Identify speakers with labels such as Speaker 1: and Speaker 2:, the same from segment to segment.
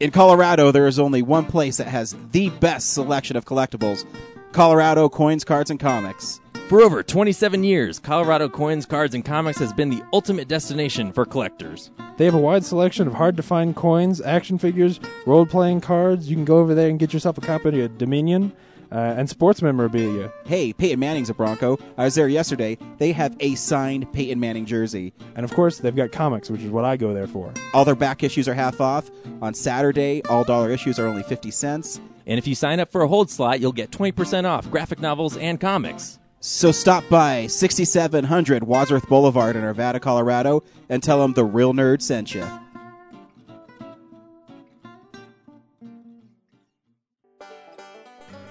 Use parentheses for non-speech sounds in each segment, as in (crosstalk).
Speaker 1: In Colorado, there is only one place that has the best selection of collectibles Colorado coins, cards, and comics.
Speaker 2: For over 27 years, Colorado Coins, Cards, and Comics has been the ultimate destination for collectors.
Speaker 3: They have a wide selection of hard to find coins, action figures, role playing cards. You can go over there and get yourself a copy of Dominion uh, and sports memorabilia.
Speaker 1: Hey, Peyton Manning's a Bronco. I was there yesterday. They have a signed Peyton Manning jersey.
Speaker 3: And of course, they've got comics, which is what I go there for.
Speaker 1: All their back issues are half off. On Saturday, all dollar issues are only 50 cents.
Speaker 2: And if you sign up for a hold slot, you'll get 20% off graphic novels and comics.
Speaker 1: So stop by 6700 Wadsworth Boulevard in Arvada, Colorado, and tell them the real nerd sent you.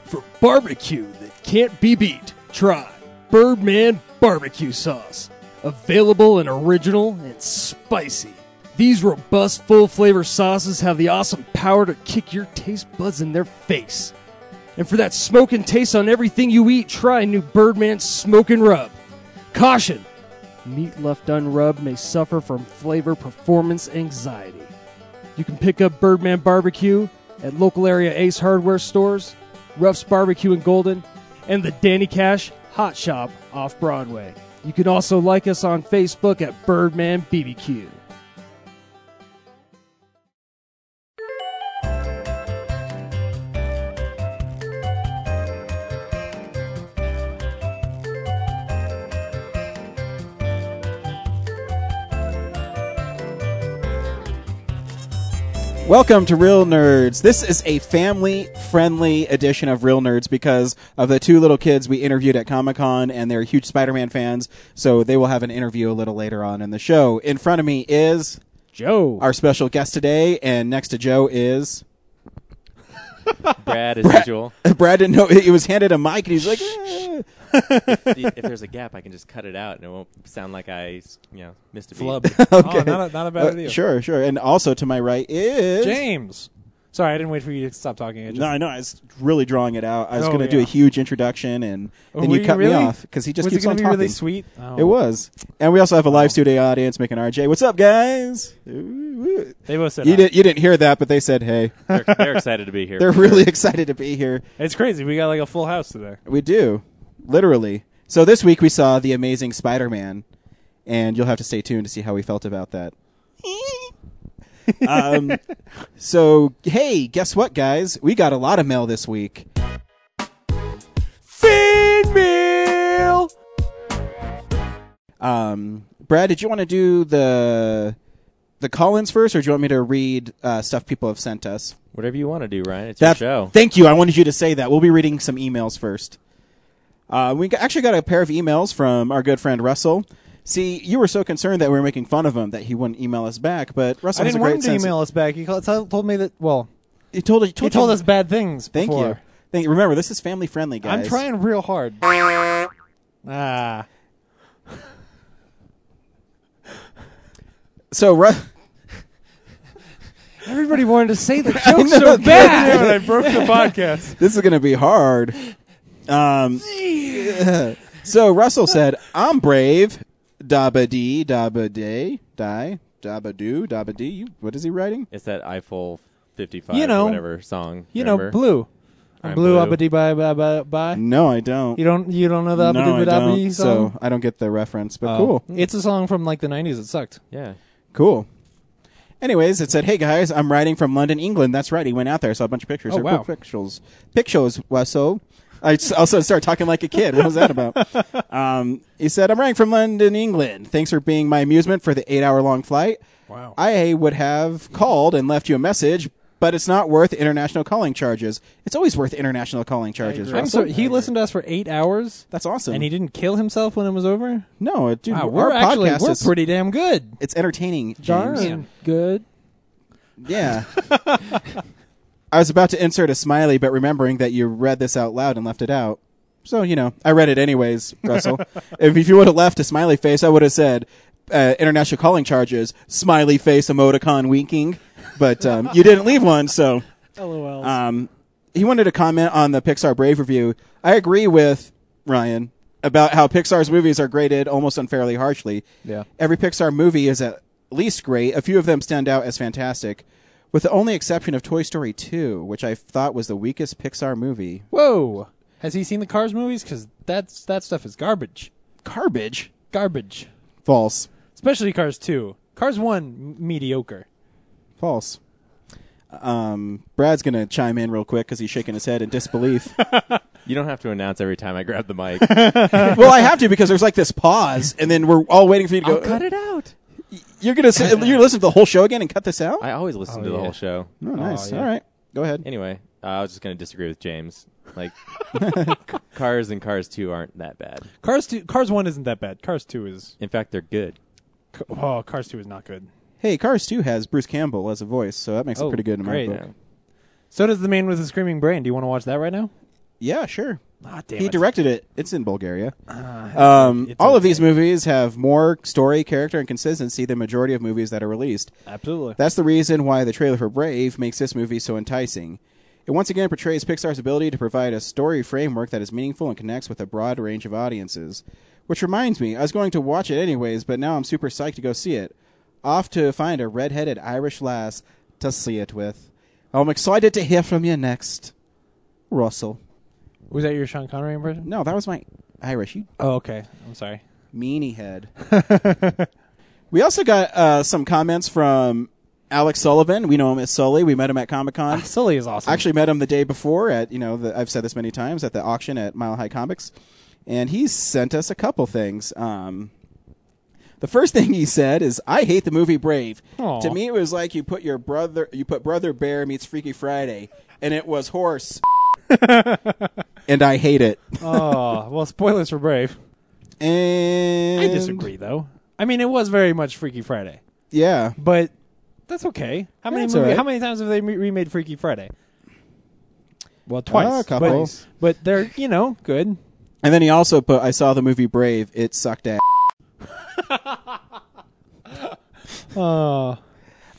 Speaker 4: For barbecue that can't be beat, try Birdman Barbecue Sauce. Available and original and spicy. These robust, full flavor sauces have the awesome power to kick your taste buds in their face. And for that smoke and taste on everything you eat, try new Birdman Smoke and Rub. Caution! Meat left unrubbed may suffer from flavor performance anxiety. You can pick up Birdman Barbecue at local area Ace Hardware stores, Ruff's Barbecue in Golden, and the Danny Cash Hot Shop off Broadway. You can also like us on Facebook at Birdman BBQ.
Speaker 1: Welcome to Real Nerds. This is a family friendly edition of Real Nerds because of the two little kids we interviewed at Comic Con and they're huge Spider Man fans. So they will have an interview a little later on in the show. In front of me is
Speaker 3: Joe!
Speaker 1: our special guest today, and next to Joe is.
Speaker 5: Brad, as
Speaker 1: (laughs)
Speaker 5: usual.
Speaker 1: Brad didn't know it was handed a mic, and he's like, "Eh." (laughs)
Speaker 5: if there's a gap, I can just cut it out, and it won't sound like I, you know, missed a beat. (laughs)
Speaker 6: (laughs)
Speaker 2: Flub.
Speaker 6: Oh, not a, not a bad idea.
Speaker 1: Uh, "Sure, sure." And also to my right is
Speaker 6: James. Sorry, I didn't wait for you to stop talking. I just-
Speaker 1: No, I know. I was really drawing it out. I was
Speaker 6: Oh,
Speaker 1: going to do a
Speaker 6: yeah.
Speaker 1: huge introduction, and
Speaker 6: Oh,
Speaker 1: and
Speaker 6: were
Speaker 1: you cut
Speaker 6: really?
Speaker 1: me off because he just
Speaker 6: was
Speaker 1: keeps
Speaker 6: it
Speaker 1: on
Speaker 6: gonna be
Speaker 1: talking.
Speaker 6: really sweet. Oh.
Speaker 1: It was, and we also have a live studio audience making RJ. What's up, guys?
Speaker 7: Uh,
Speaker 1: Ooh.
Speaker 6: They both said
Speaker 1: You
Speaker 6: hi.
Speaker 1: didn't you didn't hear that, but they said, "Hey,
Speaker 5: (laughs) They're, they're excited to be here.
Speaker 1: (laughs) they're really excited to be here."
Speaker 6: It's crazy. We got like a full house today.
Speaker 1: We do, literally. So this week we saw the Amazing Spider-Man, and you'll have to stay tuned to see how we felt
Speaker 5: (laughs)
Speaker 1: about that. um, so hey, guess what, guys? We got a lot of mail this week.
Speaker 6: Feed meal.
Speaker 1: Um, Brad, did you want to do the the call-ins first, or do you want me to read uh, stuff people have sent us?
Speaker 5: Whatever you want to do, Ryan. It's
Speaker 1: That-
Speaker 5: your show.
Speaker 1: Thank you. I wanted you to say that. We'll be reading some emails first. Uh, we got- actually got a pair of emails from our good friend Russell. See, you were so concerned that we were making fun of him that he wouldn't email us back, but Russell
Speaker 6: I
Speaker 1: has a
Speaker 6: didn't
Speaker 1: great
Speaker 6: want him to
Speaker 1: sense.
Speaker 6: email us back. He called, told me that. Well,
Speaker 1: He told, he
Speaker 6: he
Speaker 1: told,
Speaker 6: told
Speaker 1: you-
Speaker 6: us bad things.
Speaker 1: Thank
Speaker 6: before.
Speaker 1: you. Thank you. Remember, this is family friendly, guys.
Speaker 6: I'm trying real hard. ah,
Speaker 1: So, Ru- (laughs)
Speaker 6: everybody wanted to
Speaker 4: (laughs)
Speaker 6: say the joke
Speaker 1: (laughs) know,
Speaker 6: so
Speaker 1: God
Speaker 6: bad.
Speaker 1: damn
Speaker 6: I broke the podcast.
Speaker 1: (laughs) this is going to be hard. Um, (laughs) so Russell said, "I'm brave." Dabba dee, dabba day, die, dabba doo, dabba dee. You, what is he writing?
Speaker 5: It's that Eiffel 55
Speaker 6: You know-
Speaker 5: or whatever song.
Speaker 6: You know,
Speaker 5: remember?
Speaker 6: blue. I'm
Speaker 5: I'm
Speaker 6: blue.
Speaker 5: blue.
Speaker 6: Uppity bye bye bye bye.
Speaker 1: No, I don't.
Speaker 6: You don't. You don't know the
Speaker 1: no, I
Speaker 6: uppity
Speaker 1: don't.
Speaker 6: uppity song.
Speaker 1: So I don't get the reference,
Speaker 6: Oh.
Speaker 1: but cool,
Speaker 6: It's a song from like the '90s. It sucked.
Speaker 5: Yeah.
Speaker 1: cool. Anyways, it said, "Hey guys, I'm writing from London, England." That's right. He went out there, saw a bunch of pictures.
Speaker 6: Oh,
Speaker 1: They're
Speaker 6: wow.
Speaker 1: cool pictures, pictures, Russell. I s- also started talking like a kid. What was that about? um, he said, "I'm writing from London, England. Thanks for being my amusement for the eight-hour-long flight.
Speaker 6: Wow.
Speaker 1: I would have called and left you a message." But it's not worth international calling charges. It's always worth international calling charges.
Speaker 6: I'm
Speaker 1: Russell.
Speaker 6: sorry. He listened to us for eight hours,
Speaker 1: That's awesome.
Speaker 6: and he didn't kill himself when it was over.
Speaker 1: no, dude,
Speaker 6: Wow,
Speaker 1: our
Speaker 6: we're actually
Speaker 1: podcast
Speaker 6: we're
Speaker 1: is
Speaker 6: pretty damn good.
Speaker 1: it's entertaining.
Speaker 6: Darn
Speaker 1: James.
Speaker 6: good.
Speaker 1: Yeah. (laughs) I was about to insert a smiley, but remembering that you read this out loud and left it out. So, you know, I read it anyways, Russell. if, if you would have left a smiley face, I would have said, uh, international calling charges, smiley face emoticon winking. But um, you didn't leave one, so.
Speaker 6: LOL.
Speaker 1: Um, he wanted to comment on the Pixar Brave review. I agree with Ryan about how Pixar's movies are graded almost unfairly harshly.
Speaker 6: Yeah.
Speaker 1: Every Pixar movie is at least great. A few of them stand out as fantastic. with the only exception of Toy Story 2, which I thought was the weakest Pixar movie.
Speaker 6: Whoa. Has he seen the Cars movies? Because that's that stuff is garbage.
Speaker 1: Garbage.
Speaker 6: Garbage.
Speaker 1: False.
Speaker 6: Especially Cars 2. Cars 1, m- mediocre.
Speaker 1: False. Um, Brad's gonna chime in real quick because he's shaking his head
Speaker 6: (laughs)
Speaker 1: in disbelief.
Speaker 5: You don't have to announce every time I grab the mic.
Speaker 1: well, I have to because there's like this pause, and then we're all waiting for you to go.
Speaker 5: cut it out.
Speaker 1: You're gonna say, you're gonna listen to the whole show again and cut this out?
Speaker 5: I always listen
Speaker 6: Oh,
Speaker 5: to the
Speaker 6: yeah.
Speaker 5: whole show.
Speaker 1: oh, nice.
Speaker 6: Oh, yeah.
Speaker 1: All right, go ahead.
Speaker 5: Anyway, uh, I was just going to disagree with James.
Speaker 1: (laughs)
Speaker 5: Like, Cars and Cars 2 aren't that bad.
Speaker 6: Cars 2 Cars 1 isn't that bad. Cars 2 is
Speaker 5: In fact, they're good.
Speaker 6: c- Oh, Cars 2 is not good.
Speaker 1: Hey, Cars 2 has Bruce Campbell as a voice, so that makes it
Speaker 6: Oh,
Speaker 1: pretty good in
Speaker 6: great.
Speaker 1: my book.
Speaker 5: Yeah.
Speaker 6: So does The Man with the Screaming Brain. Do you want to watch that right now?
Speaker 1: Yeah, sure.
Speaker 6: Ah, damn
Speaker 1: he
Speaker 6: it.
Speaker 1: directed it. It's in Bulgaria. um,
Speaker 6: Ah, it's
Speaker 1: all of these movies have more story, character, and consistency than majority of movies that are released.
Speaker 6: Absolutely.
Speaker 1: That's the reason why the trailer for Brave makes this movie so enticing. It once again portrays Pixar's ability to provide a story framework that is meaningful and connects with a broad range of audiences. Which reminds me, I was going to watch it anyways, but now I'm super psyched to go see it. Off to find a redheaded Irish lass to see it with. I'm excited to hear from you next, Russell.
Speaker 6: Was that your Sean Connery impression?
Speaker 1: No, that was my Irish. You
Speaker 6: Oh, okay. I'm sorry.
Speaker 1: meanie head. we also got uh, some comments from Alex Sullivan. We know him as Sully. We met him at Comic Con.
Speaker 6: Ah, Sully is awesome.
Speaker 1: I actually met him the day before at you know the, I've said this many times at the auction at Mile High Comics, and he sent us a couple things. Um, the first thing he said is, "I hate the movie Brave."
Speaker 6: Aw.
Speaker 1: To me, it was like you put your brother you put Brother Bear meets Freaky Friday, and it was horse. and I
Speaker 6: (laughs)
Speaker 1: hate it.
Speaker 6: oh, well, spoilers for Brave.
Speaker 1: And
Speaker 6: I disagree, though. I mean, it was very much Freaky Friday,
Speaker 1: Yeah,
Speaker 6: but that's okay. How many
Speaker 1: That's
Speaker 6: movie,
Speaker 1: all right.
Speaker 6: how many times have they re- remade Freaky Friday? Well, twice.
Speaker 1: a
Speaker 6: but-
Speaker 1: couple.
Speaker 6: But, they're you know Ah, good.
Speaker 1: and then he also put, "I saw the movie Brave. It sucked ass."
Speaker 6: Oh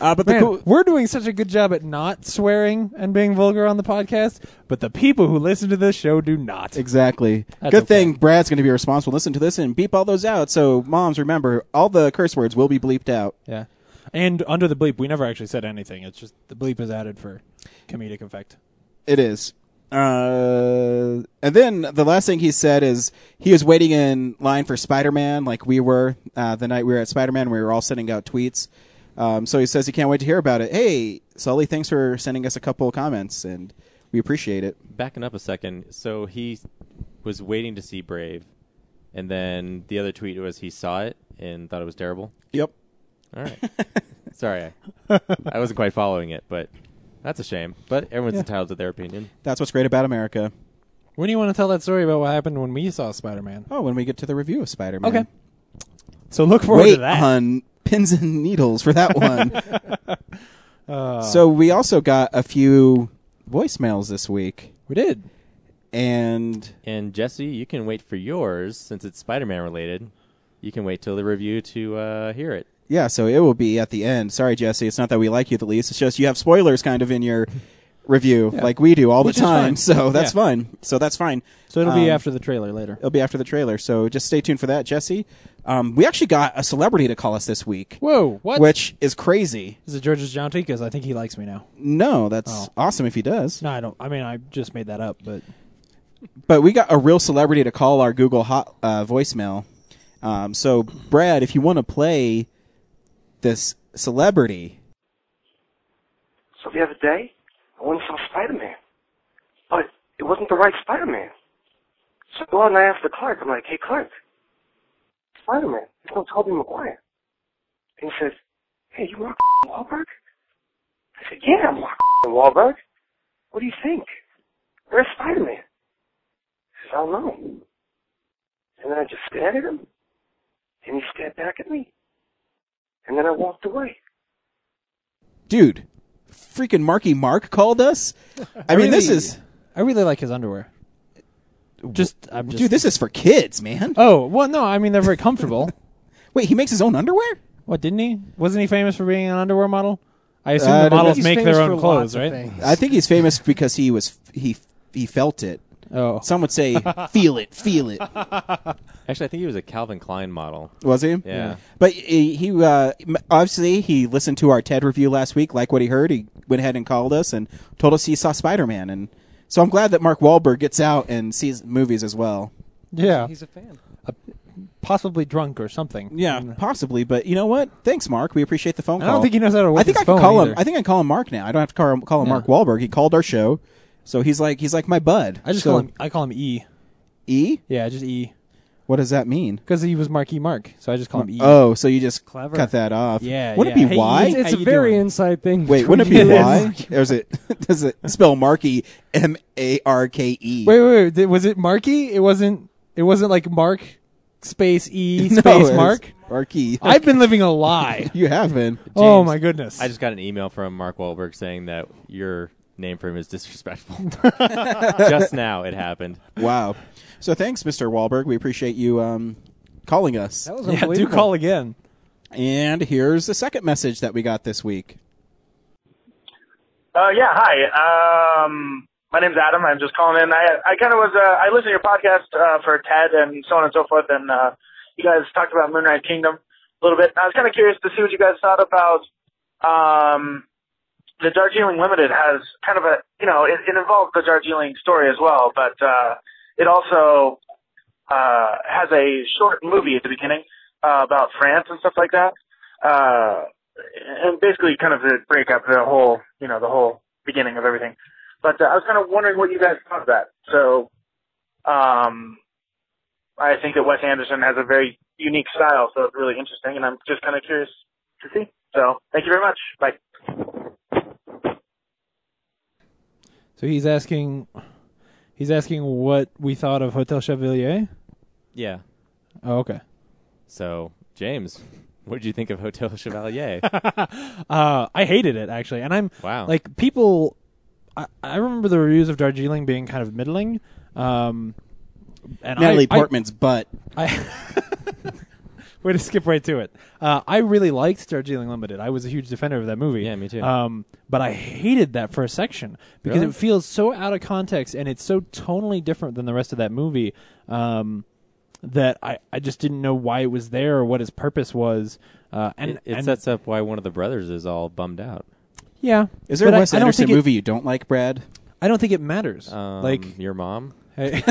Speaker 1: Uh, but the
Speaker 6: man,
Speaker 1: cool,
Speaker 6: we're doing such a good job at not swearing and being vulgar on the podcast, but the people who listen to this show do not.
Speaker 1: Exactly.
Speaker 6: That's
Speaker 1: Good
Speaker 6: okay.
Speaker 1: thing Brad's going to be responsible. Listen to this and beep all those out. So, moms, remember, all the curse words will be bleeped out.
Speaker 6: Yeah. And under the bleep, we never actually said anything. It's just the bleep is added for comedic effect.
Speaker 1: It is. Uh, and then the last thing he said is he was waiting in line for Spider Man, like we were uh, the night we were at Spider Man. We were all sending out tweets. Um, so he says he can't wait to hear about it. Hey, Sully, thanks for sending us a couple of comments, and we appreciate it.
Speaker 5: Backing up a second. So he was waiting to see Brave, and then the other tweet was he saw it and thought it was terrible.
Speaker 1: Yep.
Speaker 5: All right. (laughs) Sorry. I, I wasn't quite following it, but that's a shame. But everyone's entitled to their opinion.
Speaker 1: That's what's great about America.
Speaker 6: When do you want to tell that story about what happened when we saw Spider Man?
Speaker 1: Oh, when we get to the review of Spider Man.
Speaker 6: Okay. So look forward
Speaker 1: Wait
Speaker 6: to that.
Speaker 1: on pins and needles for that one.
Speaker 6: (laughs) Uh,
Speaker 5: Uh,
Speaker 1: so we also got a few voicemails this week,
Speaker 6: We did.
Speaker 1: and
Speaker 5: And Jesse, you can wait for yours since it's Spider-Man related. You can wait till the review to uh, hear it.
Speaker 1: yeah, so it will be at the end. Sorry, Jesse, it's not that we like you the least. It's just you have spoilers kind of in your review, like we do all
Speaker 6: Which
Speaker 1: the
Speaker 6: is
Speaker 1: time. (laughs)
Speaker 6: fine.
Speaker 1: So that's
Speaker 6: Yeah.
Speaker 1: fine. So that's fine.
Speaker 6: So it'll be
Speaker 1: Um,
Speaker 6: after the trailer later.
Speaker 1: It'll be after the trailer. So just stay tuned for that, Jesse. Um, we actually got a celebrity to call us this week,
Speaker 6: Whoa, what?
Speaker 1: which is crazy.
Speaker 6: Is it George's Jaunty? Because I think he likes me now.
Speaker 1: No, that's
Speaker 6: Oh.
Speaker 1: awesome if he does.
Speaker 6: No, I don't. I mean, I just made that up, but
Speaker 1: But we got a real celebrity to call our Google hot, uh, voicemail. Um, so, Brad, if you want to play this celebrity,
Speaker 8: So the other day, I went and saw Spider-Man. But it wasn't the right Spider-Man. So I go out and I asked the clerk, I'm like, hey, clerk, Spider-Man, it's no Tobey Maguire. And he says, hey, you Mark (laughs) Wahlberg? I said, yeah, I'm Mark (laughs) Wahlberg. What do you think? Where's Spider-Man? He says, I don't know. And then I just stared at him, and he stared back at me. And then I walked away.
Speaker 1: dude, freaking Marky Mark called us. (laughs) I mean, this
Speaker 6: really-
Speaker 1: is
Speaker 6: I really like his underwear. Just, I'm just.
Speaker 1: dude, this is for kids, man.
Speaker 6: oh well, no, I mean they're very comfortable.
Speaker 1: (laughs) Wait, he makes his own underwear?
Speaker 6: what didn't he? Wasn't he famous for being an underwear model? I assume
Speaker 1: Uh, I
Speaker 6: the
Speaker 1: don't know.
Speaker 6: models
Speaker 1: He's
Speaker 6: make
Speaker 7: famous
Speaker 6: their
Speaker 7: for
Speaker 6: own
Speaker 7: lots
Speaker 6: clothes,
Speaker 7: of
Speaker 6: right?
Speaker 7: things.
Speaker 1: I think he's famous because he was he he felt it.
Speaker 6: Oh,
Speaker 1: Some
Speaker 6: (laughs)
Speaker 1: would say, "Feel it, feel it."
Speaker 5: (laughs) Actually, I think he was a Calvin Klein model.
Speaker 1: Was he?
Speaker 5: Yeah.
Speaker 1: But he, he uh, m- obviously he listened to our TED review last week, like what he heard. He went ahead and called us and told us he saw Spider Man, and so I'm glad that Mark Wahlberg gets out and sees movies as well.
Speaker 6: yeah.
Speaker 9: He's a fan.
Speaker 6: Possibly drunk or something. Mm.
Speaker 1: possibly. But you know what? Thanks, Mark. We appreciate the phone
Speaker 6: I
Speaker 1: call.
Speaker 6: don't think he knows how to work
Speaker 1: I think
Speaker 6: his
Speaker 1: I can
Speaker 6: phone
Speaker 1: call him.
Speaker 6: either.
Speaker 1: I think I can call him Mark now. I don't have to call him, call him
Speaker 6: Yeah.
Speaker 1: Mark Wahlberg. He called our show, so he's like he's like my bud.
Speaker 6: I just
Speaker 1: So-
Speaker 6: call him. I call him E.
Speaker 1: E.
Speaker 6: Yeah, just E.
Speaker 1: What does that mean?
Speaker 6: Because he was Marky Mark, so I just call him E.
Speaker 1: Oh, so you just
Speaker 9: Clever.
Speaker 1: cut that off.
Speaker 6: Yeah,
Speaker 1: Wouldn't
Speaker 6: yeah.
Speaker 1: it be
Speaker 6: Hey, E,
Speaker 1: Y?
Speaker 6: How
Speaker 4: It's a
Speaker 6: you
Speaker 4: very
Speaker 6: doing?
Speaker 4: inside thing.
Speaker 1: Wait,
Speaker 4: between
Speaker 1: wouldn't it be
Speaker 4: you and
Speaker 1: Y?
Speaker 4: Mark.
Speaker 1: Or is it (laughs) does it spell Marky M A R K E?
Speaker 6: Wait, wait, wait. Did- Was it Marky? It wasn't. It wasn't like Mark space E
Speaker 1: (laughs) No,
Speaker 6: space
Speaker 1: it's
Speaker 6: Mark.
Speaker 1: Marky.
Speaker 6: I've been living a lie.
Speaker 1: (laughs) you have been.
Speaker 6: oh my goodness.
Speaker 5: I just got an email from Mark Wahlberg saying that your name for him is
Speaker 6: (laughs)
Speaker 5: disrespectful. just now it happened.
Speaker 1: Wow. So thanks, Mr. Wahlberg. We appreciate you um, calling us.
Speaker 9: That was
Speaker 6: yeah, do
Speaker 9: unbelievable.
Speaker 6: call again.
Speaker 1: And here's the second message that we got this week.
Speaker 7: Uh, yeah, hi. Um, my name's Adam. I'm just calling in. I I kind of was. Uh, I listened to your podcast uh, for Ted and so on and so forth, and uh, you guys talked about Moonrise Kingdom a little bit. I was kind of curious to see what you guys thought about um, the Darjeeling Limited. Has kind of a you know it, it involved the Darjeeling story as well, but uh, it also uh, has a short movie at the beginning uh, about France and stuff like that. Uh, and basically kind of to break up the whole, you know, the whole beginning of everything. But uh, I was kind of wondering what you guys thought of that. So, um, I think that Wes Anderson has a very unique style, so it's really interesting, and I'm just kind of curious to see. So, thank you very much. Bye.
Speaker 6: So he's asking. He's asking what we thought of Hotel Chevalier.
Speaker 5: Yeah.
Speaker 6: Oh, okay.
Speaker 5: So, James, what did you think of Hotel Chevalier?
Speaker 6: (laughs) Uh, I hated it actually, and I'm
Speaker 5: Wow.
Speaker 6: Like people, I, I remember the reviews of Darjeeling being kind of middling. Um, and I-
Speaker 1: Natalie
Speaker 6: I,
Speaker 1: Portman's butt.
Speaker 6: I (laughs) way to skip right to it. Uh, I really liked Darjeeling Limited. I was a huge defender of that movie.
Speaker 5: Yeah, me too.
Speaker 6: Um, but I hated that first section because
Speaker 5: Really?
Speaker 6: it feels so out of context and it's so totally different than the rest of that movie. Um, that I, I just didn't know why it was there or what his purpose was. Uh, and
Speaker 5: it, it
Speaker 6: and-
Speaker 5: sets up why one of the brothers is all bummed out.
Speaker 6: yeah.
Speaker 1: Is there
Speaker 6: But
Speaker 1: a
Speaker 6: I-
Speaker 1: Wes
Speaker 6: I don't
Speaker 1: Anderson
Speaker 6: think it-
Speaker 1: movie you don't like, Brad?
Speaker 6: I don't think it matters.
Speaker 5: Um,
Speaker 6: like
Speaker 5: your mom. (laughs)
Speaker 6: Hey.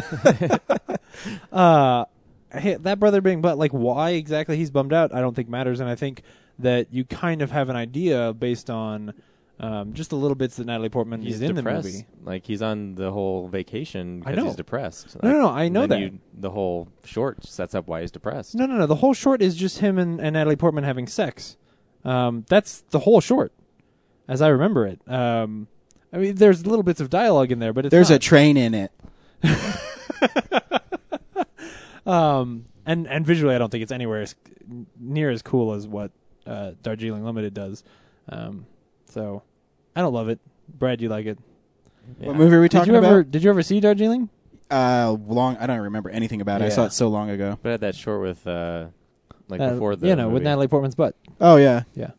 Speaker 6: (laughs) uh, hey, that brother being but like why exactly he's bummed out, I don't think matters, and I think that you kind of have an idea based on um, just the little bits that Natalie Portman
Speaker 5: He's
Speaker 6: is in
Speaker 5: depressed.
Speaker 6: the movie.
Speaker 5: Like he's on the whole vacation
Speaker 6: I
Speaker 5: because
Speaker 6: know.
Speaker 5: he's depressed.
Speaker 6: No,
Speaker 5: Like,
Speaker 6: no, no, I know
Speaker 5: then
Speaker 6: that.
Speaker 5: You, the whole short sets up why he's depressed.
Speaker 6: No, no, no. The whole short is just him and, and Natalie Portman having sex. Um, that's the whole short, as I remember it. Um, I mean, there's little bits of dialogue in there, but it's
Speaker 1: There's
Speaker 6: not.
Speaker 1: a train in it.
Speaker 6: Um, and and visually, I don't think it's anywhere as, near as cool as what uh, Darjeeling Limited does. Um, so I don't love it. Brad, you like it?
Speaker 1: What movie are we
Speaker 6: Did
Speaker 1: talking
Speaker 6: you ever
Speaker 1: about?
Speaker 6: did you ever see Darjeeling?
Speaker 1: Uh, long. I don't remember anything about it. I
Speaker 6: Yeah.
Speaker 1: saw it so long ago.
Speaker 5: But I had that short with, uh, like
Speaker 6: Uh,
Speaker 5: before the
Speaker 6: you know with
Speaker 5: movie.
Speaker 6: Natalie Portman's butt.
Speaker 1: Oh yeah,
Speaker 6: Yeah.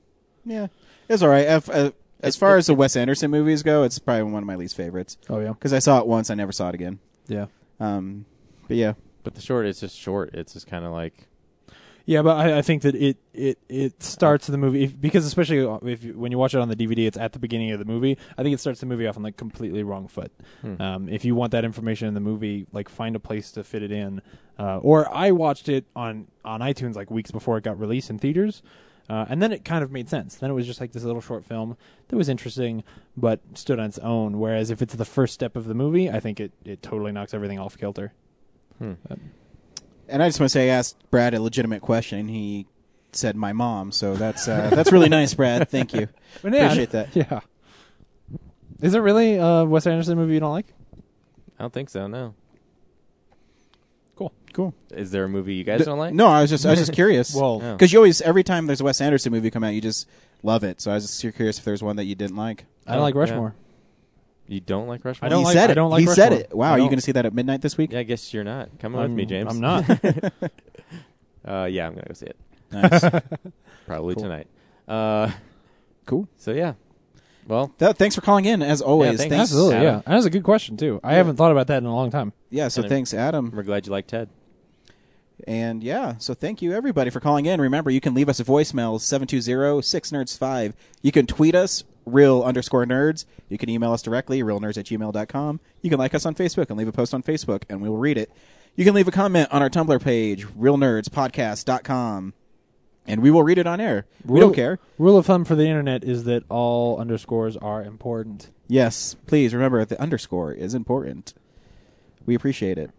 Speaker 1: yeah. It's all right. If, uh, as far as the Wes Anderson movies go, it's probably one of my least favorites
Speaker 6: Oh yeah,
Speaker 1: because I saw it once, I never saw it again.
Speaker 6: yeah,
Speaker 1: Um, but yeah,
Speaker 5: But the short is just short. It's just kind of like
Speaker 6: yeah. But I, I think that it it it starts the movie if, because especially if you- when you watch it on the DVD, it's at the beginning of the movie. I think it starts the movie off on the completely wrong foot. Um, if you want that information in the movie, like find a place to fit it in. Uh, or I watched it on on iTunes like weeks before it got released in theaters, uh, and then it kind of made sense. Then it was just like this little short film that was interesting, but stood on its own. Whereas if it's the first step of the movie, I think it it totally knocks everything off kilter. Hmm.
Speaker 1: and I just want to say, I asked Brad a legitimate question. He said my mom, so that's uh, (laughs) that's really nice, Brad. Thank
Speaker 6: (laughs)
Speaker 1: you. Appreciate that.
Speaker 6: Yeah. Is it really a Wes Anderson movie you don't like?
Speaker 5: I don't think so. No.
Speaker 6: Cool.
Speaker 1: Cool.
Speaker 5: Is there a movie you guys
Speaker 1: D-
Speaker 5: don't like?
Speaker 1: No, I was just I was just
Speaker 6: (laughs)
Speaker 1: curious.
Speaker 6: Well-
Speaker 5: Oh.
Speaker 1: because you always every time there's a Wes Anderson movie come out, you just love it. So I was just curious if there's one that you didn't like.
Speaker 6: I don't
Speaker 5: Oh,
Speaker 6: like
Speaker 5: yeah.
Speaker 6: Rushmore.
Speaker 5: You don't like Rushmore.
Speaker 6: I don't
Speaker 1: he
Speaker 6: like-
Speaker 1: said
Speaker 6: I
Speaker 1: it.
Speaker 6: don't like
Speaker 1: he said
Speaker 6: Rushmore.
Speaker 1: it. Wow,
Speaker 6: I
Speaker 1: are you
Speaker 6: don't-
Speaker 1: going to see that at midnight this week?
Speaker 5: Yeah, I guess you're not. Come with
Speaker 6: I'm-
Speaker 5: me, James.
Speaker 6: I'm not.
Speaker 5: (laughs)
Speaker 6: (laughs)
Speaker 5: uh, yeah, I'm gonna go see it
Speaker 1: (laughs) Nice.
Speaker 5: probably tonight. Uh,
Speaker 1: cool.
Speaker 5: so yeah, Well,
Speaker 1: That, thanks for calling in, as always.
Speaker 5: thanks.
Speaker 1: thanks,
Speaker 6: Absolutely,
Speaker 5: Adam.
Speaker 6: yeah. And That's a good question too. I haven't thought about that in a long time.
Speaker 1: yeah. So
Speaker 5: And-
Speaker 1: thanks, Adam.
Speaker 5: we're glad you like Ted.
Speaker 1: And yeah, so thank you everybody for calling in. Remember, you can leave us a voicemail, 720-6nerds5. You can tweet us, real underscore nerds. You can email us directly, realnerds at gmail.com. You can like us on Facebook and leave a post on Facebook, and we will read it. You can leave a comment on our Tumblr page, realnerdspodcast.com, and we will read it on air. We don't care.
Speaker 6: Rule of thumb for the internet is that all underscores are important.
Speaker 1: Yes, please remember the underscore is important. We appreciate it.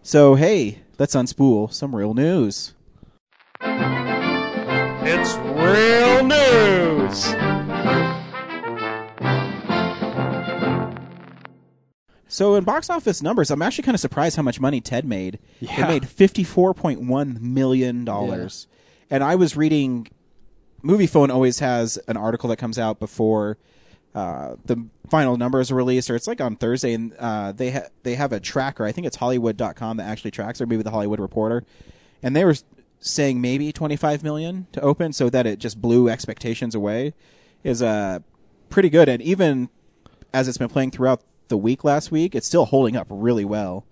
Speaker 1: So, hey, let's unspool some real news.
Speaker 10: It's real news.
Speaker 1: So in box office numbers, I'm actually kind of surprised how much money Ted made. It made $54.1 million. And I was reading Movie Phone always has an article that comes out before uh, the final numbers are released, or it's like on Thursday, and uh, they ha- they have a tracker. I think it's Hollywood.com that actually tracks, or maybe the Hollywood Reporter, and they were s- saying maybe 25 million to open, so that it just blew expectations away. Is uh, pretty good, and even as it's been playing throughout the week last week, it's still holding up really well.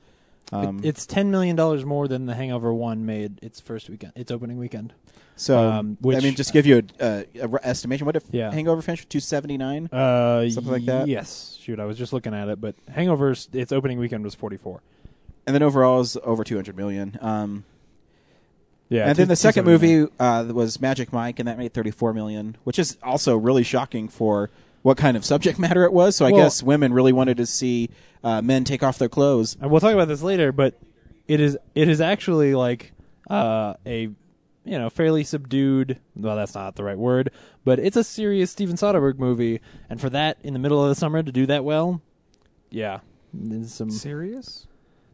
Speaker 1: Um,
Speaker 6: It's ten million dollars more than The Hangover One made its first weekend, its opening weekend.
Speaker 1: so
Speaker 6: um, which-
Speaker 1: I mean, just give you a, a, a re- estimation. What if
Speaker 6: Yeah.
Speaker 1: Hangover finished with 279?
Speaker 6: Uh,
Speaker 1: Something like that?
Speaker 6: Yes. Shoot, I was just looking at it, but Hangover's its opening weekend was forty four.
Speaker 1: and then overall is over 200 million. Um,
Speaker 6: Yeah.
Speaker 1: and
Speaker 6: two-
Speaker 1: then the
Speaker 6: two
Speaker 1: second
Speaker 6: seventy nine.
Speaker 1: movie uh, was Magic Mike, and that made 34 million, which is also really shocking for what kind of subject (laughs) matter it was. So I
Speaker 6: Well-
Speaker 1: guess women really wanted to see uh, men take off their clothes.
Speaker 6: and we'll talk about this later, but it is it is actually like uh, a you know fairly subdued. Well, that's not the right word, but it's a serious Steven Soderbergh movie, and for that in the middle of the summer to do that well, yeah, there's some
Speaker 4: Serious?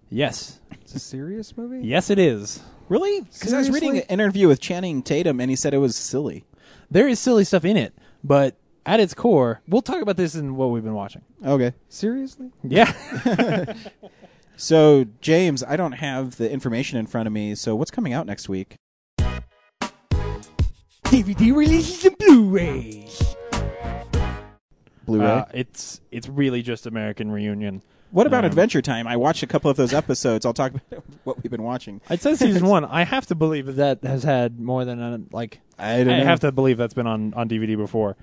Speaker 6: yes,
Speaker 4: It's a serious movie?
Speaker 6: yes, it is.
Speaker 1: Really? Because I was reading an
Speaker 4: Seriously?
Speaker 1: interview with Channing Tatum, and he said it was silly.
Speaker 6: There is silly stuff in it, but at its core, we'll talk about this in what we've been watching.
Speaker 1: Okay.
Speaker 4: Seriously?
Speaker 6: Yeah,
Speaker 1: (laughs)
Speaker 6: (laughs)
Speaker 1: So James, I don't have the information in front of me. So what's coming out next week?
Speaker 10: DVD releases and Blu-rays.
Speaker 1: Blu-ray.
Speaker 6: Uh, it's it's really just American Reunion.
Speaker 1: what about
Speaker 6: um,
Speaker 1: Adventure Time? I watched a couple of those episodes. I'll talk about (laughs) what we've been watching.
Speaker 6: It says
Speaker 1: (laughs)
Speaker 6: season one. I have to believe that that has had more than uh, like
Speaker 1: I don't
Speaker 6: I
Speaker 1: know.
Speaker 6: have to believe that's been on, on DVD before.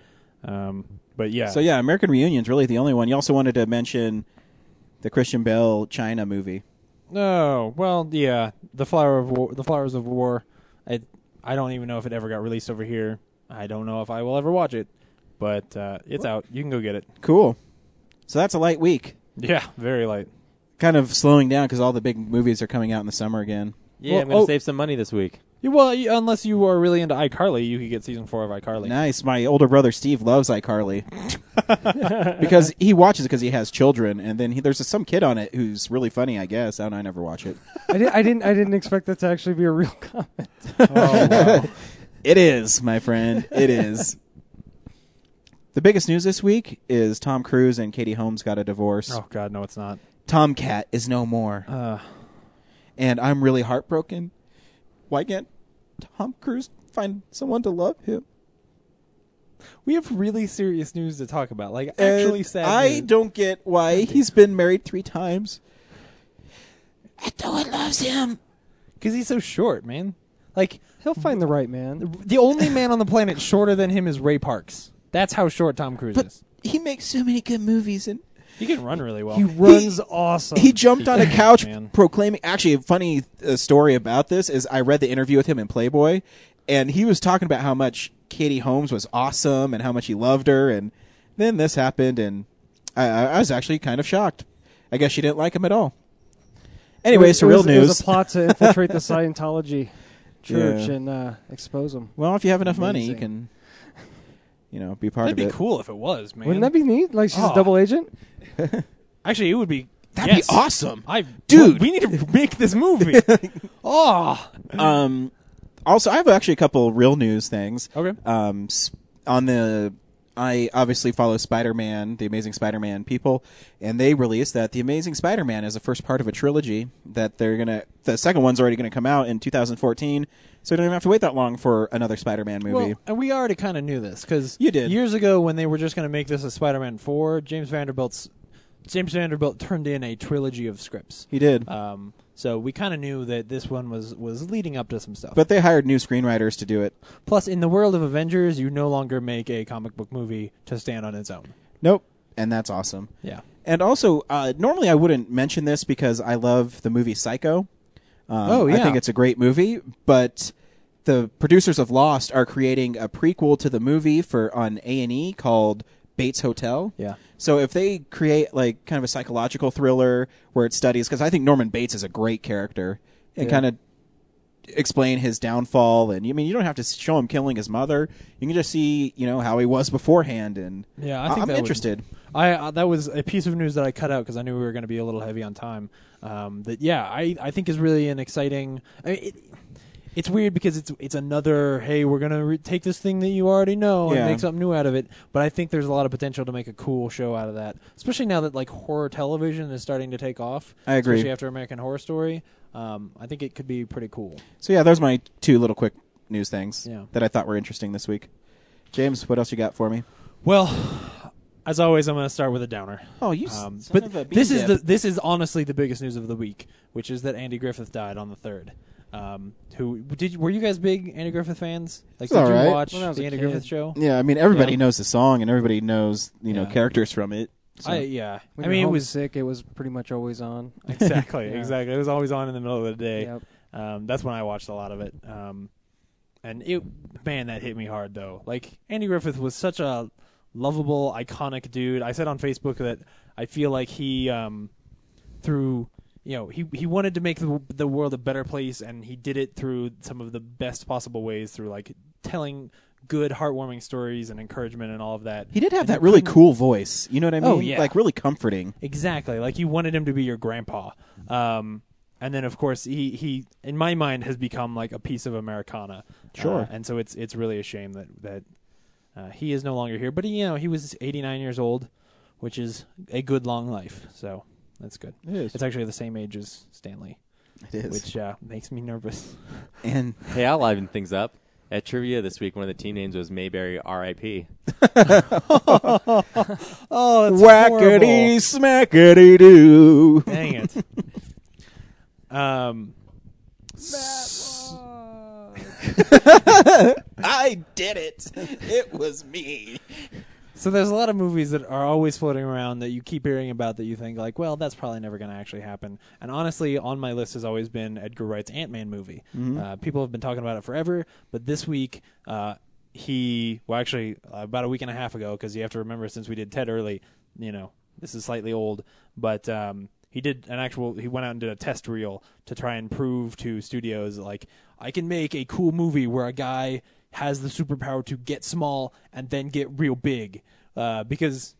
Speaker 6: Um, but yeah.
Speaker 1: So yeah, American Reunion's really the only one. You also wanted to mention the Christian Bell China movie.
Speaker 6: No. Oh, Well, yeah. The flower of war, the flowers of war. I I don't even know if it ever got released over here. I don't know if I will ever watch it, but uh, it's out. You can go get it.
Speaker 1: Cool. So that's a light week.
Speaker 6: Yeah. Very light.
Speaker 1: Kind of slowing down because all the big movies are coming out in the summer again.
Speaker 5: Yeah,
Speaker 6: Well,
Speaker 5: I'm gonna
Speaker 6: oh.
Speaker 5: save some money this week.
Speaker 6: You- Well, you, unless you are really into iCarly, you could get season four of iCarly.
Speaker 1: Nice. My older brother Steve loves
Speaker 6: (laughs)
Speaker 1: iCarly because he watches it because he has children, and then he, there's some kid on it who's really funny. I guess I don't. know, I never watch it.
Speaker 4: I, di- I didn't I didn't expect that to actually be a real (laughs) comment.
Speaker 6: Oh,
Speaker 1: Oh, It is, my friend. It is. the biggest news this week is Tom Cruise and Katie Holmes got a divorce.
Speaker 6: Oh God, no, it's not.
Speaker 1: Tomcat is no more.
Speaker 6: Uh,
Speaker 1: and I'm really heartbroken. Why can't Tom Cruise find someone to love him?
Speaker 6: we have really serious news to talk about. Like
Speaker 1: And
Speaker 6: actually sad.
Speaker 1: I
Speaker 6: news.
Speaker 1: don't get why he's been married three times. And no one loves him.
Speaker 6: because he's so short, man. Like
Speaker 4: He'll find the right man.
Speaker 6: The only man on the planet shorter than him is Ray Parks. That's how short Tom Cruise is.
Speaker 1: He makes so many good movies, and
Speaker 6: He can run really well.
Speaker 4: He runs awesome.
Speaker 1: he jumped on a couch
Speaker 6: man.
Speaker 1: proclaiming. Actually, a funny uh, story about this is I read the interview with him in Playboy, and he was talking about how much Katie Holmes was awesome and how much he loved her, and then this happened, and I, I I was actually kind of shocked. I guess she didn't like him at all. Anyway,
Speaker 4: it
Speaker 1: so real
Speaker 4: was, It was
Speaker 1: news.
Speaker 4: a plot to infiltrate the
Speaker 6: (laughs)
Speaker 4: Scientology church
Speaker 1: Yeah.
Speaker 4: and uh, expose them.
Speaker 1: well, if you have enough money, you
Speaker 4: Amazing.
Speaker 1: can, you know, be part
Speaker 6: That'd
Speaker 1: of
Speaker 6: be
Speaker 1: it.
Speaker 6: cool if it was, man.
Speaker 4: Wouldn't that be neat? Like she's
Speaker 6: Oh.
Speaker 4: a double agent.
Speaker 6: Actually, it would be.
Speaker 1: That'd
Speaker 6: yes.
Speaker 1: be awesome.
Speaker 6: I,
Speaker 1: Dude.
Speaker 6: we need to make this movie.
Speaker 1: (laughs)
Speaker 6: oh,
Speaker 1: Um, also, I have actually a couple real news things.
Speaker 6: Okay.
Speaker 1: Um, s- on the I obviously follow Spider Man, the Amazing Spider Man people, and they released that the Amazing Spider Man is the first part of a trilogy that they're gonna. The second one's already gonna come out in 2014, so we don't even have to wait that long for another Spider Man movie.
Speaker 6: Well, and we already kind of knew this because
Speaker 1: You did.
Speaker 6: years ago when they were just going to make this a Spider-Man four. James Vanderbilt's James Vanderbilt turned in a trilogy of scripts.
Speaker 1: he did,
Speaker 6: Um, so we kind of knew that this one was was leading up to some stuff.
Speaker 1: but they hired new screenwriters to do it.
Speaker 6: plus, in the world of Avengers, you no longer make a comic book movie to stand on its own.
Speaker 1: Nope, and that's awesome.
Speaker 6: Yeah,
Speaker 1: And also, uh, normally I wouldn't mention this because I love the movie Psycho. Um,
Speaker 6: Oh,
Speaker 1: I
Speaker 6: yeah.
Speaker 1: think it's a great movie, but the producers of Lost are creating a prequel to the movie for on A and E called Bates Hotel.
Speaker 6: Yeah.
Speaker 1: So if they create like kind of a psychological thriller where it studies, because I think Norman Bates is a great character, and kind of explain his downfall, and I mean you don't have to show him killing his mother. You can just see you know how he was beforehand, and
Speaker 6: yeah. I think
Speaker 1: am
Speaker 6: that would-
Speaker 1: interested.
Speaker 6: I uh, that was a piece of news that I cut out because I knew we were going to be a little heavy on time. Um, that yeah, I I think is really an exciting. I mean, it, it's weird because it's it's another hey we're gonna re- take this thing that you already know
Speaker 1: Yeah.
Speaker 6: and make something new out of it. But I think there's a lot of potential to make a cool show out of that, especially now that like horror television is starting to take off.
Speaker 1: I agree.
Speaker 6: Especially after American Horror Story, um, I think it could be pretty cool.
Speaker 1: So yeah, those are my two little quick news things
Speaker 6: Yeah.
Speaker 1: that I thought were interesting this week. James, what else you got for me?
Speaker 6: Well, as always, I'm going to start with a downer.
Speaker 1: Oh, you
Speaker 6: Um,
Speaker 1: son of a
Speaker 6: but this
Speaker 1: bean
Speaker 6: is the
Speaker 1: dip.
Speaker 6: this is honestly the biggest news of the week, which is that Andy Griffith died on the third. Um, who did? Were you guys big Andy Griffith fans? Like,
Speaker 1: It's all
Speaker 6: did you
Speaker 1: right.
Speaker 6: watch
Speaker 1: When I was
Speaker 6: the
Speaker 1: a
Speaker 6: Andy
Speaker 1: kid.
Speaker 6: Griffith show?
Speaker 1: Yeah, I mean everybody
Speaker 6: Yeah.
Speaker 1: knows the song and everybody knows you know
Speaker 6: Yeah.
Speaker 1: characters from it. So.
Speaker 6: I, yeah,
Speaker 4: When
Speaker 6: I
Speaker 4: you're
Speaker 6: mean it was
Speaker 4: sick. It was pretty much always on.
Speaker 6: (laughs)
Speaker 4: (laughs)
Speaker 6: exactly
Speaker 4: Yeah.
Speaker 6: exactly. It was always on in the middle of the day.
Speaker 4: Yep.
Speaker 6: Um, that's when I watched a lot of it. Um, and it, man, that hit me hard though. Like Andy Griffith was such a lovable, iconic dude. I said on Facebook that I feel like he, um, through, you know, he he wanted to make the the world a better place, and he did it through some of the best possible ways, through like telling good, heartwarming stories and encouragement and all of that.
Speaker 1: he did have that really cool voice. You know what I mean?
Speaker 6: Oh, yeah.
Speaker 1: Like
Speaker 6: (laughs)
Speaker 1: really comforting.
Speaker 6: Exactly. Like you wanted him to be your grandpa. Um, and then of course he, he in my mind has become like a piece of Americana.
Speaker 1: Sure.
Speaker 6: Uh, and so it's it's really a shame that that uh, he is no longer here. But you know he was 89 years old, which is a good long life. So that's good.
Speaker 1: It is.
Speaker 6: It's actually the same age as Stanley,
Speaker 1: It is.
Speaker 6: which uh, makes me
Speaker 1: (laughs)
Speaker 6: nervous.
Speaker 1: and
Speaker 5: Hey, I'll liven things up. At trivia this week, one of the team names was Mayberry RIP.
Speaker 6: Oh, that's
Speaker 1: whackity smackity doo.
Speaker 6: Dang it. um. s-
Speaker 1: (laughs)
Speaker 6: (laughs)
Speaker 1: I did it. It was me.
Speaker 6: So there's a lot of movies that are always floating around that you keep hearing about that you think like, well, that's probably never going to actually happen. And honestly, on my list has always been Edgar Wright's Ant Man movie. Uh, people have been talking about it forever, but this week uh, he, well, actually uh, about a week and a half ago, because you have to remember since we did Ted early, you know, this is slightly old, but um, he did an actual. He went out and did a test reel to try and prove to studios like I can make a cool movie where a guy has the superpower to get small and then get real big, uh, because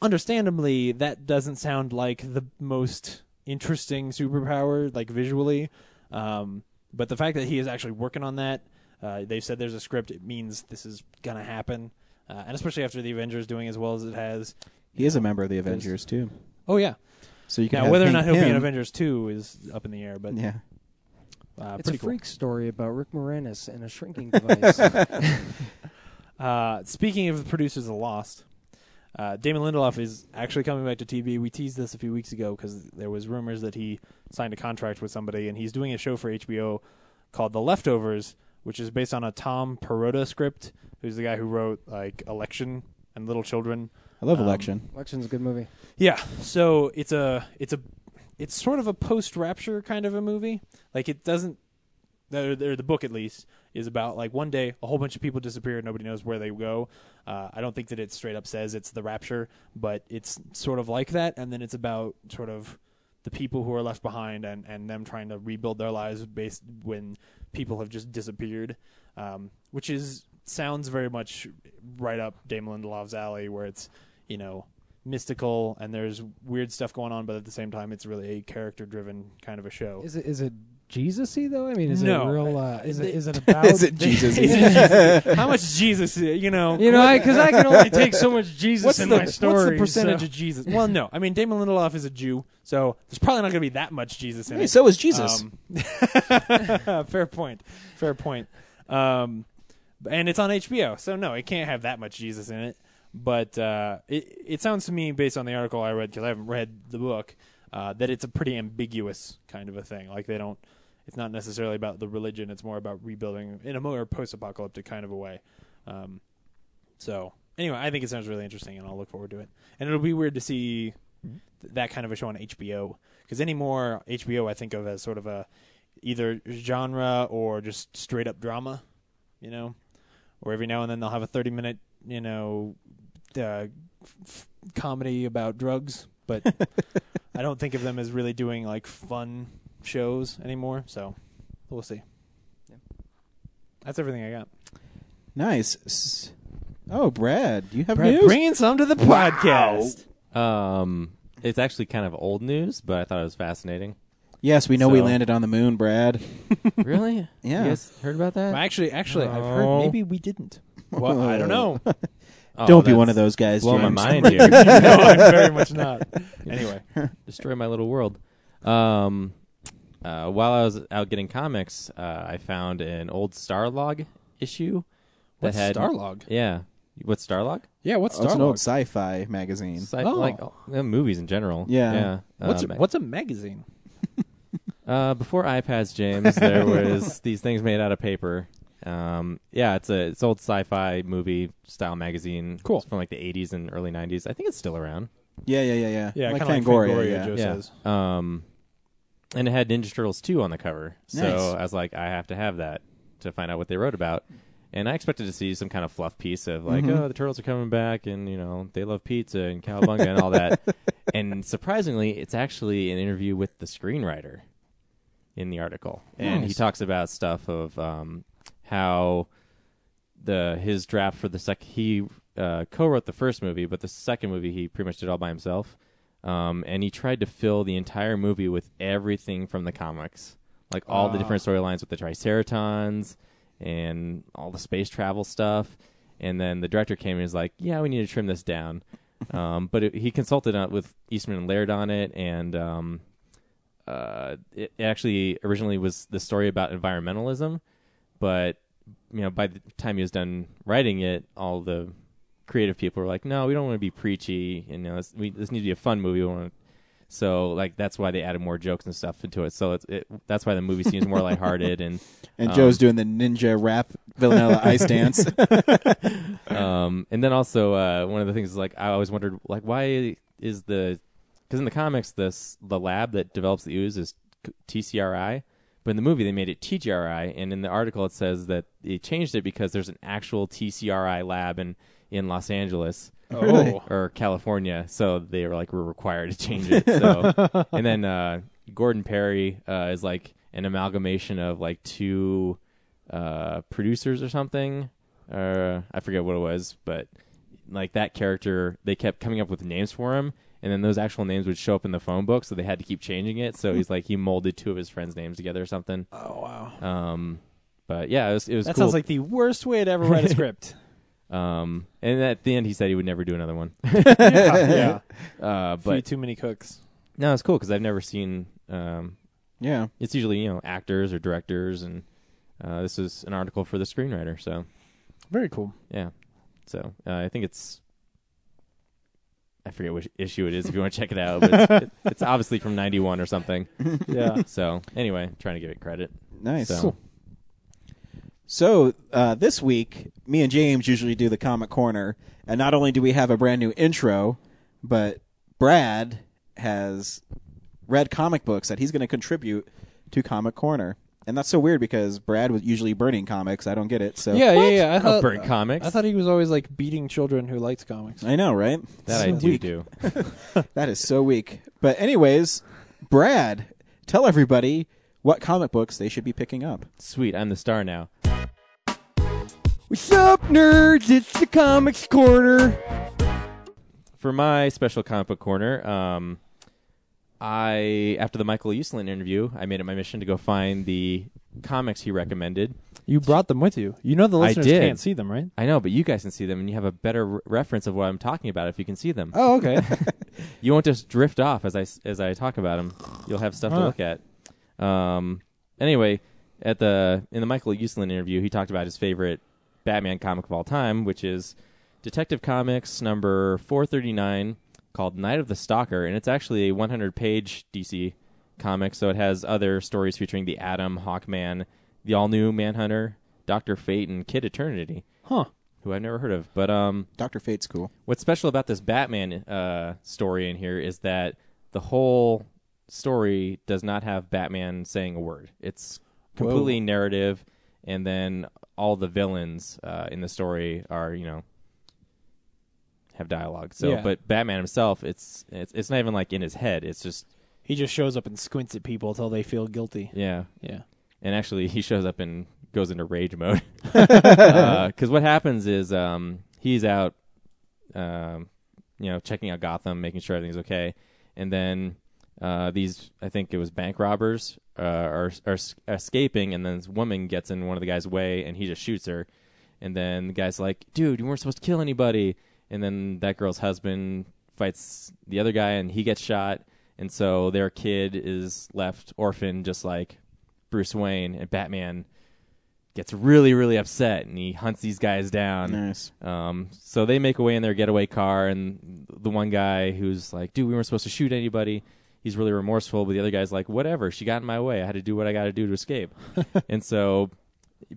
Speaker 6: understandably that doesn't sound like the most interesting superpower like visually um, but the fact that he is actually working on that uh, they've said there's a script it means this is gonna happen uh, and especially after the avengers doing as well as it has
Speaker 1: He is a member of the Avengers too.
Speaker 6: oh yeah
Speaker 1: So you can
Speaker 6: now
Speaker 1: have
Speaker 6: whether or
Speaker 1: Hank
Speaker 6: not he'll be
Speaker 1: Pym-
Speaker 6: in avengers 2 is up in the air but
Speaker 1: Yeah.
Speaker 6: uh,
Speaker 4: It's
Speaker 6: pretty
Speaker 4: a
Speaker 6: cool.
Speaker 4: freak story about Rick Moranis and a shrinking
Speaker 6: (laughs)
Speaker 4: device.
Speaker 6: Uh, speaking of the producers of Lost, uh, Damon Lindelof is actually coming back to TV. We teased this a few weeks ago because there was rumors that he signed a contract with somebody, and he's doing a show for HBO called The Leftovers, which is based on a Tom Perrotta script, who's the guy who wrote like Election and Little Children.
Speaker 1: I love
Speaker 6: Um,
Speaker 1: election.
Speaker 4: Election's a good movie.
Speaker 6: Yeah. So it's a it's a it's sort of a post rapture kind of a movie. Like it doesn't the, the the book at least is about like one day a whole bunch of people disappear nobody knows where they go. Uh, I don't think that it straight up says it's the rapture, but it's sort of like that. And then it's about sort of the people who are left behind and, and them trying to rebuild their lives based when people have just disappeared, um, which is sounds very much right up Damon Lindelof's alley, where it's you know mystical and there's weird stuff going on, but at the same time it's really a character driven kind of a show.
Speaker 4: Is it is it
Speaker 11: Jesus-y though? I mean, is it
Speaker 6: No.
Speaker 11: a real?
Speaker 6: (laughs)
Speaker 11: Uh, is it is it about?
Speaker 1: Is
Speaker 11: (laughs)
Speaker 4: (laughs)
Speaker 1: it Jesus?
Speaker 6: How much Jesus? uh, You know,
Speaker 11: You know, because I, can
Speaker 6: (laughs)
Speaker 11: only take so much Jesus
Speaker 6: what's
Speaker 11: in
Speaker 6: the
Speaker 11: my story.
Speaker 6: what's the percentage
Speaker 11: so-
Speaker 6: of Jesus? Well, no, I mean Damon Lindelof is a Jew, so there's probably not going to be that much Jesus in
Speaker 1: Hey,
Speaker 6: it.
Speaker 1: so is Jesus.
Speaker 6: Um, (laughs) fair point. Fair point. Um, and it's on HBO, so no, it can't have that much Jesus in it. But uh, it it sounds to me, based on the article I read, because I haven't read the book, uh, that it's a pretty ambiguous kind of a thing. Like they don't. It's not necessarily about the religion. It's more about rebuilding in a more post-apocalyptic kind of a way. Um, so anyway, I think it sounds really interesting, and I'll look forward to it. And it'll be weird to see th- that kind of a show on HBO because anymore HBO I think of as sort of a either genre or just straight up drama, you know, or every now and then they'll have a thirty minute you know uh, f- f- comedy about drugs, but I don't think of them as really doing like fun shows anymore. So we'll see. That's everything I got.
Speaker 1: Nice. S- Oh, Brad, you have
Speaker 6: Brad,
Speaker 1: news.
Speaker 6: bringing some to the podcast.
Speaker 5: Um, it's actually kind of old news, but I thought it was fascinating.
Speaker 1: yes, we know we
Speaker 5: So-
Speaker 1: landed on the moon, (laughs) Brad. (laughs)
Speaker 5: really?
Speaker 1: Yeah.
Speaker 5: You guys heard about that?
Speaker 6: Actually, actually, I've heard maybe we didn't. Well, I
Speaker 5: (laughs)
Speaker 6: don't know.
Speaker 1: (laughs)
Speaker 5: Oh,
Speaker 1: Don't be
Speaker 5: that's-
Speaker 1: one of those guys.
Speaker 5: Blow my
Speaker 1: James. (laughs)
Speaker 5: mind here.
Speaker 6: (laughs) no, I'm very much not. Anyway,
Speaker 5: Destroy my little world. Um, uh, while I was out getting comics, uh, I found an old Starlog issue that
Speaker 6: what's
Speaker 5: had
Speaker 6: Starlog?
Speaker 5: Yeah. What's Starlog?
Speaker 6: Yeah, what's
Speaker 1: Oh, it's an
Speaker 6: Starlog?
Speaker 1: old sci-fi magazine.
Speaker 5: Sci- Like uh, movies in general.
Speaker 1: Yeah.
Speaker 5: Yeah.
Speaker 6: What's
Speaker 5: Um,
Speaker 6: a, what's a magazine?
Speaker 5: Uh, before iPads, James,
Speaker 6: (laughs)
Speaker 5: there was these things made out of paper. Um, yeah, it's a it's old sci-fi movie style magazine.
Speaker 6: Cool.
Speaker 5: It's from like the 80s and early 90s. I think it's still around.
Speaker 1: Yeah, yeah, yeah, yeah.
Speaker 6: Yeah,
Speaker 1: like
Speaker 6: kinda like
Speaker 1: Fangoria.
Speaker 6: Fangoria,
Speaker 1: yeah.
Speaker 6: Joe. It
Speaker 5: yeah.
Speaker 6: says.
Speaker 5: Um, and it had Ninja Turtles 2 on the cover.
Speaker 1: Nice.
Speaker 5: So I was like, I have to have that to find out what they wrote about. And I expected to see some kind of fluff piece of like,
Speaker 1: Mm-hmm.
Speaker 5: oh, the turtles are coming back, and you know they love pizza and cowabunga and all
Speaker 1: (laughs)
Speaker 5: that. And surprisingly, it's actually an interview with the screenwriter in the article, and he talks about stuff of um, how the his draft for the sec he uh, co-wrote the first movie, but the second movie he pretty much did all by himself. Um, and he tried to fill the entire movie with everything from the comics, like all the different storylines with the Triceratons and all the space travel stuff. And then the director came and was like, "Yeah, we need to trim this down." um, but it, he consulted on, with Eastman and Laird on it, and um, uh, it it actually originally was the story about environmentalism, but you know, by the time he was done writing it, all the creative people were like, "No, we don't want to be preachy. And, you know, this, we, this needs to be a fun movie. We want so, like, that's why they added more jokes and stuff into it. So it's, it, that's why the movie seems more lighthearted. And
Speaker 1: (laughs) And
Speaker 5: Um,
Speaker 1: Joe's doing the ninja rap (laughs) Villanella ice dance.
Speaker 5: (laughs) um, and then also uh, one of the things is like I always wondered like why is the because in the comics this the lab that develops the ooze is TCRI, but in the movie they made it TGRI, and in the article it says that they changed it because there's an actual TCRI lab in in Los Angeles.
Speaker 1: Really?
Speaker 5: Or California, so they were like we're required to change it. So, and then uh, Gordon Perry uh, is like an amalgamation of like two uh, producers or something. Uh, I forget what it was, but like that character, they kept coming up with names for him, and then those actual names would show up in the phone book, so they had to keep changing it. So he's like he molded two of his friends' names together or something. Oh wow. Um, but yeah, it was it was
Speaker 6: That
Speaker 5: cool.
Speaker 6: sounds like the worst way to ever write a script.
Speaker 5: um, and at the end he said he would never do another one.
Speaker 6: yeah,
Speaker 5: (laughs) uh,
Speaker 6: Few
Speaker 5: but
Speaker 6: too many cooks.
Speaker 5: no, it's cool because I've never seen um
Speaker 1: yeah.
Speaker 5: it's usually you know actors or directors and uh, this is an article for the screenwriter so
Speaker 6: Very cool.
Speaker 5: yeah so uh, i think it's i forget which issue it is if you want to check it out but it's, it, it's obviously from 91 or something
Speaker 6: Yeah,
Speaker 5: so anyway trying to give it credit
Speaker 1: Nice.
Speaker 5: So-
Speaker 1: Cool. So uh, this week, me and James usually do the comic corner, and not only do we have a brand new intro, but Brad has read comic books that he's going to contribute to Comic Corner, and that's so weird because Brad was usually burning comics. I don't get it. So
Speaker 6: yeah, yeah, yeah. I
Speaker 5: oh,
Speaker 6: thought
Speaker 5: burn comics
Speaker 6: I thought he was always like beating children who liked comics.
Speaker 1: I know, right?
Speaker 5: that i
Speaker 1: So
Speaker 5: do
Speaker 1: weak.
Speaker 5: do
Speaker 1: (laughs) That is so weak. But anyways, Brad, tell everybody what comic books they should be picking up.
Speaker 5: sweet i'm the star now
Speaker 4: What's up, nerds? It's the (laughs) Comics Corner.
Speaker 5: for my special comic book corner, um, I after the Michael Eastland interview, I made it my mission to go find the comics he recommended.
Speaker 6: You brought them with you. You know the
Speaker 5: I
Speaker 6: listeners
Speaker 5: did.
Speaker 6: can't see them, right?
Speaker 5: I know, but you guys can see them, and you have a better re- reference of what I'm talking about if you can see them.
Speaker 6: Oh, okay.
Speaker 5: (laughs) You won't just drift off as I s- as I talk about them. You'll have stuff to
Speaker 6: Huh.
Speaker 5: look at. Um, anyway, at the in the Michael Eastland interview, he talked about his favorite Batman comic of all time, which is Detective Comics number 439 called Night of the Stalker, and it's actually a 100-page DC comic, so it has other stories featuring the Atom, Hawkman, the all-new Manhunter, Doctor Fate, and Kid Eternity.
Speaker 6: Huh.
Speaker 5: Who I've never heard of, but um,
Speaker 1: Doctor Fate's cool.
Speaker 5: what's special about this Batman uh, story in here is that the whole story does not have Batman saying a word. It's completely narrative, and then all the villains uh, in the story are you know have dialogue. So,
Speaker 6: Yeah.
Speaker 5: but Batman himself, it's, it's it's not even like in his head. It's just
Speaker 6: he just shows up and squints at people until they feel guilty.
Speaker 5: yeah,
Speaker 6: Yeah.
Speaker 5: and actually (laughs) he shows up and goes into rage mode (laughs) because what happens is um, he's out um, you know checking out gotham making sure everything's okay and then uh, these i think it was bank robbers uh, are, are s- escaping and then this woman gets in one of the guy's way and he just shoots her and then the guy's like dude you weren't supposed to kill anybody and then that girl's husband fights the other guy and he gets shot and so their kid is left orphaned just like Bruce Wayne and Batman gets really really upset and he hunts these guys down.
Speaker 1: Nice.
Speaker 5: Um, so they make away in their getaway car and the one guy who's like, "Dude, we weren't supposed to shoot anybody." He's really remorseful, but the other guy's like, "Whatever, she got in my way. I had to do what I got to do to escape." and so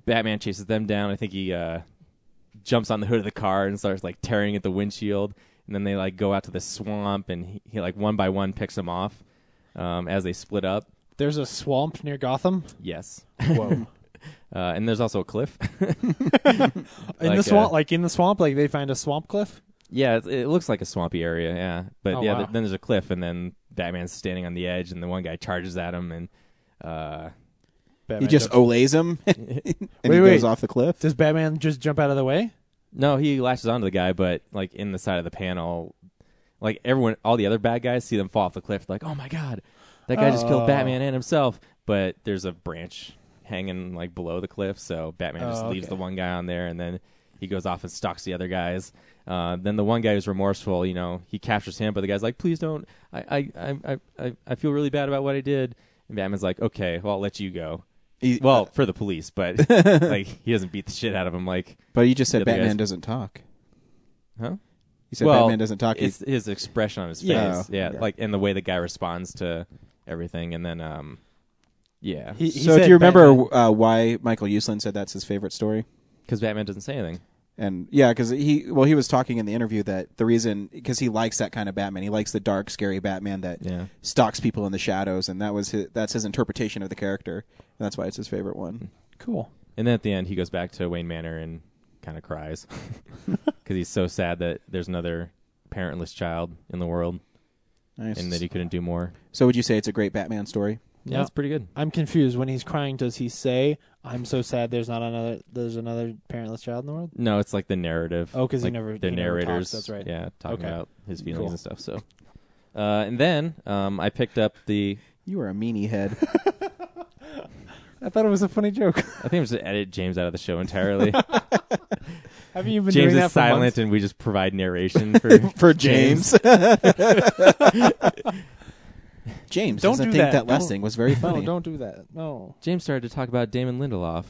Speaker 5: Batman chases them down. I think he uh, jumps on the hood of the car and starts like tearing at the windshield. And then they like go out to the swamp and he, he like one by one picks them off um, as they split up.
Speaker 6: There's a swamp near Gotham.
Speaker 5: Yes.
Speaker 6: Whoa.
Speaker 5: (laughs) Uh, and there's also a cliff. (laughs)
Speaker 6: in
Speaker 5: Like,
Speaker 6: the swamp,
Speaker 5: uh,
Speaker 6: like in the swamp, like they find a swamp cliff.
Speaker 5: yeah, it, it looks like a swampy area. Yeah, but
Speaker 6: Oh,
Speaker 5: yeah,
Speaker 6: wow.
Speaker 5: th- then there's a cliff, and then Batman's standing on the edge, and the one guy charges at him, and uh,
Speaker 1: He
Speaker 6: Batman
Speaker 1: just
Speaker 6: jumps-
Speaker 5: (laughs)
Speaker 1: olays him (laughs) and he
Speaker 6: wait.
Speaker 1: goes off the cliff.
Speaker 6: does Batman just jump out of the way?
Speaker 5: no, he lashes onto the guy, but like in the side of the panel, like everyone, all the other bad guys see them fall off the cliff, like, oh my god, that guy just
Speaker 6: Oh.
Speaker 5: killed Batman and himself. But there's a branch hanging like below the cliff, so Batman just
Speaker 6: Oh,
Speaker 5: leaves
Speaker 6: okay.
Speaker 5: the one guy on there, and then he goes off and stalks the other guys. Uh, then the one guy who's remorseful, you know, he captures him, but the guy's like, "Please don't! I, I- I, I, I, I feel really bad about what I did." And Batman's like, "Okay, well, I'll let you go."
Speaker 1: He-
Speaker 5: Well, for the police, but like he doesn't beat the shit out of him. Like,
Speaker 1: But you just said
Speaker 5: the other guys-
Speaker 1: Batman doesn't talk.
Speaker 5: huh?
Speaker 1: You said Batman doesn't talk. He-
Speaker 5: It's his expression on his face.
Speaker 1: Yeah.
Speaker 5: Yeah,
Speaker 1: Oh, okay.
Speaker 5: like and the way the guy responds to everything, and then um, yeah,
Speaker 6: he
Speaker 1: so do
Speaker 6: said
Speaker 1: you remember uh, why Michael Uslan said that's his favorite story?
Speaker 5: because Batman doesn't say anything.
Speaker 1: And yeah, because he well, he was talking in the interview that the reason because he likes that kind of Batman. He likes the dark, scary Batman that
Speaker 5: Yeah.
Speaker 1: stalks people in the shadows, and that was his, that's his interpretation of the character, and that's why it's his favorite
Speaker 5: Hmm.
Speaker 1: one.
Speaker 6: Cool.
Speaker 5: And then at the end, he goes back to Wayne Manor and kind of
Speaker 1: (laughs)
Speaker 5: cries (laughs) because he's so sad that there's another parentless child in the world
Speaker 1: Nice.
Speaker 5: and that he couldn't do more.
Speaker 1: so would you say it's a great Batman story?
Speaker 5: Yeah, that's pretty good.
Speaker 6: I'm confused. When he's crying, does he say, "I'm so sad"? There's not another. There's another parentless child in the world.
Speaker 5: No, it's like the narrative.
Speaker 6: Oh, 'cause he
Speaker 5: like
Speaker 6: never-
Speaker 5: the
Speaker 6: he never
Speaker 5: narrators.
Speaker 6: talks, that's right.
Speaker 5: Yeah, talking
Speaker 6: Okay.
Speaker 5: about his feelings
Speaker 6: Cool.
Speaker 5: and stuff. So, uh, and then um, I picked up the.
Speaker 1: You are a meanie
Speaker 6: (laughs)
Speaker 1: head.
Speaker 6: I thought it was a funny (laughs) joke.
Speaker 5: I think I'm just gonna edit James out of the show
Speaker 6: (laughs)
Speaker 5: entirely.
Speaker 6: Haven't you been
Speaker 5: James
Speaker 6: doing that
Speaker 5: is
Speaker 6: for
Speaker 5: silent,
Speaker 6: months?
Speaker 5: and we just provide
Speaker 6: (laughs)
Speaker 5: narration for
Speaker 1: for James.
Speaker 5: (laughs)
Speaker 1: James
Speaker 6: Don't
Speaker 1: doesn't
Speaker 6: do
Speaker 1: think
Speaker 6: that.
Speaker 1: that, last
Speaker 6: Don't-
Speaker 1: thing was very
Speaker 6: (laughs)
Speaker 1: funny.
Speaker 6: No, don't do that. No.
Speaker 5: James started to talk about Damon Lindelof.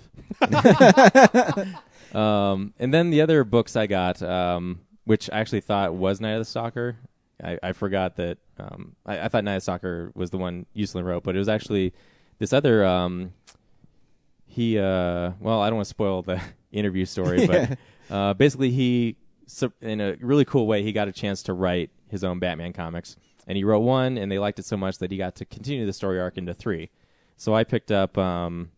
Speaker 5: um, and then the other books I got, um, which I actually thought was Night of the Stalker. I, I forgot that um, I, I thought Night of the Stalker was the one Uselin wrote, but it was actually this other. Um, he uh, well, I don't want to spoil the (laughs) interview story,
Speaker 1: (laughs)
Speaker 5: but uh, basically he so in a really cool way he got a chance to write his own Batman comics, and he wrote one, and they liked it so much that he got to continue the story arc into three. So I picked up um,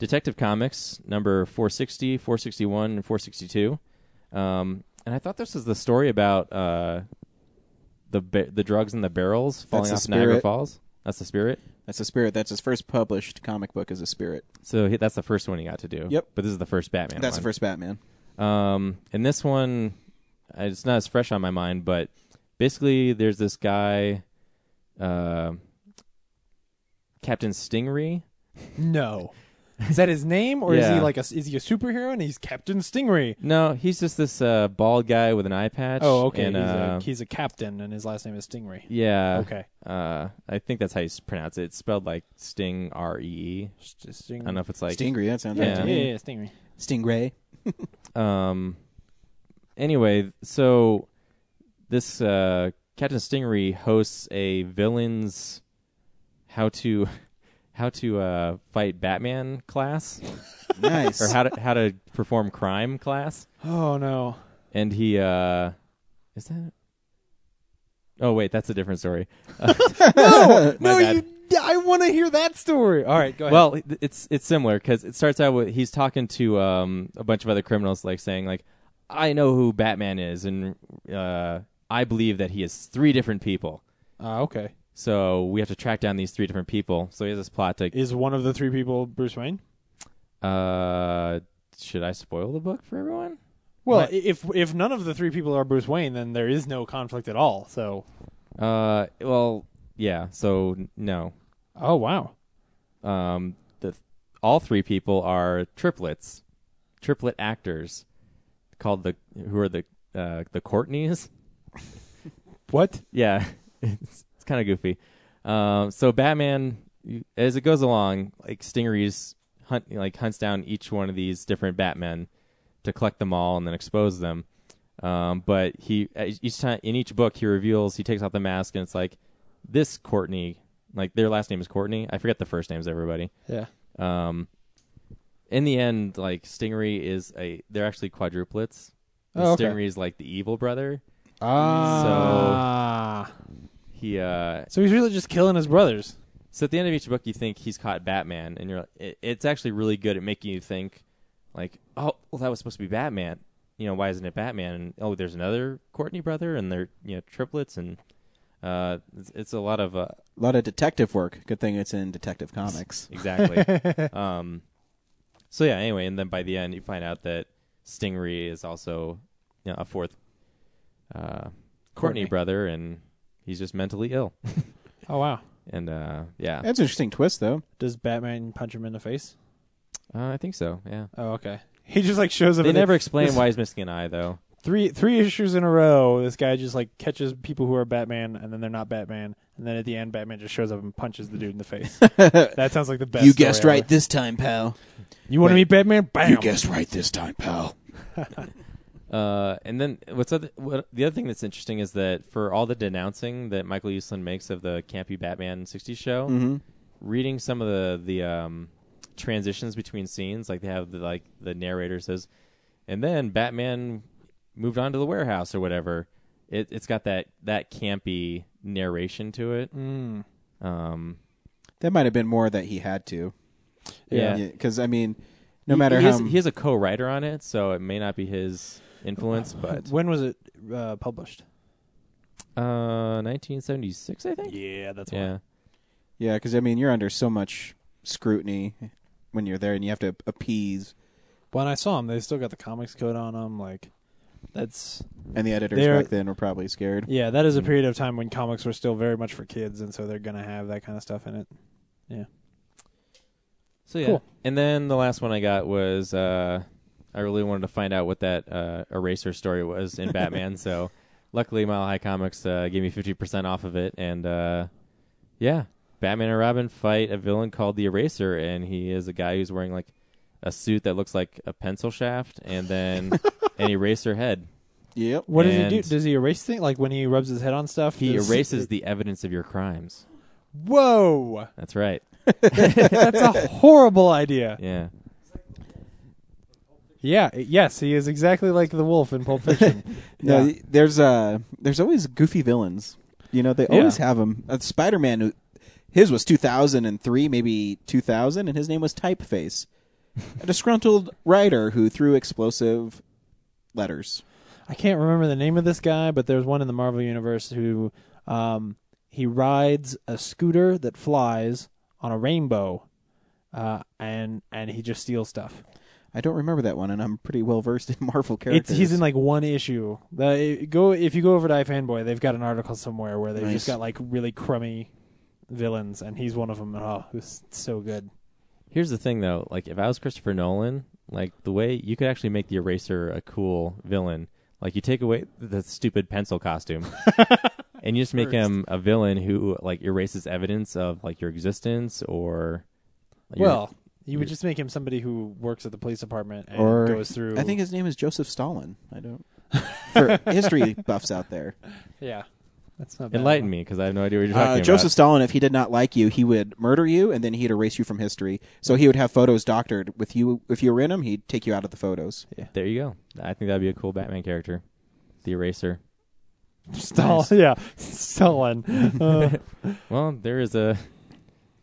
Speaker 5: Detective Comics number 460, 461, and 462. Um, and I thought this was the story about uh, the ba- the drugs in the barrels falling
Speaker 1: That's
Speaker 5: off
Speaker 1: the
Speaker 5: Niagara
Speaker 1: spirit.
Speaker 5: Falls. That's the spirit.
Speaker 1: That's a spirit. That's his first published comic book as a spirit.
Speaker 5: So he, that's the first one he got to do.
Speaker 1: Yep.
Speaker 5: But this is the first Batman.
Speaker 1: That's
Speaker 5: one.
Speaker 1: the first Batman.
Speaker 5: Um, and this one, uh, it's not as fresh on my mind, but basically, there's this guy uh, Captain Stingray.
Speaker 6: No. Is that his name, or is he
Speaker 5: Yeah.
Speaker 6: like a is he a superhero and he's Captain Stingray?
Speaker 5: No, he's just this uh, bald guy with an eye patch.
Speaker 6: Oh, okay.
Speaker 5: And,
Speaker 6: he's,
Speaker 5: uh,
Speaker 6: a, he's a captain, and his last name is Stingray.
Speaker 5: yeah.
Speaker 6: Okay.
Speaker 5: Uh, I think that's how you s- pronounce it. It's spelled like Sting R E E. I
Speaker 6: Stingray.
Speaker 5: don't know if it's like
Speaker 1: Stingray. That sounds right
Speaker 5: Yeah.
Speaker 1: to
Speaker 6: Yeah,
Speaker 1: me.
Speaker 6: yeah, Stingray.
Speaker 1: Stingray. (laughs)
Speaker 5: Um. Anyway, so this uh, Captain Stingray hosts a villains how to (laughs) how to uh, fight Batman class
Speaker 1: (laughs) Nice.
Speaker 5: or how to how to perform crime class,
Speaker 6: Oh no.
Speaker 5: and he uh, is that. Oh wait, that's a different story. (laughs) My
Speaker 6: no,
Speaker 5: bad.
Speaker 6: you. I want to hear that story. All right, go ahead.
Speaker 5: Well, it- it's it's similar because it starts out with he's talking to um, a bunch of other criminals, like saying like, "I know who Batman is, and uh, I believe that he is three different people.
Speaker 6: uh, okay.
Speaker 5: So we have to track down these three different people. So he has this plot to.
Speaker 6: Is one of the three people Bruce Wayne?
Speaker 5: Uh, should I spoil the book for everyone?
Speaker 6: Well, i- if if none of the three people are Bruce Wayne, then there is no conflict at all. So.
Speaker 5: Uh, well, yeah. So n- no.
Speaker 6: Oh wow.
Speaker 5: Um, the all three people are triplets, triplet actors, called the who are the uh, the Courtneys.
Speaker 6: (laughs) What?
Speaker 5: yeah, (laughs) it's, it's kind of goofy. Um, so Batman, you- as it goes along, like Stingrays hunt, like hunts down each one of these different Batmen to collect them all and then expose them. Um, but he e- each time in each book he reveals he takes off the mask and it's like this Courtney, like their last name is Courtney. I forget the first names of everybody.
Speaker 6: Yeah.
Speaker 5: Um, in the end, like Stingray is a they're actually quadruplets.
Speaker 6: Oh, okay.
Speaker 5: Stingray is like the evil brother.
Speaker 6: Ah. So,
Speaker 5: He uh
Speaker 6: he's really just killing his brothers.
Speaker 5: So at the end of each book, you think he's caught Batman, and you're it, it's actually really good at making you think, like, oh, well, that was supposed to be Batman. You know, why isn't it Batman? And oh, there's another Courtney brother, and they're you know triplets, and uh, it's, it's a lot of uh,
Speaker 1: A lot of detective work. Good thing it's in Detective Comics.
Speaker 5: (laughs)
Speaker 6: (laughs)
Speaker 5: exactly. um, so yeah, anyway, and then by the end, you find out that Stingray is also you know, a fourth uh, Courtney brother, and he's just mentally ill,
Speaker 6: (laughs) Oh wow.
Speaker 5: and uh, yeah,
Speaker 1: That's an interesting twist, though.
Speaker 6: Does Batman punch him in the face?
Speaker 5: uh, I think so, yeah.
Speaker 6: Oh, okay. (laughs) He just like shows up.
Speaker 5: They
Speaker 6: and then-
Speaker 5: never explain
Speaker 6: (laughs) this-
Speaker 5: why he's missing an eye, though.
Speaker 6: Three three issues in a row, this guy just like catches people who are Batman, and then they're not Batman, and then at the end, Batman just shows up and punches the dude in the (laughs) face. that sounds like the best.
Speaker 1: you
Speaker 6: story
Speaker 1: guessed
Speaker 6: ever.
Speaker 1: right this time, pal.
Speaker 6: You want to meet Batman? Bam.
Speaker 1: You guessed right this time, pal.
Speaker 5: (laughs) Uh, and then what's other, what, the other thing that's interesting is that for all the denouncing that Michael Uslan makes of the campy Batman '60s show,
Speaker 1: Mm-hmm.
Speaker 5: reading some of the the um, transitions between scenes, like they have the, like the narrator says, and then Batman moved on to the warehouse or whatever. It, it's got that that campy narration to it. Um,
Speaker 1: (laughs) That might have been more that he had to.
Speaker 5: yeah,
Speaker 1: Because, I mean, no matter
Speaker 5: he,
Speaker 1: how.
Speaker 5: has, he has a co-writer on it, so it may not be his influence, but
Speaker 6: When was it uh, published?
Speaker 5: Uh, 1976, I think.
Speaker 6: Yeah, that's
Speaker 5: Yeah.
Speaker 1: yeah, because, I mean, you're under so much scrutiny when you're there and you have to appease.
Speaker 6: When I saw him, they still got the comics code on them. Like, that's
Speaker 1: And the editors
Speaker 6: They're-
Speaker 1: back then were probably scared.
Speaker 6: yeah, that is a period of time when comics were still very much for kids, and so they're gonna have that kind of stuff in it.
Speaker 5: So yeah.
Speaker 6: Cool.
Speaker 5: And then the last one I got was uh, I really wanted to find out what that uh, eraser story was in
Speaker 6: (laughs)
Speaker 5: Batman. So luckily, Mile High Comics uh, gave me 50% off of it, and uh, yeah, Batman and Robin fight a villain called the Eraser, and he is a guy who's wearing like a suit that looks like a pencil shaft, and
Speaker 6: (laughs)
Speaker 5: then an eraser head.
Speaker 1: Yep.
Speaker 6: What does he do?
Speaker 5: And-
Speaker 6: Does he erase things? Like when he rubs his head on stuff,
Speaker 5: He
Speaker 6: does-
Speaker 5: erases the evidence of your crimes.
Speaker 6: Whoa,
Speaker 5: That's right.
Speaker 6: (laughs)
Speaker 5: (laughs)
Speaker 6: that's a horrible idea.
Speaker 5: Yeah.
Speaker 6: Yeah, yes, he is exactly like the wolf in
Speaker 5: (laughs)
Speaker 6: Pulp Fiction.
Speaker 1: No,
Speaker 6: Yeah.
Speaker 1: there's uh, there's always goofy villains. You know, they always have them. Uh, Spider Man, his was 2003, maybe 2000, and his name
Speaker 6: (laughs)
Speaker 1: was Typeface, a disgruntled writer who threw explosive letters.
Speaker 6: I can't remember the name of this guy, but there's one in the Marvel universe who um, he rides a scooter that flies on a rainbow, uh, and and he just steals stuff.
Speaker 1: I don't remember that one, and I'm pretty well versed in (laughs) Marvel
Speaker 6: It's,
Speaker 1: characters.
Speaker 6: he's in like one issue. The, it- go if you go over to iFanboy, they've got an article somewhere where they've just
Speaker 1: Nice.
Speaker 6: got like really crummy villains, and he's one of them. And oh, it was so good.
Speaker 5: Here's the thing, though. Like, if I was Christopher Nolan, like the way you could actually make the Eraser a cool villain. Like, you take away the stupid pencil
Speaker 6: (laughs)
Speaker 5: costume, and you just make him a villain who like erases evidence of like your existence or. your-
Speaker 6: well, you would just make him somebody who works at the police department and
Speaker 1: Or-
Speaker 6: goes through.
Speaker 1: I think his name is Joseph Stalin. (laughs) I don't.
Speaker 6: (laughs)
Speaker 1: For history buffs out there, (laughs)
Speaker 6: yeah, that's not bad.
Speaker 5: enlighten me because I have no idea what you're talking
Speaker 1: uh,
Speaker 5: about.
Speaker 1: Joseph Stalin, if he did not like you, he would murder you, and then he'd erase you from history. So he would have photos doctored with you. If you were in him, he'd take you out of the photos.
Speaker 5: There you go. I think that'd be a cool Batman character, the Eraser.
Speaker 6: Stalin. Yeah,
Speaker 1: (laughs)
Speaker 6: Stalin. Uh,
Speaker 5: Well, there is a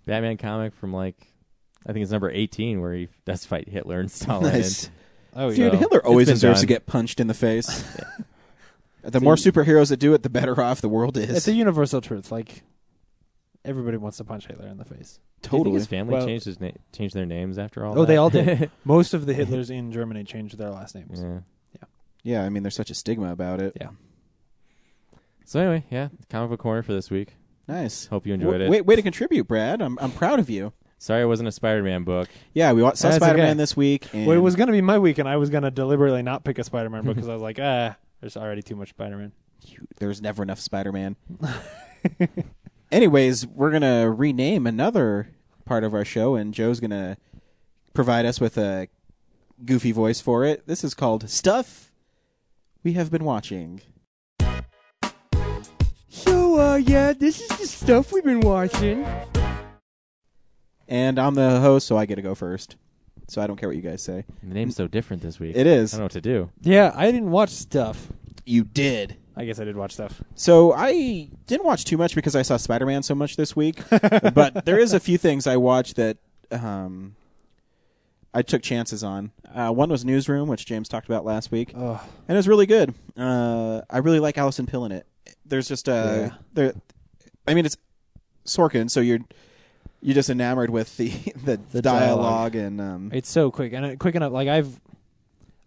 Speaker 5: Batman comic from like I think it's number 18 where he does fight Hitler and Stalin.
Speaker 1: Nice.
Speaker 5: Oh,
Speaker 1: Dude, Hitler always
Speaker 5: been
Speaker 1: deserves to
Speaker 5: done.
Speaker 1: get punched in the face.
Speaker 5: (laughs)
Speaker 1: (laughs) the more superheroes that do it, the better off the world
Speaker 6: it's
Speaker 1: is.
Speaker 6: a (laughs) universal truth. Like everybody wants to punch Hitler in the face.
Speaker 5: Do you think
Speaker 1: Totally.
Speaker 5: his family
Speaker 6: Well-
Speaker 5: changed his na- changed their names after all.
Speaker 6: Oh, they
Speaker 5: that? (laughs)
Speaker 6: all
Speaker 1: (laughs)
Speaker 6: did. Most of the Hitlers in Germany changed their last names.
Speaker 5: yeah.
Speaker 1: Yeah, I mean, there's such a stigma about it.
Speaker 6: Yeah.
Speaker 5: So anyway, yeah, comic book corner for this week.
Speaker 1: Nice.
Speaker 5: Hope you enjoyed
Speaker 1: W-
Speaker 5: it.
Speaker 1: Way, way to contribute, Brad. I'm, I'm proud of you.
Speaker 5: Sorry, it wasn't a Spider-Man book.
Speaker 1: Yeah, we wa- saw
Speaker 6: That's
Speaker 1: Spider Man
Speaker 6: okay.
Speaker 1: this week. And
Speaker 6: Well, it was going to be my week, and I was going to deliberately not pick a Spider-Man book because I was like, (laughs) ah, there's already too much Spider-Man.
Speaker 1: There's never enough Spider Man. (laughs) Anyways, we're going to rename another part of our show, and Joe's going to provide us with a goofy voice for it. This is called Stuff We Have Been Watching.
Speaker 11: So, uh, yeah, this is the stuff we've been watching.
Speaker 1: And I'm the host, so I get to go first. So I don't care what you guys say.
Speaker 5: The name's so different this week.
Speaker 1: It
Speaker 5: I
Speaker 1: is.
Speaker 5: don't know what to do.
Speaker 6: Yeah, I didn't watch stuff.
Speaker 1: You did.
Speaker 6: I guess I did watch stuff.
Speaker 1: So I didn't watch too much because I saw Spider Man so much this week, but there is a few things I watched that um, I took chances on. Uh, one was Newsroom, which James talked about last week, and it was really good. Uh, I really like Allison Pill in it. There's just uh, there. I mean, it's Sorkin, so you're you're just enamored with the (laughs) the,
Speaker 6: The
Speaker 1: dialogue, and um,
Speaker 6: It's so quick and uh, quick enough. Like I've,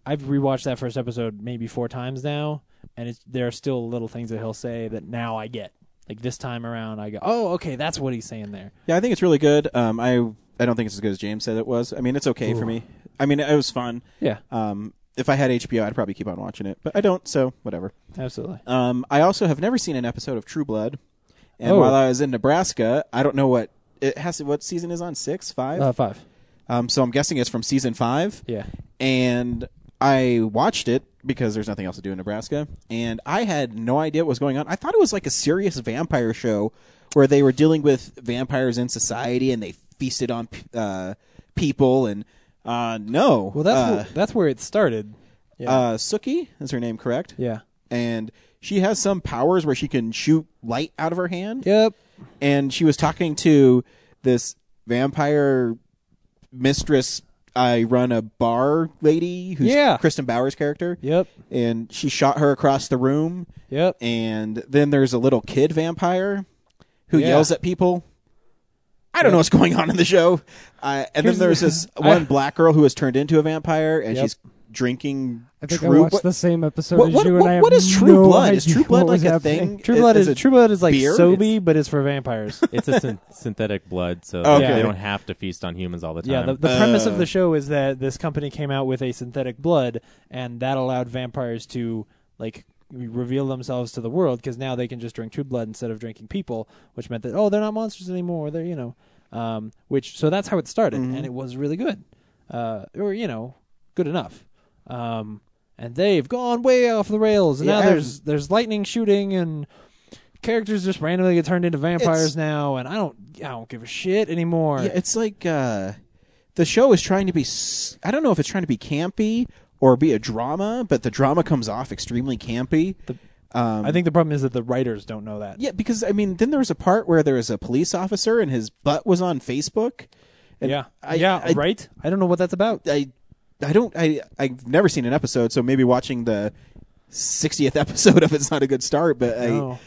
Speaker 6: I've rewatched that first episode maybe four times now, and it's, there are still little things that he'll say that now I get. Like this time around, I go, oh, okay, that's what he's saying there.
Speaker 1: Yeah, I think it's really good. Um, I I don't think it's as good as James said it was. I mean, it's okay for me. I mean, it was fun.
Speaker 6: Yeah.
Speaker 1: Um, if I had HBO, I'd probably keep on watching it, but I don't, so whatever.
Speaker 6: Absolutely.
Speaker 1: Um, I also have never seen an episode of True Blood, and
Speaker 6: Oh.
Speaker 1: while I was in Nebraska, I don't know what it has. to- What season is on six, five?
Speaker 6: Uh, five.
Speaker 1: um, so I'm guessing it's from season five.
Speaker 6: Yeah.
Speaker 1: And I watched it because there's nothing else to do in Nebraska, and I had no idea what was going on. I thought it was like a serious vampire show where they were dealing with vampires in society and they feasted on p- uh, people. And uh, no,
Speaker 6: Well, that's
Speaker 1: uh,
Speaker 6: wh- that's where it started. Yeah.
Speaker 1: uh, Suki is her name, correct?
Speaker 6: yeah.
Speaker 1: And she has some powers where she can shoot light out of her hand
Speaker 6: Yep.
Speaker 1: and she was talking to this vampire mistress. I run a bar lady who's
Speaker 6: Yeah.
Speaker 1: Kristen Bauer's character,
Speaker 6: Yep.
Speaker 1: and she shot her across the room.
Speaker 6: Yep.
Speaker 1: And then there's a little kid vampire who
Speaker 6: Yeah.
Speaker 1: yells at people. I don't know what's going on in the show. Uh, and
Speaker 11: Here's
Speaker 1: then there's
Speaker 11: the-
Speaker 6: (laughs)
Speaker 1: this one black girl who has turned into a vampire, and
Speaker 6: Yep.
Speaker 1: she's drinking.
Speaker 11: I think
Speaker 1: true.
Speaker 11: I watched
Speaker 1: what-
Speaker 11: the same episode
Speaker 1: what-
Speaker 11: as
Speaker 1: what-
Speaker 11: you,
Speaker 1: what-
Speaker 11: and I
Speaker 1: what
Speaker 11: have
Speaker 1: is True
Speaker 11: no
Speaker 1: Blood? Is
Speaker 11: idea
Speaker 1: True Blood
Speaker 11: what was
Speaker 1: like a
Speaker 11: happening.
Speaker 1: thing?
Speaker 6: True
Speaker 1: Is-
Speaker 6: Blood
Speaker 1: is
Speaker 6: is,
Speaker 1: it
Speaker 6: True Blood is like
Speaker 1: beer?
Speaker 6: Sobe, but it's for vampires.
Speaker 1: (laughs)
Speaker 5: It's a syn- (laughs) synthetic blood, so
Speaker 1: Okay.
Speaker 5: they don't have to feast on humans all the time.
Speaker 6: yeah, the, the premise
Speaker 1: Uh.
Speaker 6: of the show is that this company came out with a synthetic blood, and that allowed vampires to like reveal themselves to the world because now they can just drink True Blood instead of drinking people, which meant that oh they're not monsters anymore. They're you know, um, which so that's how it started,
Speaker 1: Mm-hmm.
Speaker 6: and it was really good, uh, or you know, good enough. Um, and they've gone way off the rails, and
Speaker 1: Yeah,
Speaker 6: now
Speaker 1: I've-
Speaker 6: there's there's lightning shooting and characters just randomly get turned into vampires
Speaker 1: It's-
Speaker 6: now, and I don't I don't give a shit anymore.
Speaker 1: Yeah, it's like uh, the show is trying to be. s- I don't know if it's trying to be campy or be a drama, but the drama comes off extremely campy. um,
Speaker 6: I think the problem is that the writers don't know that.
Speaker 1: yeah, because I mean, then there was a part where there was a police officer and his butt was on Facebook. And
Speaker 6: yeah,
Speaker 1: I,
Speaker 6: yeah,
Speaker 1: I,
Speaker 6: right. I don't know what that's about.
Speaker 1: I, I don't. I I've never seen an episode, so maybe watching the. 60th episode of it's not a good start but
Speaker 6: No.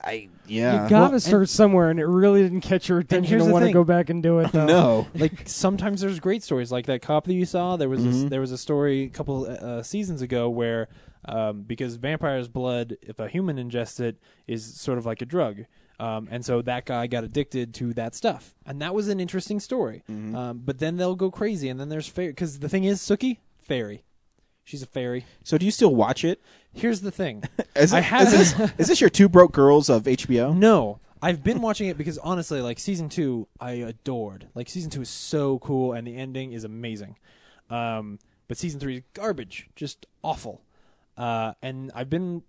Speaker 1: I yeah.
Speaker 4: You gotta start somewhere, and it really didn't catch your attention
Speaker 6: here's
Speaker 4: to
Speaker 6: the
Speaker 4: want to
Speaker 6: thing.
Speaker 4: go back and do
Speaker 6: (laughs)
Speaker 4: it. Though.
Speaker 1: no.
Speaker 6: like sometimes there's great stories like that cop that you saw there was a, there was a story a couple uh, seasons ago where um, because vampire's blood if a human ingests it is sort of like a drug um, and so that guy got addicted to that stuff and that was an interesting story um, but then they'll go crazy and then there's fairy because the thing is Sookie fairy she's a fairy
Speaker 1: So do you still watch it?
Speaker 6: here's the thing
Speaker 1: Is,
Speaker 6: I
Speaker 1: it-
Speaker 6: have- (laughs)
Speaker 1: is this, is this your two broke girls of (laughs) HBO?
Speaker 6: No, I've been watching it because honestly, like season two, I adored. Like season two is so cool, and the ending is amazing. Um, but season three is garbage, just awful. Uh, and I've been,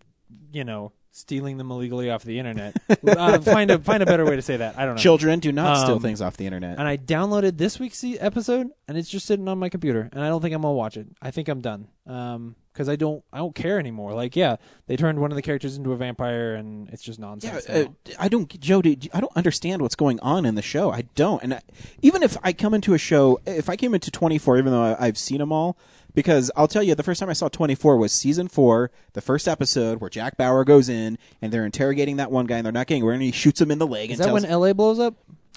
Speaker 6: you know, stealing them illegally off the
Speaker 1: (laughs)
Speaker 6: internet. uh, find a find a better way to say that. I don't know.
Speaker 1: Children do not steal
Speaker 6: Um,
Speaker 1: things off the internet.
Speaker 6: And I downloaded this week's se- episode, and it's just sitting on my computer, and I don't think I'm gonna watch it. I think I'm done, Um 'cause because I don't I don't care anymore. Like, yeah, they turned one of the characters into a vampire, and it's just
Speaker 1: Yeah,
Speaker 6: nonsense.
Speaker 1: uh,
Speaker 6: now.
Speaker 1: I don't, get- Joe. Did, I don't understand what's going on in the show. I don't, and I, even if I come into a show, if I came into Twenty Four, even though I, I've seen them all, because I'll tell you, the first time I saw Twenty Four was season four, the first episode where Jack Bauer goes in and they're interrogating that one guy, and they're not getting where and he shoots him in the leg.
Speaker 6: Is
Speaker 1: and
Speaker 6: that
Speaker 1: tells,
Speaker 6: when LA blows up?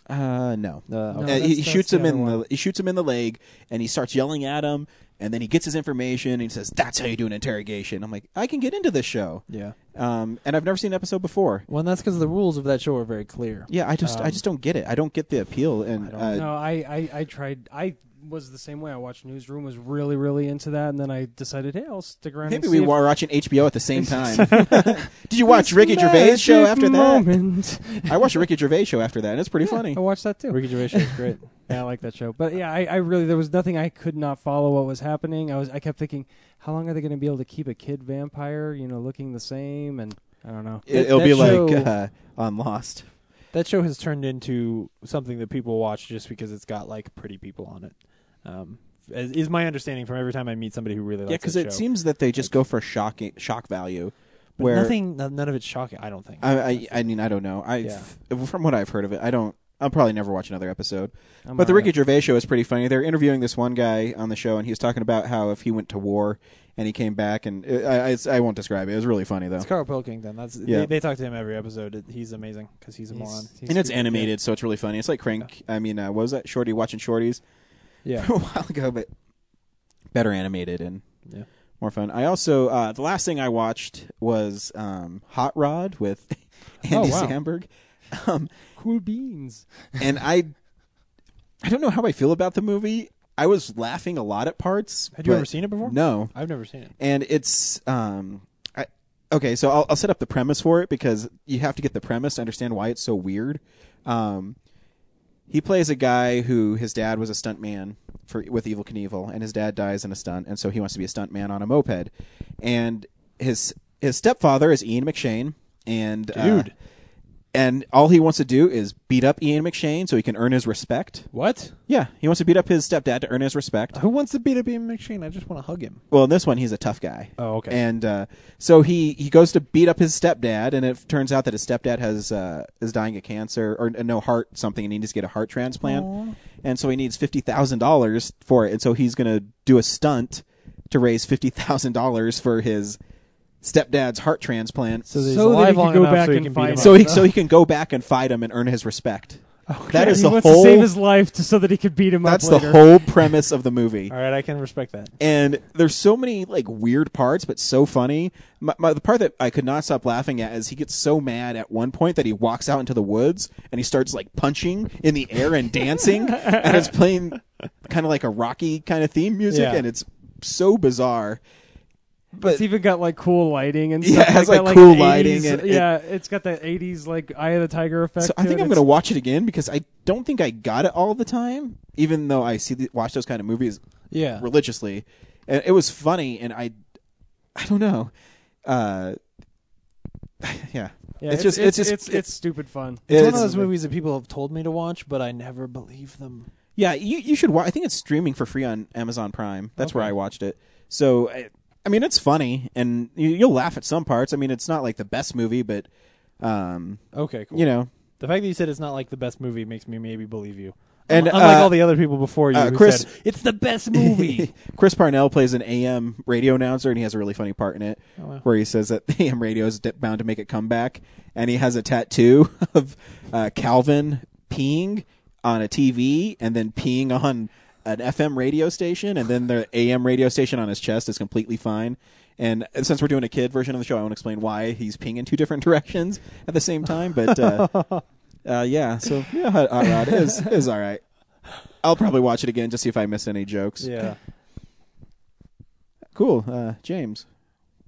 Speaker 1: Uh, no. Uh,
Speaker 6: okay.
Speaker 1: he, he
Speaker 6: that's-
Speaker 1: shoots
Speaker 6: that's
Speaker 1: him
Speaker 6: the
Speaker 1: in
Speaker 6: other
Speaker 1: the he shoots him in the leg, and he starts yelling at him, and then he gets his information, and he says, "That's how you do an interrogation." I'm like, I can get into this show.
Speaker 6: Yeah.
Speaker 1: Um, and I've never seen an episode before.
Speaker 6: Well, and that's because the rules of that show are very clear. Um,
Speaker 1: Yeah, I just I just don't get it. I don't get the appeal. And uh,
Speaker 4: No, I, I, I tried. I was the same way. I watched Newsroom, was really, really into that, and then I decided, hey, I'll stick around.
Speaker 1: maybe
Speaker 4: and
Speaker 1: we
Speaker 4: see if-
Speaker 1: were watching HBO at
Speaker 4: (laughs)
Speaker 1: the same time. (laughs) Did you watch Ricky Gervais show after that?
Speaker 4: Moment.
Speaker 1: (laughs) I watched Ricky Gervais show after that, and it's pretty funny.
Speaker 4: I watched that too.
Speaker 6: Ricky Gervais is great.
Speaker 4: Yeah, I like that show. But yeah, I, I really there was nothing I could not follow what was happening. I was I kept thinking, how long are they going to be able to keep a kid vampire, you know, looking the same? And I don't know.
Speaker 1: (laughs) It, will
Speaker 6: that
Speaker 1: be
Speaker 6: show-
Speaker 1: like uh, on Lost.
Speaker 6: that show has turned into something that people watch just because it's got like pretty people on it. Um, is is my understanding from every time I meet somebody who really likes
Speaker 1: Yeah, because
Speaker 6: that
Speaker 1: it
Speaker 6: show.
Speaker 1: seems that they just go for shocking shock value.
Speaker 6: But
Speaker 1: Where
Speaker 6: nothing, no- none of it's shocking. I don't think.
Speaker 1: I, I, I mean, I don't know. I from what I've heard of it, I don't. I'll probably never watch another episode. but the Ricky Gervais show is pretty funny. They're interviewing this one guy on the show, and he was talking about how if he went to war and he came back, and uh, I, I, I won't describe it. It was really funny though,
Speaker 6: it's Carl Pilkington. That's
Speaker 1: Yeah.
Speaker 6: they, they talk to him every episode. It- He's amazing because he's a moron.
Speaker 1: and it's animated, so it's really funny. It's like Crank. I mean, uh, what was that Shorty watching Shorties?
Speaker 6: Yeah.
Speaker 1: (laughs) a while ago, but better animated and
Speaker 6: Yeah.
Speaker 1: more fun. I also uh, the last thing I watched was um, Hot Rod with (laughs) Andy
Speaker 6: Oh, wow.
Speaker 1: Samberg. (laughs) Um,
Speaker 4: Cool beans.
Speaker 1: and I I don't know how I feel about the movie. I was laughing a lot at parts.
Speaker 6: Had you
Speaker 1: but
Speaker 6: ever seen it before?
Speaker 1: No.
Speaker 6: I've never seen it.
Speaker 1: And it's um I, okay, so I'll, I'll set up the premise for it because you have to get the premise to understand why it's so weird. Um he plays a guy who his dad was a stunt man for with Evil Knievel, and his dad dies in a stunt, and so he wants to be a stunt man on a moped. And his his stepfather is Ian McShane, and dude, and all he wants to do is beat up Ian McShane so he can earn his respect.
Speaker 6: What?
Speaker 1: Yeah, he wants to beat up his stepdad to earn his respect.
Speaker 6: Who wants to beat up Ian McShane? I just want to hug him.
Speaker 1: Well, in this one, he's a tough guy.
Speaker 6: Oh, okay.
Speaker 1: And uh, so he, he goes to beat up his stepdad, and it turns out that his stepdad has uh, is dying of cancer or uh, no heart something, and he needs to get a heart transplant.
Speaker 6: Oh.
Speaker 1: And so he needs fifty thousand dollars for it, and so he's gonna do a stunt to raise fifty thousand dollars for his stepdad's heart transplant. So,
Speaker 4: So that he
Speaker 6: alive
Speaker 4: could
Speaker 6: long
Speaker 4: go
Speaker 6: enough
Speaker 4: back
Speaker 6: so he
Speaker 4: and
Speaker 6: can beat
Speaker 4: find
Speaker 6: him
Speaker 4: out.
Speaker 6: up.
Speaker 4: (laughs)
Speaker 1: so he so he can go back and fight him and earn his respect. That is
Speaker 4: he
Speaker 1: the
Speaker 4: wants
Speaker 1: whole.
Speaker 4: to save his life to, so that he could beat him
Speaker 1: that's
Speaker 4: up
Speaker 1: the
Speaker 4: later.
Speaker 1: whole premise of the movie.
Speaker 6: All right, I can respect that.
Speaker 1: and there's so many like weird parts, but so funny. My, my, the part that I could not stop laughing at is he gets so mad at one point that he walks out into the woods and he starts like punching in the air
Speaker 4: (laughs)
Speaker 1: and dancing, and it's playing kind of like a Rocky kind of theme music,
Speaker 6: Yeah.
Speaker 1: and it's so bizarre. But
Speaker 4: It's even got like cool lighting and stuff.
Speaker 1: Yeah, it has,
Speaker 4: like,
Speaker 1: like,
Speaker 4: that,
Speaker 1: cool
Speaker 4: like,
Speaker 1: lighting
Speaker 4: 80s
Speaker 1: and it-
Speaker 4: yeah, it's got that '80s like Eye of the Tiger effect.
Speaker 1: so I think
Speaker 4: to it.
Speaker 1: I'm going to
Speaker 4: It's-
Speaker 1: watch it again because I don't think I got it all the time, even though I see the, watch those kind of movies
Speaker 6: Yeah.
Speaker 1: religiously, and it was funny. And I, I don't know, uh, (sighs) yeah.
Speaker 4: Yeah,
Speaker 1: it's, just it's, just
Speaker 4: it's it's stupid fun.
Speaker 6: It's, one
Speaker 1: it's-
Speaker 6: of those movies that people have told me to watch, but I never believe them.
Speaker 1: yeah. You you should watch. I think it's streaming for free on Amazon Prime. That's where I watched it. So I, I mean, it's funny, and you, you'll laugh at some parts. I mean, it's not like the best movie, but um,
Speaker 6: Okay, cool.
Speaker 1: you know,
Speaker 6: The fact that you said it's not like the best movie makes me maybe believe you.
Speaker 1: And
Speaker 6: Unlike
Speaker 1: uh,
Speaker 6: all the other people before you,
Speaker 1: uh,
Speaker 6: who
Speaker 1: Chris-
Speaker 6: said, it's the best movie.
Speaker 1: (laughs) Chris Parnell plays an AM radio announcer, and he has a really funny part in it
Speaker 6: Oh,
Speaker 1: where he says that (laughs) AM radio is d- bound to make a comeback, and he has a tattoo (laughs) of uh, Calvin peeing on a TV and then peeing on an FM radio station, and then the AM radio station on his chest is completely fine. And uh, since we're doing a kid version of the show, I won't explain why he's peeing in two different (laughs) directions at the same time. But uh,
Speaker 6: (laughs)
Speaker 1: uh, yeah, so yeah, Hot Hot Rod is is all right. I'll probably watch it again to see if I miss any jokes.
Speaker 6: (laughs) yeah.
Speaker 1: Cool. Uh, James,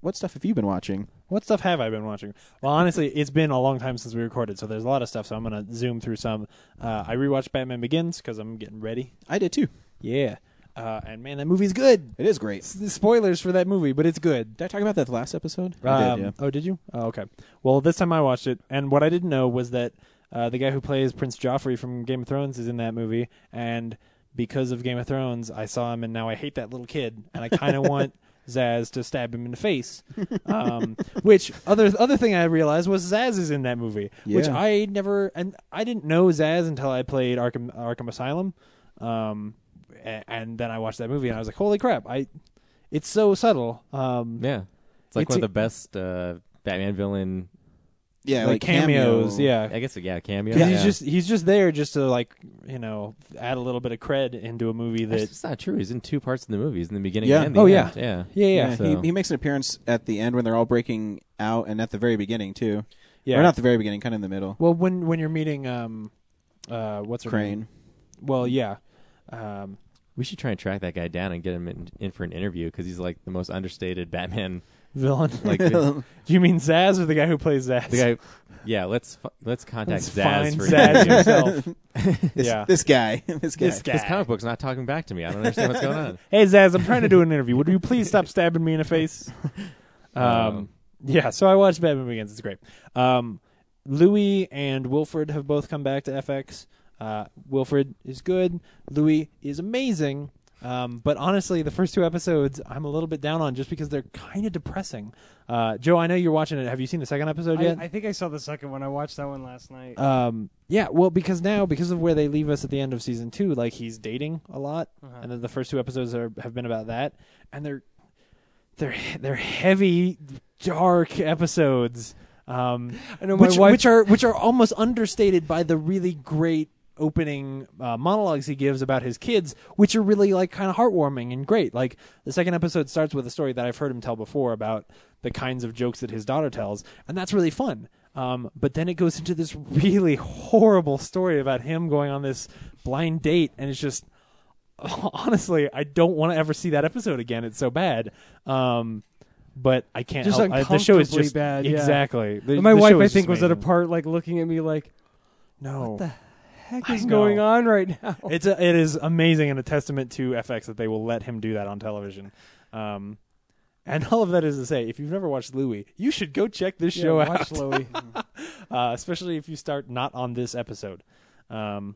Speaker 1: what stuff have you been watching?
Speaker 6: What stuff have I been watching? Well, honestly, it's been a long time since we recorded, so there's a lot of stuff. So I'm gonna zoom through some. Uh, I rewatched Batman Begins because I'm getting ready.
Speaker 1: I did too.
Speaker 6: Yeah, uh, and man, that movie's good.
Speaker 1: It is great.
Speaker 6: S- Spoilers for that movie, but it's good.
Speaker 1: Did I talk about that last episode?
Speaker 6: Um, Oh, did you? Oh, okay. Well, this time I watched it, and what I didn't know was that uh, the guy who plays Prince Joffrey from Game of Thrones is in that movie, and because of Game of Thrones, I saw him, and now I hate that little kid, and I
Speaker 1: (laughs)
Speaker 6: kind of want Zaz to stab him in the face. Um, which other other thing I realized was Zaz is in that movie, which
Speaker 1: Yeah.
Speaker 6: I never and I didn't know Zaz until I played Arkham Arkham Asylum, um, a- and then I watched that movie, and I was like, holy crap! I it's so subtle. Um,
Speaker 5: Yeah, it's like
Speaker 6: It's
Speaker 5: one
Speaker 6: a-
Speaker 5: of the best uh, Batman villain.
Speaker 1: Yeah,
Speaker 6: like, cameos, yeah.
Speaker 5: I guess yeah, cameo.
Speaker 6: Because
Speaker 5: Yeah,
Speaker 6: he's just he's just there just to like you know add a little bit of cred into a movie
Speaker 5: That's
Speaker 6: that
Speaker 5: just not true. He's in two parts of the movies, in the beginning.
Speaker 1: Yeah.
Speaker 5: and the
Speaker 6: Oh,
Speaker 5: end.
Speaker 6: yeah.
Speaker 5: yeah,
Speaker 6: yeah yeah
Speaker 1: Yeah,
Speaker 5: So-
Speaker 1: he, he makes an appearance at the end when they're all breaking out, and at the very beginning too.
Speaker 6: yeah.
Speaker 1: Or not the very beginning, kind of in the middle.
Speaker 6: well, when when you're meeting um uh what's her name?
Speaker 1: Crane.
Speaker 6: Well, yeah, um
Speaker 5: We should try and track that guy down and get him in, in for an interview because he's like the most understated Batman.
Speaker 6: villain.
Speaker 5: (laughs) Like, the,
Speaker 1: (laughs)
Speaker 6: Do you mean Zaz or the guy who plays Zaz?
Speaker 5: the guy. Yeah, let's fu- let's contact
Speaker 6: Let's
Speaker 5: Zaz
Speaker 6: find
Speaker 5: for
Speaker 6: Zaz
Speaker 5: an interview.
Speaker 6: himself.
Speaker 5: (laughs)
Speaker 1: This,
Speaker 6: yeah.
Speaker 1: this guy. (laughs) this guy.
Speaker 5: This
Speaker 6: This guy.
Speaker 5: comic book's not talking back to me. I don't understand what's going on.
Speaker 6: (laughs) Hey Zaz, I'm trying to do an interview. Would you please stop stabbing me in the
Speaker 5: (laughs)
Speaker 6: face? Um,
Speaker 5: Um,
Speaker 6: yeah. So I watched Batman Begins. It's great. Um, Louis and Wilfred have both come back to FX. Uh, Wilfred is good. Louis is amazing. Um, but honestly, the first two episodes I'm a little bit down on just because they're kind of depressing. Uh, Joe, I know you're watching it. Have you seen the second episode yet?
Speaker 11: I, I think I saw the second one. I watched that one last night.
Speaker 1: Oh,
Speaker 6: um yeah well because now because of where they leave us at the end of season two like he's dating a lot and then the first two episodes are, have been about that and they're they're they're heavy dark episodes um
Speaker 11: I know my
Speaker 6: which,
Speaker 11: wife.
Speaker 6: which are which are almost understated by the really great opening uh, monologues he gives about his kids, which are really like kind of heartwarming and great. Like the second episode starts with a story that I've heard him tell before about the kinds of jokes that his daughter tells, and that's really fun. Um, but then it goes into this really horrible story about him going on this blind date, and it's just (laughs) honestly, I don't want to ever see that episode again. It's so bad. Um, but I can't.
Speaker 11: Just
Speaker 6: help. I- the show is
Speaker 11: uncomfortably
Speaker 6: just
Speaker 11: bad, yeah.
Speaker 6: Exactly. The-
Speaker 11: my
Speaker 6: the
Speaker 11: wife,
Speaker 6: show
Speaker 11: I
Speaker 6: is
Speaker 11: think,
Speaker 6: just
Speaker 11: was at a
Speaker 6: amazing.
Speaker 11: part like looking at me like,
Speaker 6: No,
Speaker 11: "What the heck
Speaker 6: I
Speaker 11: is going
Speaker 6: know.
Speaker 11: on right now?"
Speaker 6: (laughs) it's a, it is amazing and a testament to FX that they will let him do that on television. Um, and (laughs) all of that is to say, if you've never watched Louie, you should go check this
Speaker 11: Yeah,
Speaker 6: show out,
Speaker 11: watch
Speaker 6: (laughs)
Speaker 11: Mm-hmm. Louis.
Speaker 6: uh, especially if you start not on this episode. Um,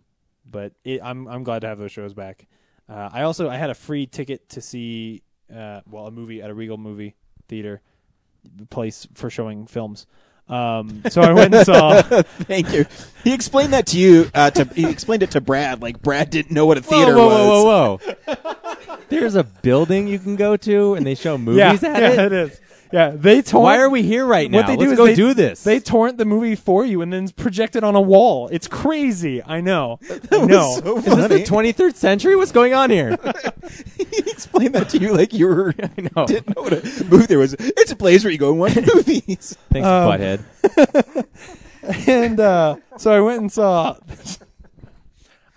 Speaker 6: but it, I'm I'm glad to have those shows back. Uh, I also I had a free ticket to see uh, well a movie at a Regal movie theater place for showing films. Um, so I went
Speaker 11: (laughs)
Speaker 6: and saw.
Speaker 1: Thank you. He explained that to you. Uh, to he explained it to Brad. Like Brad didn't know what a theater
Speaker 5: whoa,
Speaker 1: was.
Speaker 5: whoa, whoa, whoa, whoa! There's a building you can go to, and they show
Speaker 6: yeah,
Speaker 5: movies at
Speaker 6: yeah,
Speaker 5: it.
Speaker 6: it is. Yeah, they torrent.
Speaker 5: Why are we here right now?
Speaker 6: What they do
Speaker 5: Let's
Speaker 6: is
Speaker 5: go
Speaker 6: they-
Speaker 5: do this.
Speaker 6: They torrent the movie for you and then project it on a wall. It's crazy.
Speaker 5: (laughs)
Speaker 6: I know. I know.
Speaker 1: So
Speaker 5: is this the
Speaker 1: funny.
Speaker 5: 23rd century? What's going on (laughs) here?
Speaker 1: he explained (laughs) that to you like you were
Speaker 5: (laughs) I know.
Speaker 1: (laughs) didn't know what a movie there was. It's a place where you go
Speaker 5: (laughs)
Speaker 1: and watch movies.
Speaker 5: Thanks,
Speaker 6: Um,
Speaker 5: butthead.
Speaker 6: (laughs) and uh, so I went and saw. (laughs)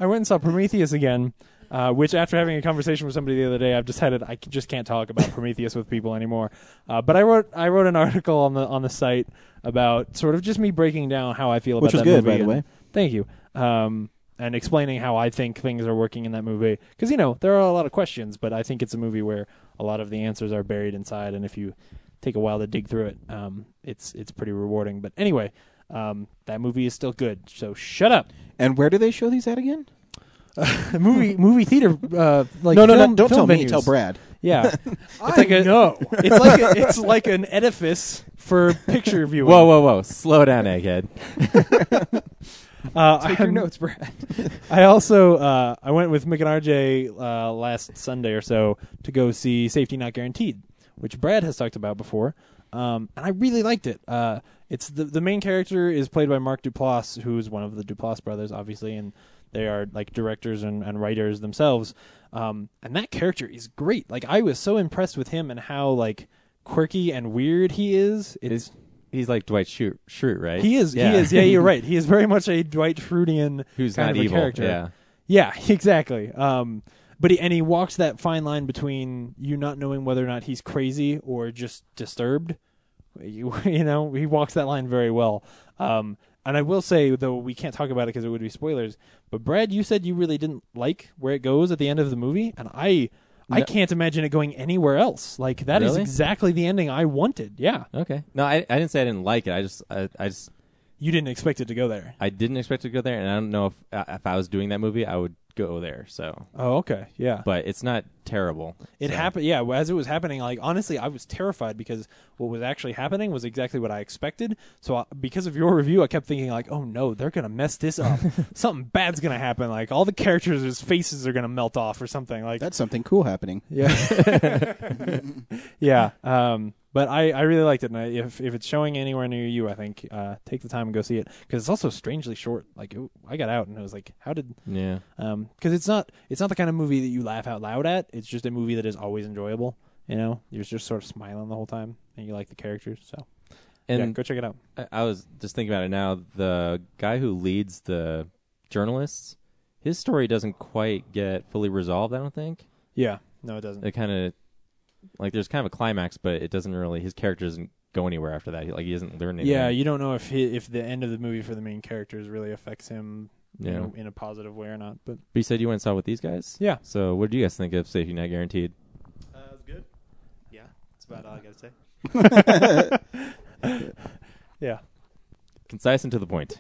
Speaker 6: I went and saw Prometheus again, uh, which after having a conversation with somebody the other day, I've decided I c- just can't talk about Prometheus with people anymore. Uh, but I wrote I wrote an (laughs) article on the on the site about sort of just me breaking down how I feel
Speaker 1: Which was
Speaker 6: about that
Speaker 1: good,
Speaker 6: movie.
Speaker 1: by the
Speaker 6: and-
Speaker 1: way.
Speaker 6: Thank you. Um, and explaining how I think things are working in that movie because you know there are a lot of questions, but I think it's a movie where a lot of the answers are buried inside, and if you take a while to dig through it, um, it's it's pretty rewarding. But anyway, um, that movie is still good. So shut up.
Speaker 1: And where do they show these at again?
Speaker 6: The (laughs) movie movie theater
Speaker 4: (laughs)
Speaker 6: uh, like
Speaker 1: no, no,
Speaker 6: film-
Speaker 1: no! Don't
Speaker 6: film
Speaker 1: tell me.
Speaker 6: venues.
Speaker 1: Tell Brad.
Speaker 6: (laughs) Yeah,
Speaker 11: I
Speaker 4: (laughs)
Speaker 11: know.
Speaker 6: it's like a,
Speaker 11: (laughs)
Speaker 6: it's like an (laughs) edifice for picture
Speaker 5: (laughs)
Speaker 6: viewing.
Speaker 5: Whoa, whoa, whoa! Slow down, egghead.
Speaker 4: (laughs)
Speaker 6: Uh,
Speaker 4: Take
Speaker 6: I,
Speaker 4: your notes, Brad.
Speaker 6: (laughs) I also uh, I went with Mick and RJ uh, last Sunday or so to go see Safety Not Guaranteed, which Brad has talked about before, um, and I really liked it. Uh, it's the the main character is played by Mark Duplass, who is one of the Duplass brothers, obviously, and they are like directors and, and writers themselves. Um, and that character is great. Like I was so impressed with him and how like quirky and weird he is. It's
Speaker 5: Is he's like Dwight Schrute, Schrute right?
Speaker 6: he is. He is.
Speaker 5: (laughs)
Speaker 6: Yeah, you're right. He is very much a Dwight Schrutian
Speaker 5: Who's
Speaker 6: kind
Speaker 5: not
Speaker 6: of a
Speaker 5: evil,
Speaker 6: character.
Speaker 5: yeah.
Speaker 6: Yeah, (laughs) exactly. Um, but he, and he walks that fine line between you not knowing whether or not he's crazy or just disturbed. (laughs) You, you know, he walks that line very well. Um, and I will say though we can't talk about it because it would be spoilers. But Brad, you said you really didn't like where it goes at the end of the movie, and I, I can't imagine it going anywhere else. Like that is
Speaker 5: Really?
Speaker 6: exactly the ending I wanted. Yeah,
Speaker 5: Okay. No, I, I didn't say I didn't like it. I just I, I just
Speaker 6: you didn't expect it to go there.
Speaker 5: I didn't expect to go there, and I don't know if uh, if I was doing that movie, I would go there. So,
Speaker 6: Oh, okay, yeah.
Speaker 5: but it's not terrible.
Speaker 6: It
Speaker 5: so.
Speaker 6: happened, yeah. As it was happening, like honestly, I was terrified because what was actually happening was exactly what I expected. So I, because of your review, I kept thinking like, "Oh no, they're gonna mess this
Speaker 1: (laughs)
Speaker 6: up. something bad's gonna happen. Like all the characters' faces are gonna melt off or something." Like
Speaker 1: That's something cool happening. (laughs)
Speaker 6: yeah. (laughs) Um, but I, I really liked it, and I, if if it's showing anywhere near you, I think uh, take the time and go see it because it's also strangely short. Like it, I got out and I was like, "How did?"
Speaker 5: Yeah.
Speaker 6: Um 'cause because it's not it's not the kind of movie that you laugh out loud at. It's just a movie that is always enjoyable. You know, you're just sort of smiling the whole time, and you like the characters. So
Speaker 5: And
Speaker 6: yeah, go check it out.
Speaker 5: I, I was just thinking about it now. The guy who leads the journalists, his story doesn't quite get fully resolved. I don't think
Speaker 6: Yeah, no, it doesn't.
Speaker 5: it kind of like there's kind of a climax, but it doesn't really. His character doesn't go anywhere after that. He, like he doesn't learn anything.
Speaker 6: yeah, you don't know if he, if the end of the movie for the main characters really affects him, you
Speaker 5: Yeah.
Speaker 6: know, in a positive way or not. But
Speaker 5: But you said you went and saw it with these guys.
Speaker 6: Yeah.
Speaker 5: So what do you guys think of Safety Not Guaranteed?
Speaker 6: (laughs)
Speaker 5: (laughs)
Speaker 6: yeah,
Speaker 5: Concise and to the
Speaker 6: (laughs)
Speaker 5: point.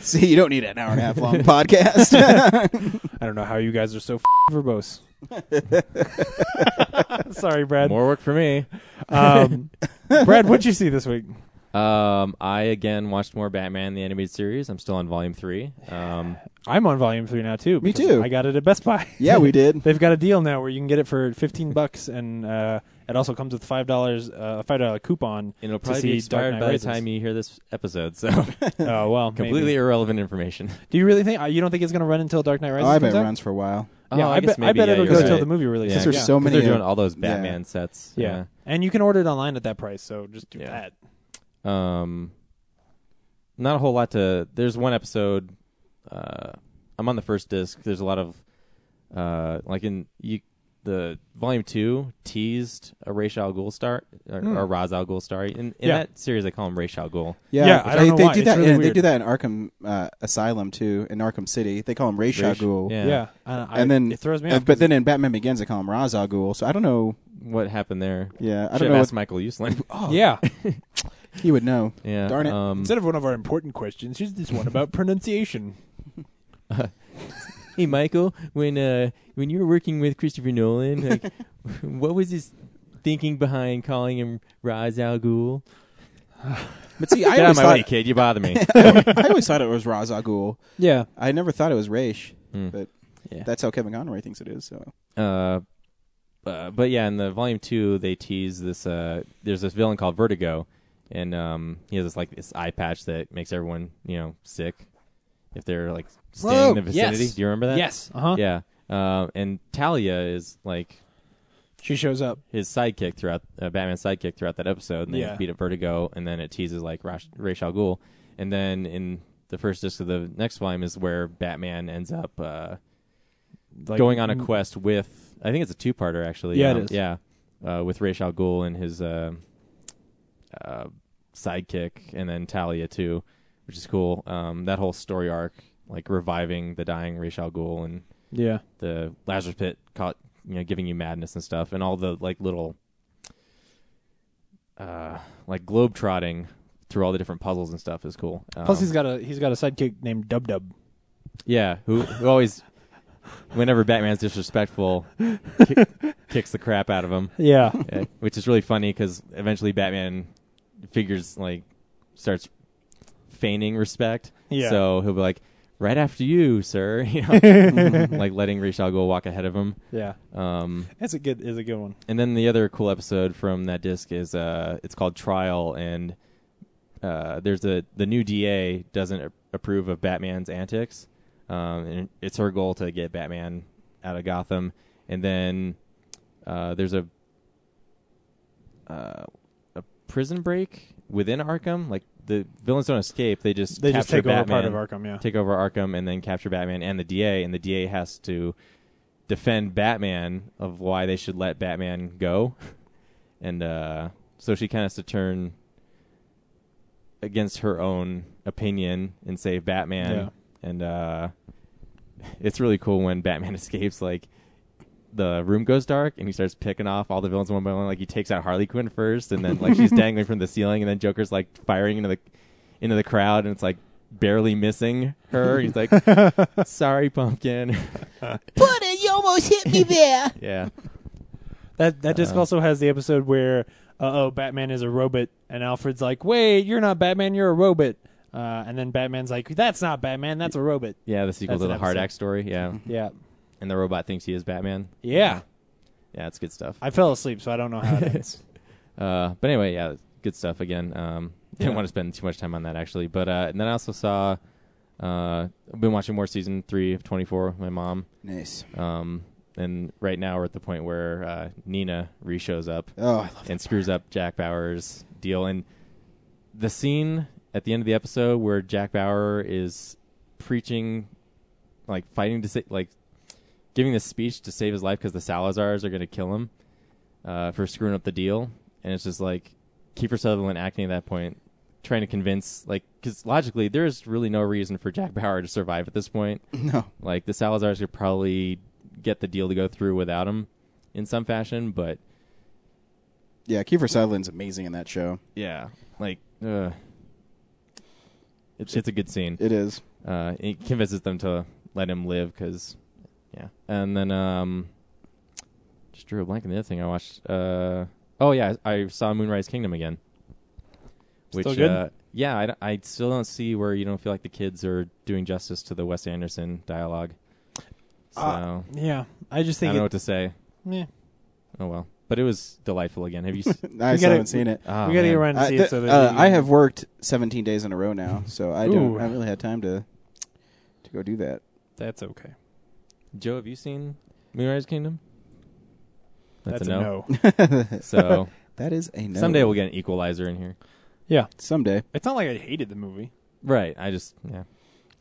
Speaker 5: (laughs)
Speaker 1: See, you don't need an hour and a half long (laughs) podcast.
Speaker 6: I don't know how you guys are so f-
Speaker 1: (laughs)
Speaker 6: verbose. Sorry, Brad.
Speaker 5: More work for me.
Speaker 1: (laughs)
Speaker 6: Um, Brad, what'd you see this week?
Speaker 5: Um, I again watched more Batman the animated series. I'm still on volume three. Um,
Speaker 6: I'm on volume three now too.
Speaker 1: Me
Speaker 6: because
Speaker 1: too.
Speaker 6: I got it at Best Buy.
Speaker 1: yeah, we
Speaker 6: (laughs)
Speaker 1: did.
Speaker 6: They've got a deal now where you can get it for fifteen bucks, and uh, it also comes with five dollars, uh, a five dollar coupon.
Speaker 5: and it'll
Speaker 6: To
Speaker 5: probably
Speaker 6: see
Speaker 5: be expired
Speaker 6: Dark Knight
Speaker 5: by
Speaker 6: Rises.
Speaker 5: the time you hear this episode. So
Speaker 6: (laughs) Oh
Speaker 5: (laughs)
Speaker 6: well, maybe.
Speaker 5: completely irrelevant information.
Speaker 6: Do you really think uh, you don't think it's going to run until Dark Knight Rises?
Speaker 1: (laughs) Oh, I bet
Speaker 6: comes
Speaker 1: it
Speaker 6: out?
Speaker 1: runs for a while.
Speaker 6: Yeah,
Speaker 5: Oh,
Speaker 6: I,
Speaker 5: I guess
Speaker 6: bet, I
Speaker 5: maybe,
Speaker 6: bet
Speaker 5: yeah,
Speaker 6: it'll
Speaker 5: you're
Speaker 6: go
Speaker 5: right.
Speaker 6: till the movie release.
Speaker 1: Since there's so many.
Speaker 5: they're
Speaker 1: of-
Speaker 5: doing all those
Speaker 1: yeah.
Speaker 5: Batman sets.
Speaker 6: yeah. and you can order it online at that price. So just do
Speaker 5: Yeah.
Speaker 6: that.
Speaker 5: Yeah. Um, not a whole lot to. There's one episode. Uh, I'm on the first disc. There's a lot of, uh, like in you, the volume two teased a Ra's al Ghul star or, or Ra's al Ghul star. In, in
Speaker 6: Hmm. Yeah.
Speaker 5: that series, they call him Ra's al Ghul.
Speaker 6: (laughs)
Speaker 1: Yeah,
Speaker 6: Yeah, I
Speaker 1: they,
Speaker 6: don't know
Speaker 1: they
Speaker 6: why.
Speaker 1: do
Speaker 6: It's
Speaker 1: that.
Speaker 6: really
Speaker 1: in- they
Speaker 6: weird.
Speaker 1: do that in Arkham uh, Asylum too, in Arkham City. They call him Ra's al
Speaker 5: Ra's-
Speaker 1: Ghul.
Speaker 5: yeah.
Speaker 6: Yeah, and, I,
Speaker 1: And then,
Speaker 6: it throws me
Speaker 1: uh,
Speaker 6: off.
Speaker 1: but then in Batman Begins, they call him Ra's al Ghul. So I don't know.
Speaker 5: What happened there?
Speaker 1: Yeah, I
Speaker 5: Should
Speaker 1: don't
Speaker 5: have
Speaker 1: know.
Speaker 5: asked Michael Uslan. (laughs)
Speaker 1: oh,
Speaker 6: yeah,
Speaker 1: he would know.
Speaker 5: yeah.
Speaker 1: Darn it.
Speaker 5: Um,
Speaker 6: instead of one of our important questions, here's this
Speaker 5: (laughs)
Speaker 6: one about pronunciation.
Speaker 5: hey Michael, when uh, when you were working with Christopher Nolan, like, (laughs) what was his thinking behind calling him Ra's al Ghul? (laughs)
Speaker 1: But see, I
Speaker 5: Get out of
Speaker 1: always
Speaker 5: my
Speaker 1: thought
Speaker 5: way, kid. You bother me.
Speaker 1: (laughs) I always thought it was Ra's al Ghul.
Speaker 6: Yeah,
Speaker 1: I never thought it was Raish,
Speaker 5: Hmm.
Speaker 1: but
Speaker 5: Yeah.
Speaker 1: that's how Kevin Conroy thinks it is. So
Speaker 5: uh, uh, but yeah, in the volume two, they tease this. Uh, there's this villain called Vertigo, and um, he has this like this eye patch that makes everyone you know sick if they're like staying in the vicinity.
Speaker 6: yes.
Speaker 5: Do you remember that?
Speaker 6: yes, uh huh.
Speaker 5: Yeah. Uh, and Talia is like
Speaker 6: She shows up.
Speaker 5: his sidekick throughout uh, Batman's sidekick throughout that episode, and then
Speaker 6: Yeah.
Speaker 5: beat up Vertigo, and then it teases like Ra's, Ra's al Ghul, and then in the first disc of the next volume is where Batman ends up uh,
Speaker 6: Like,
Speaker 5: going on a quest with I think it's a two parter actually.
Speaker 6: Yeah, it
Speaker 5: um,
Speaker 6: is.
Speaker 5: Yeah, uh, with Ra's al Ghul and his uh, uh, sidekick, and then Talia too, which is cool. Um, that whole story arc, like reviving the dying Ra's al Ghul and
Speaker 6: Yeah,
Speaker 5: the Lazarus pit caught you know giving you madness and stuff and all the like little uh like globe trotting through all the different puzzles and stuff is cool. Um,
Speaker 6: Plus, he's got a he's got a sidekick named Dub Dub.
Speaker 5: yeah, who, who always whenever Batman's disrespectful ki- kicks the crap out of him,
Speaker 6: Yeah,
Speaker 5: uh, which is really funny cuz eventually Batman figures like starts feigning respect
Speaker 3: Yeah.
Speaker 5: So he'll be like, right after you, sir. (laughs)
Speaker 3: (laughs)
Speaker 5: You know, like letting Rishal go walk ahead of him.
Speaker 3: Yeah,
Speaker 5: Um,
Speaker 3: that's a good is a good one.
Speaker 5: and then the other cool episode from that disc is uh, it's called Trial, and uh, there's a the new DA doesn't a- approve of Batman's antics, um, and it's her goal to get Batman out of Gotham. And then uh, there's a uh, a prison break within Arkham. Like the villains don't escape; they just
Speaker 3: They just
Speaker 5: capture
Speaker 3: take over
Speaker 5: Batman
Speaker 3: part of Arkham. Yeah,
Speaker 5: take over Arkham and then capture Batman and the DA, and the DA has to defend Batman of why they should let Batman go, (laughs) and uh, so she kind of has to turn against her own opinion and save Batman, and uh, it's really cool when Batman (laughs) escapes like. The room goes dark, and he starts picking off all the villains one by one. Like he takes out Harley Quinn first, and then like
Speaker 3: (laughs)
Speaker 5: she's dangling from the ceiling, and then Joker's like firing into the into the crowd, and it's like barely missing her.
Speaker 3: (laughs)
Speaker 5: He's like, "Sorry, pumpkin." (laughs)
Speaker 12: Butter, you almost hit me there.
Speaker 5: yeah,
Speaker 3: that that disc
Speaker 5: Uh,
Speaker 3: also has the episode where uh oh, Batman is a robot, and Alfred's like, wait, you're not Batman, you're a robot. Uh, and then Batman's like, that's not Batman, that's a robot.
Speaker 5: yeah. The sequel
Speaker 3: That's
Speaker 5: to
Speaker 3: an
Speaker 5: the Hard
Speaker 3: episode.
Speaker 5: Act story. Yeah,
Speaker 3: Yeah,
Speaker 5: and the robot thinks he is Batman.
Speaker 3: yeah.
Speaker 5: Yeah, it's good stuff.
Speaker 3: I fell asleep, so I don't know how
Speaker 5: (laughs)
Speaker 3: it ends.
Speaker 5: Uh, but anyway, yeah, good stuff again. Um, (laughs) didn't
Speaker 3: Yeah.
Speaker 5: want to spend too much time on that actually. But uh, and then I also saw. Uh, I've been watching more season three of Twenty Four with my mom.
Speaker 1: Nice.
Speaker 5: Um, and right now we're at the point where uh, Nina re shows up.
Speaker 1: (laughs) Oh, I love
Speaker 5: and screws up Jack Bauer's deal. And the scene at the end of the episode where Jack Bauer is preaching, like fighting to sa- like giving this speech to save his life because the Salazars are going to kill him uh, for screwing up the deal. And it's just like Kiefer Sutherland acting at that point, trying to convince, like, because logically there is really no reason for Jack Bauer to survive at this point.
Speaker 1: (laughs) no.
Speaker 5: Like the Salazars could probably get the deal to go through without him in some fashion, but
Speaker 1: Yeah, Kiefer Sutherland's amazing (laughs) in that show.
Speaker 5: yeah, like uh, it's it's a good scene.
Speaker 1: It is.
Speaker 5: Uh, it convinces them to let him live because, yeah. And then um, just drew a blank on the other thing I watched. Uh, oh yeah, I, I saw Moonrise Kingdom again. Which
Speaker 3: Still good?
Speaker 5: Uh, yeah, I, d- I still don't see where you don't feel like the kids are doing justice to the Wes Anderson dialogue. So
Speaker 3: Uh, yeah, I just
Speaker 5: I
Speaker 3: think
Speaker 5: don't know
Speaker 3: it,
Speaker 5: what to say.
Speaker 3: meh.
Speaker 5: Oh well, but it was delightful again. Have you? s-
Speaker 1: I still
Speaker 3: gotta-
Speaker 1: haven't seen it.
Speaker 5: Ah,
Speaker 3: we gotta
Speaker 5: man.
Speaker 3: get around and
Speaker 1: I,
Speaker 3: see
Speaker 1: th-
Speaker 3: it. So that
Speaker 1: uh,
Speaker 3: we-
Speaker 1: I have worked 17 days in a row now, so I don't.
Speaker 3: Ooh.
Speaker 1: I haven't really had time to to go do that.
Speaker 3: That's okay.
Speaker 5: Joe, have you seen Moonrise Kingdom? That's, a, no.
Speaker 3: no.
Speaker 1: (laughs)
Speaker 5: So
Speaker 1: That is a no.
Speaker 5: someday we'll get an equalizer in here.
Speaker 1: Someday
Speaker 3: It's not like I hated the movie.
Speaker 5: Right. I just yeah.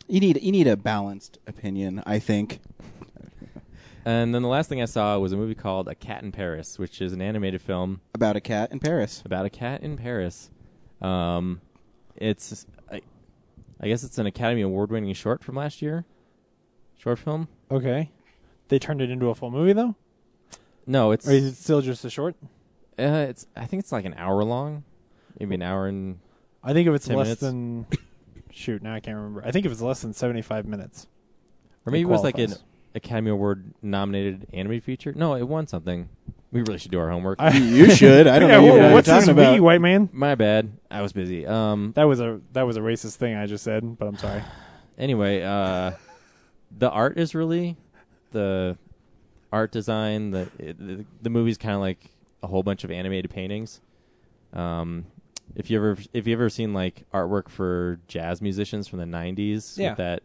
Speaker 1: you need you need a balanced opinion. I think.
Speaker 5: And then the last thing I saw was a movie called A Cat in Paris, which is an animated film
Speaker 1: about a cat in Paris.
Speaker 5: about a cat in Paris. Um, it's I, I guess it's an Academy Award-winning short from last year. Short film?
Speaker 3: Okay. They turned it into a full movie though,
Speaker 5: No, it's
Speaker 3: or is it still just a short?
Speaker 5: uh, it's I think it's like an hour long, maybe an hour and
Speaker 3: I think if it's
Speaker 5: 10
Speaker 3: less
Speaker 5: minutes.
Speaker 3: than, (coughs) shoot, now I can't remember. I think if it's less than seventy-five minutes.
Speaker 5: or maybe it, was like an
Speaker 3: qualifies.
Speaker 5: Academy Award nominated animated feature. No, it won something. We really should do our homework. (laughs)
Speaker 1: you should. I don't
Speaker 3: yeah,
Speaker 1: know
Speaker 3: wha-
Speaker 1: what you're
Speaker 3: what's this
Speaker 1: talking about.
Speaker 3: we, white man?
Speaker 5: My bad. I was busy. Um.
Speaker 3: That was a that was a racist thing I just said, but I'm sorry.
Speaker 5: (sighs) Anyway, uh, the art is really the art design. The it- the, the movie's kind of like a whole bunch of animated paintings. Um, if you ever if you ever seen like artwork for jazz musicians from the '90s
Speaker 3: Yeah.
Speaker 5: with that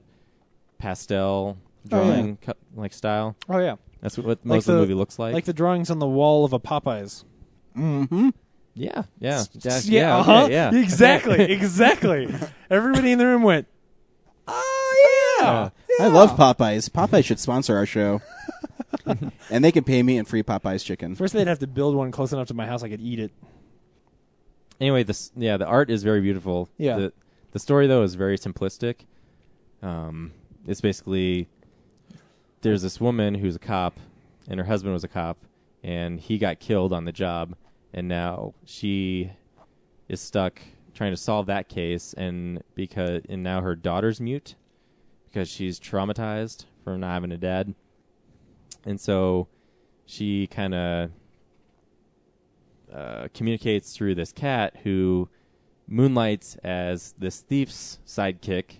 Speaker 5: pastel
Speaker 1: Oh, yeah.
Speaker 5: drawing co- like style,
Speaker 3: Oh yeah,
Speaker 5: that's what, what most of
Speaker 3: the-
Speaker 5: the movie looks like.
Speaker 3: like, the drawings on the wall of a Popeyes.
Speaker 1: Mm-hmm.
Speaker 5: yeah, yeah,
Speaker 3: S-
Speaker 5: jazz- yeah, okay,
Speaker 3: uh-huh.
Speaker 5: yeah. (laughs)
Speaker 3: exactly, exactly. Everybody in the room went, "Oh yeah,
Speaker 5: Uh,
Speaker 1: I love Popeyes. Popeyes should sponsor our show, (laughs) and they can pay me in free Popeyes chicken.
Speaker 3: First, they'd have to build one close enough to my house I could eat it.
Speaker 5: anyway, this yeah, the art is very beautiful.
Speaker 3: Yeah.
Speaker 5: The, the story though is very simplistic. Um, it's basically there's this woman who's a cop, and her husband was a cop, and he got killed on the job, and now she is stuck trying to solve that case, and because and now her daughter's mute because she's traumatized from not having a dad, and so she kind of uh, communicates through this cat who moonlights as this thief's sidekick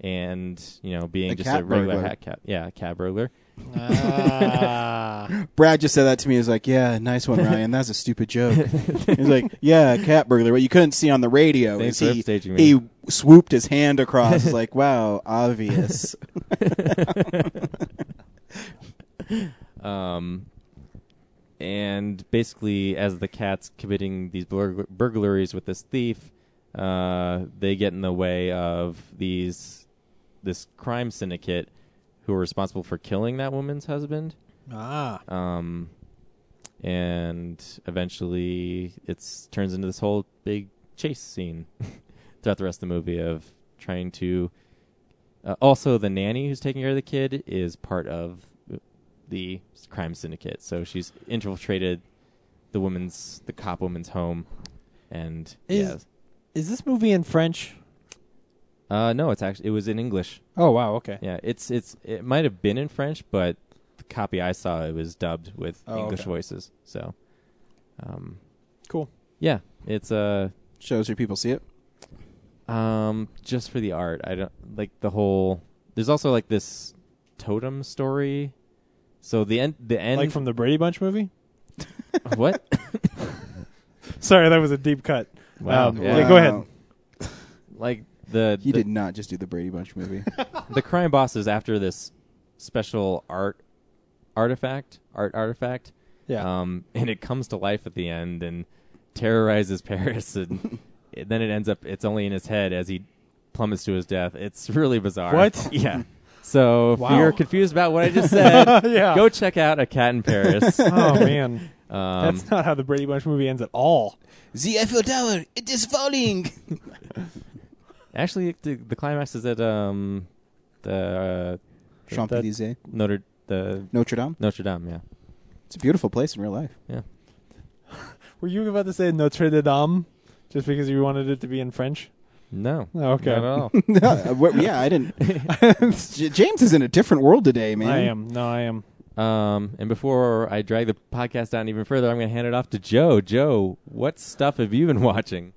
Speaker 5: and you know being
Speaker 1: A
Speaker 5: just
Speaker 1: cat
Speaker 5: a regular
Speaker 1: burglar.
Speaker 5: hat cat, yeah, cat burglar.
Speaker 1: Ah.
Speaker 5: (laughs)
Speaker 1: (laughs) Brad just said that to me. He's like, "Yeah, nice one, Ryan. That's a stupid joke." He's like, "Yeah, cat burglar." What you couldn't see on the radio
Speaker 5: Thanks
Speaker 1: is
Speaker 5: for
Speaker 1: he,
Speaker 5: upstaging me.
Speaker 1: he swooped his hand across. It's like, wow, obvious.
Speaker 5: Um, and basically, as the cat's committing these burg- burglaries with this thief, uh, they get in the way of these this crime syndicate who are responsible for killing that woman's husband.
Speaker 6: Ah,
Speaker 5: Um, and eventually, it turns into this whole big chase scene (laughs) throughout the rest of the movie of trying to. Uh, also, the nanny who's taking care of the kid is part of the crime syndicate, so she's infiltrated the woman's, the cop woman's home, and
Speaker 6: Is- is this movie in
Speaker 5: (laughs)
Speaker 6: French?
Speaker 5: yeah, uh, no, it's actually it was in English.
Speaker 6: Oh wow, okay.
Speaker 5: Yeah, it's it's it might have been in French, but the copy I saw it was dubbed with
Speaker 6: Oh,
Speaker 5: English
Speaker 6: okay.
Speaker 5: voices. So, um,
Speaker 6: Cool.
Speaker 5: Yeah, it's uh,
Speaker 1: Shows your people see it.
Speaker 5: um, just for the art. I don't like the whole. There's also like this totem story. So the end, the end.
Speaker 6: Like from the Brady Bunch movie? (laughs)
Speaker 5: what? (laughs)
Speaker 6: Sorry, that was a deep cut.
Speaker 5: Wow.
Speaker 6: Um,
Speaker 5: yeah.
Speaker 6: yeah, go ahead.
Speaker 5: (laughs) Like the
Speaker 1: He
Speaker 5: the,
Speaker 1: did not just do the Brady Bunch movie.
Speaker 5: (laughs) the crime boss is after this special art artifact, art artifact.
Speaker 6: Yeah.
Speaker 5: Um, and it comes to life at the end and terrorizes Paris, (laughs) and, and then it ends up it's only in his head as he plummets to his death. It's really bizarre.
Speaker 6: What?
Speaker 5: (laughs) Yeah. So if
Speaker 6: Wow.
Speaker 5: you're confused about what I just said,
Speaker 6: (laughs) yeah.
Speaker 5: go check out A Cat in Paris.
Speaker 6: (laughs) oh man,
Speaker 5: (laughs) Um,
Speaker 6: that's not how the Brady Bunch movie ends at all.
Speaker 12: (laughs) The Eiffel Tower, it is falling.
Speaker 5: actually, the, the climax is at um, the uh,
Speaker 1: Champs Elysees,
Speaker 5: Notre the
Speaker 1: Notre Dame.
Speaker 5: Notre Dame. Yeah.
Speaker 1: It's a beautiful place in real life.
Speaker 6: Were you about to say Notre Dame just because you wanted it to be in French?
Speaker 5: No.
Speaker 6: Oh, okay.
Speaker 5: Not at
Speaker 6: (laughs)
Speaker 5: all.
Speaker 1: (laughs) No, uh, what- yeah, I didn't. J- James is in a different world today, man.
Speaker 6: I am. No, I am.
Speaker 5: Um, and before I drag the podcast down even further, I'm going to hand it off to Joe. Joe, what stuff have you been watching?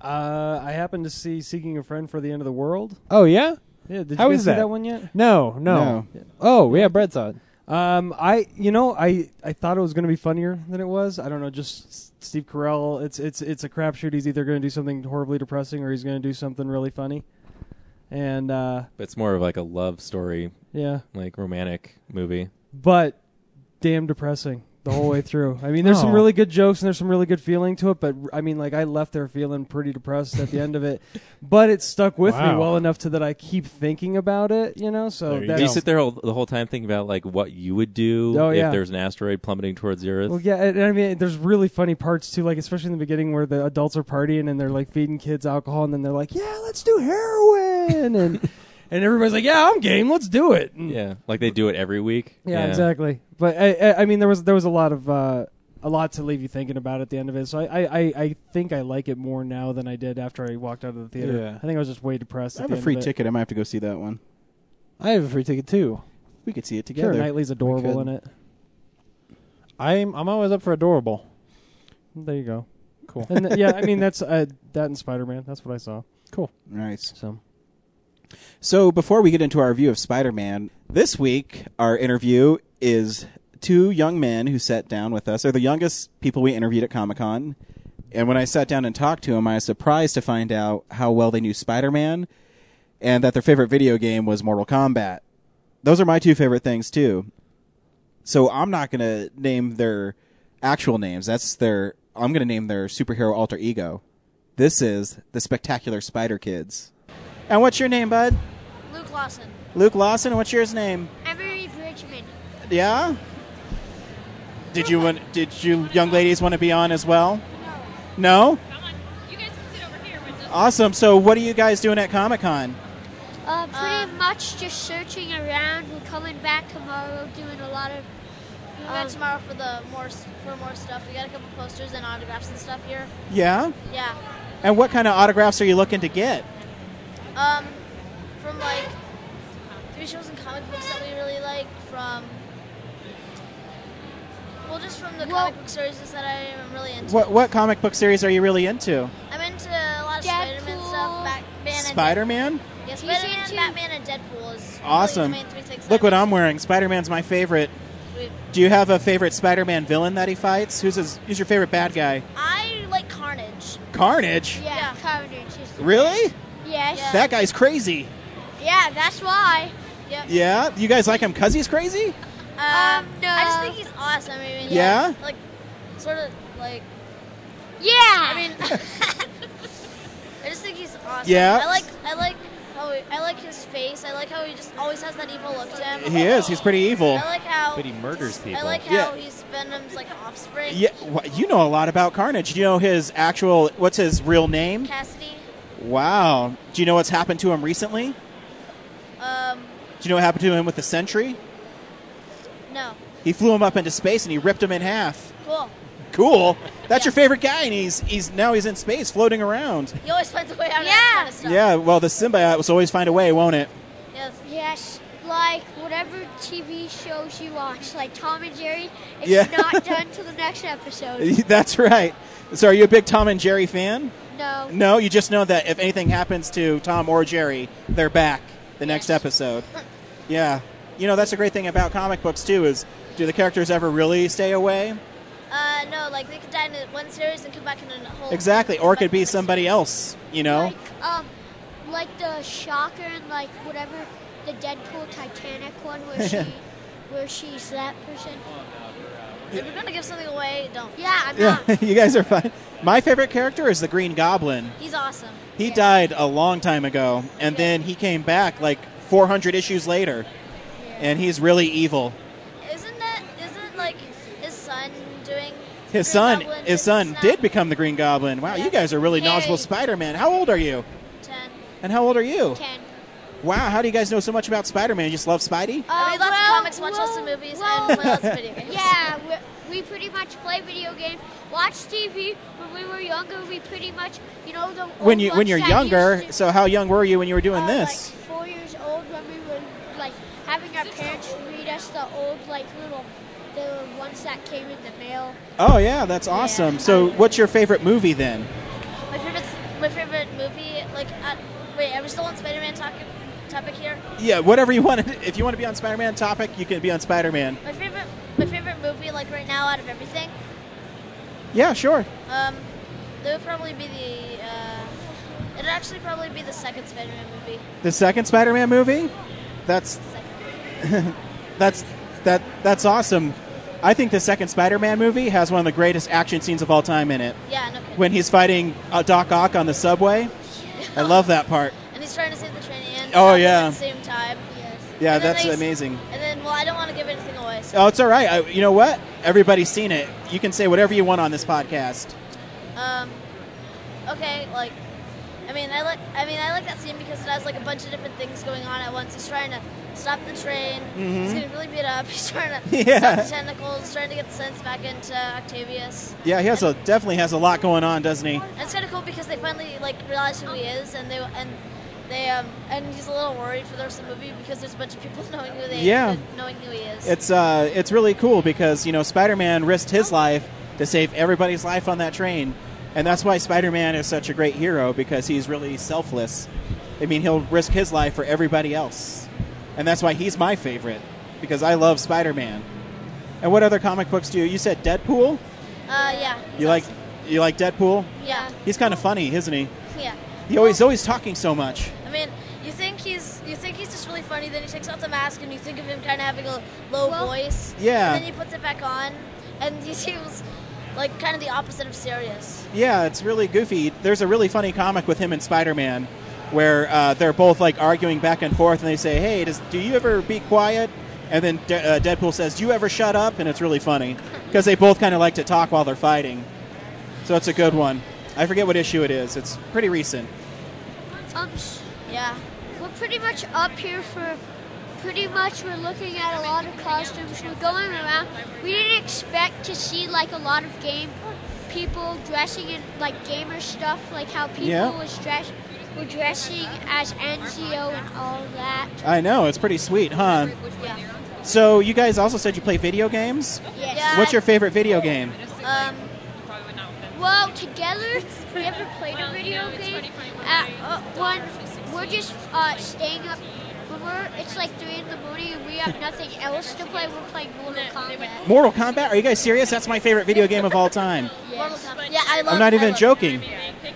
Speaker 4: Uh, I happened to see Seeking a Friend for the End of the World.
Speaker 6: (laughs) Oh yeah.
Speaker 4: Yeah, did you
Speaker 6: How
Speaker 4: guys
Speaker 6: is
Speaker 4: see
Speaker 6: that?
Speaker 4: that one yet?
Speaker 6: No, no.
Speaker 1: No.
Speaker 6: Oh yeah, Brad saw it.
Speaker 4: Um, I you know I I thought it was going to be funnier than it was. I don't know, just S- Steve Carell. It's it's it's a crapshoot. He's either going to do something horribly depressing or he's going to do something really funny. And uh,
Speaker 5: But It's more of like a love story,
Speaker 4: yeah,
Speaker 5: like romantic movie.
Speaker 4: but damn depressing the whole way through. I mean, there's some
Speaker 6: Oh.
Speaker 4: really good jokes and there's some really good feeling to it, but I mean, like I left there feeling pretty depressed at the end
Speaker 6: (laughs)
Speaker 4: of it, but it stuck with me
Speaker 6: Wow.
Speaker 4: well enough to that I keep thinking about it. You know, so
Speaker 6: There you
Speaker 4: that's,
Speaker 5: Do you sit there all, the whole time thinking about like what you would do
Speaker 4: Oh,
Speaker 5: if
Speaker 4: yeah.
Speaker 5: there's an asteroid plummeting towards the Earth?
Speaker 4: Well, yeah, and, and I mean, there's really funny parts too, like especially in the beginning where the adults are partying and they're like feeding kids alcohol, and then they're like, "Yeah, let's do heroin,"
Speaker 6: (laughs)
Speaker 4: and and everybody's like, "Yeah, I'm game, let's do it." And-
Speaker 5: Yeah, like they do it every week.
Speaker 4: yeah, exactly. But I, I, I mean, there was there was a lot of uh, a lot to leave you thinking about at the end of it. So I, I, I, I think I like it more now than I did after I walked out of the theater.
Speaker 6: Yeah.
Speaker 4: I think I was just way depressed.
Speaker 1: I
Speaker 4: at
Speaker 1: have
Speaker 4: the
Speaker 1: a
Speaker 4: end
Speaker 1: free
Speaker 4: of it.
Speaker 1: ticket. I might have to go see that one.
Speaker 6: I have a free ticket too.
Speaker 1: We could see it
Speaker 4: Keira
Speaker 1: together.
Speaker 4: Knightley's adorable in it.
Speaker 6: I'm I'm always up for adorable.
Speaker 4: There you go.
Speaker 6: Cool.
Speaker 4: And th- yeah, I mean that's uh, that and Spider Man. That's what I saw.
Speaker 1: Nice.
Speaker 4: So
Speaker 1: So before we get into our review of Spider-Man, this week our interview is two young men who sat down with us. They're the youngest people we interviewed at Comic-Con. And when I sat down and talked to them, I was surprised to find out how well they knew Spider-Man and that their favorite video game was Mortal Kombat. Those are my two favorite things too. So I'm not going to name their actual names. That's their I'm going to name their superhero alter ego. This is the Spectacular Spider Kids. And what's your name, bud?
Speaker 13: Luke Lawson.
Speaker 1: Luke Lawson, and what's yours name?
Speaker 13: Ever Reeve Richmond.
Speaker 1: Yeah. Did you want? Did you young ladies want to be on as well? No. No?
Speaker 13: You guys can sit over here with us.
Speaker 1: Awesome. So, what are you guys doing at Comic Con?
Speaker 13: Uh, pretty much just searching around. We're coming back tomorrow, doing a lot of. Coming back tomorrow for the more for more stuff. We got a couple posters and autographs and stuff here.
Speaker 1: Yeah.
Speaker 13: Yeah.
Speaker 1: And what kind of autographs are you looking to get?
Speaker 13: Um, from like three shows and comic books that we really like. From well, just from the comic book series that I'm really into.
Speaker 1: What What comic book series are you really into?
Speaker 13: I'm into a lot of Spider-Man stuff. Batman. and-
Speaker 1: Spider Man.
Speaker 13: Yeah. Yes, Spider-Man, Batman, and Deadpool is really
Speaker 1: Awesome.
Speaker 13: the main three things
Speaker 1: Look
Speaker 13: that
Speaker 1: what I'm wearing. Spider Man's my favorite.
Speaker 13: we-
Speaker 1: Do you have a favorite Spider Man villain that he fights? Who's his, who's your favorite bad guy?
Speaker 13: I like Carnage.
Speaker 1: Carnage?
Speaker 13: Yeah, Carnage. Is
Speaker 1: Really?
Speaker 13: Yes. Yeah.
Speaker 1: That guy's crazy.
Speaker 13: yeah, that's why. Yep.
Speaker 1: Yeah? You guys like him because he's crazy?
Speaker 13: Um, no. I just think he's awesome. I mean,
Speaker 1: Yeah?
Speaker 13: like- Like, sort of like. Yeah. I mean, (laughs) I just think he's awesome.
Speaker 1: Yeah.
Speaker 13: I like. I like. How he, I like his face. I like how he just always has that evil look to him.
Speaker 1: He is. He's pretty evil.
Speaker 13: I like how.
Speaker 5: But he murders people.
Speaker 13: I like
Speaker 1: Yeah.
Speaker 13: how he's Venom's like offspring.
Speaker 1: Yeah, wha- you know a lot about Carnage. Do you know his actual, what's his real name?
Speaker 13: Cassidy.
Speaker 1: Wow. Do you know what's happened to him recently? Do
Speaker 13: Um,
Speaker 1: you know what happened to him with the Sentry?
Speaker 13: no.
Speaker 1: He flew him up into space and he ripped him in half.
Speaker 13: Cool.
Speaker 1: Cool. That's your favorite guy, and he's he's now he's in space floating around.
Speaker 13: He always finds a way out. Yeah. Of that kind of stuff.
Speaker 1: Yeah, well, the symbiote will always find a way, won't it? (laughs)
Speaker 13: Yes.
Speaker 10: Yes, like whatever TV shows you watch, like Tom and Jerry, it's
Speaker 1: Yeah.
Speaker 10: not done till the next episode.
Speaker 1: That's right. So, are you a big Tom and Jerry fan?
Speaker 10: No.
Speaker 1: No, you just know that if anything happens to Tom or Jerry, they're back the next episode. Yeah. You know, that's a great thing about comic books, too, is do the characters ever really stay away?
Speaker 13: Uh, no. Like they could die in one series and come back in a whole.
Speaker 1: Exactly. Or it could be somebody else, you know?
Speaker 10: Um, like the Shocker and like whatever the Deadpool Titanic one where she, where she's that person.
Speaker 13: If you're gonna give something away, don't.
Speaker 10: Yeah, I'm
Speaker 1: Yeah, (laughs)
Speaker 10: not.
Speaker 1: you guys are fine. My favorite character is the Green Goblin.
Speaker 13: He's awesome.
Speaker 1: He died a long time ago, and then he came back like 400 issues later, and he's really evil.
Speaker 13: Isn't that? Isn't like his son doing? Green
Speaker 1: His son,
Speaker 13: Goblin
Speaker 1: his son did become the Green Goblin. Wow, you guys are really
Speaker 13: Harry.
Speaker 1: knowledgeable Spider-Man. How old are you?
Speaker 13: Ten.
Speaker 1: And how old are you?
Speaker 10: Ten.
Speaker 1: Wow, how do you guys know so much about Spider-Man? You just love Spidey?
Speaker 13: I read lots
Speaker 10: Uh, well,
Speaker 13: of comics, watch lots of movies, and play
Speaker 10: (laughs)
Speaker 13: lots of video games.
Speaker 10: Yeah, we, we pretty much play video games, watch TV. When we were younger, we pretty much, you know, the
Speaker 13: Oh,
Speaker 1: When
Speaker 10: old
Speaker 1: you when
Speaker 10: ones
Speaker 1: you're
Speaker 10: that
Speaker 1: younger,
Speaker 10: used to-
Speaker 1: so how young were you when you were doing
Speaker 10: uh,
Speaker 1: this?
Speaker 10: Like four years old when we were like having our parents read us the old like little the ones that came in the mail.
Speaker 1: Oh yeah, that's awesome. So what's your favorite movie then?
Speaker 13: My favorite, my favorite movie. Like, uh, wait, are we still on Spider-Man talking topic here?
Speaker 1: Yeah, whatever you want. to If you want to be on Spider-Man topic, you can be on Spider-Man.
Speaker 13: My favorite, my favorite movie, like right now, out of everything,
Speaker 1: Yeah, sure.
Speaker 13: um, it would probably be the. Uh, it'd actually probably be the second Spider-Man movie.
Speaker 1: The second Spider-Man movie? That's (laughs) that's that that's awesome. I think the second Spider-Man movie has one of the greatest action scenes of all time in it.
Speaker 13: Yeah, no kidding.
Speaker 1: When he's fighting uh, Doc Ock on the subway, I love that part.
Speaker 13: And he's trying to save the train and
Speaker 1: Oh,
Speaker 13: stop him
Speaker 1: yeah.
Speaker 13: at the same time. Yes.
Speaker 1: Yeah,
Speaker 13: And then
Speaker 1: that's
Speaker 13: they s-
Speaker 1: amazing.
Speaker 13: And then, well, I don't want to give anything away. So,
Speaker 1: Oh, it's all right. I, you know what? Everybody's seen it. You can say whatever you want on this podcast.
Speaker 13: um, okay, like, I mean, I like, I mean, I like that scene because it has like a bunch of different things going on at once. He's trying to stop the train.
Speaker 1: Mhm.
Speaker 13: He's getting really beat up.
Speaker 1: (laughs)
Speaker 13: He's trying to
Speaker 1: Yeah.
Speaker 13: stop the tentacles. He's trying to get the sense back into Octavius.
Speaker 1: Yeah, he has a definitely has a lot going on, doesn't he?
Speaker 13: And it's kind of cool because they finally like realize who he is, and they and they um and he's a little worried for the rest of the movie because there's a bunch of people (laughs) knowing who they
Speaker 1: Yeah.
Speaker 13: knowing who he is.
Speaker 1: It's uh, it's really cool because you know Spider-Man risked his life to save everybody's life on that train, and that's why Spider-Man is such a great hero because he's really selfless. I mean, he'll risk his life for everybody else, and that's why he's my favorite because I love Spider-Man. And what other comic books do you? You said Deadpool.
Speaker 13: uh yeah
Speaker 1: You like you like Deadpool?
Speaker 13: yeah
Speaker 1: He's kind of funny, isn't he?
Speaker 13: yeah.
Speaker 1: He always he's always talking so much.
Speaker 13: I mean, you think he's you think he's just really funny, then he takes off the mask and you think of him kind of having a low voice.
Speaker 1: yeah.
Speaker 13: And then he puts it back on, and (laughs) he seems like kind of the opposite of serious.
Speaker 1: Yeah, it's really goofy. There's a really funny comic with him and Spider-Man where uh, they're both like arguing back and forth, and they say, "Hey, does do you ever be quiet?" And then De- uh, Deadpool says, "Do you ever shut up?" And it's really funny because they both kind of like to talk while they're fighting. So it's a good one. I forget what issue it is. It's pretty recent.
Speaker 10: Um, s-
Speaker 13: Yeah.
Speaker 10: we're pretty much up here for. Pretty much, we're looking at a lot of costumes. We're going around. We didn't expect to see like a lot of game people dressing in like gamer stuff, like how people
Speaker 1: Yeah.
Speaker 10: was dress were dressing as NCO and all that.
Speaker 1: I know it's pretty sweet, huh?
Speaker 13: Yeah.
Speaker 1: So you guys also said you play video games.
Speaker 10: Yes.
Speaker 1: What's your favorite video game?
Speaker 13: Um,
Speaker 10: well, together, we ever played a video game? At, uh, one we're just uh, staying up. When we're, it's like three in the morning and we have nothing else to play. We're playing Mortal Kombat.
Speaker 1: Mortal Kombat? Are you guys serious? That's my favorite video game of all time.
Speaker 10: Yes. Yeah, I love.
Speaker 1: I'm not
Speaker 10: I
Speaker 1: even
Speaker 10: love
Speaker 1: joking.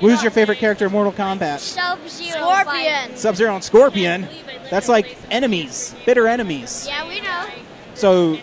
Speaker 1: Who's your favorite character in Mortal Kombat?
Speaker 10: Sub-Zero. Scorpion.
Speaker 1: Sub Zero and Scorpion. That's like enemies, bitter enemies.
Speaker 10: Yeah, we know.
Speaker 1: So,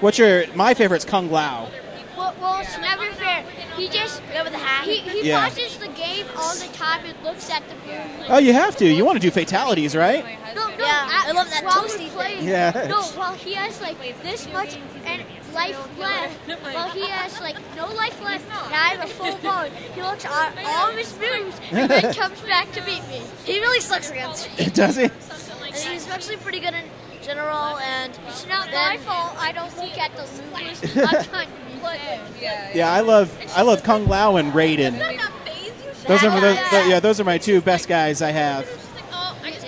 Speaker 1: what's your my favorite's Kung Lao.
Speaker 10: Well, well it's never fair. He just with the hat. He, he
Speaker 1: Yeah.
Speaker 10: pauses the game all the time and looks at the movie.
Speaker 1: Oh, you have to. You want to do fatalities, right? (laughs)
Speaker 10: No, no, I love that while toasty playing,
Speaker 1: Yeah.
Speaker 10: No, while he has like this much and life left, while he has like no life left, and I have a full bone, he looks at all of his moves and then comes back to beat me. He really sucks (laughs) against me.
Speaker 1: Does he?
Speaker 10: And he's actually pretty good in general, and it's not my fault. I don't look at
Speaker 13: (laughs)
Speaker 10: the movies. I'm trying to be fair.
Speaker 1: Yeah, I love I love Kung Lao and Raiden. Those are those, tho- yeah, those are my two best guys I have.
Speaker 10: oh, Yeah,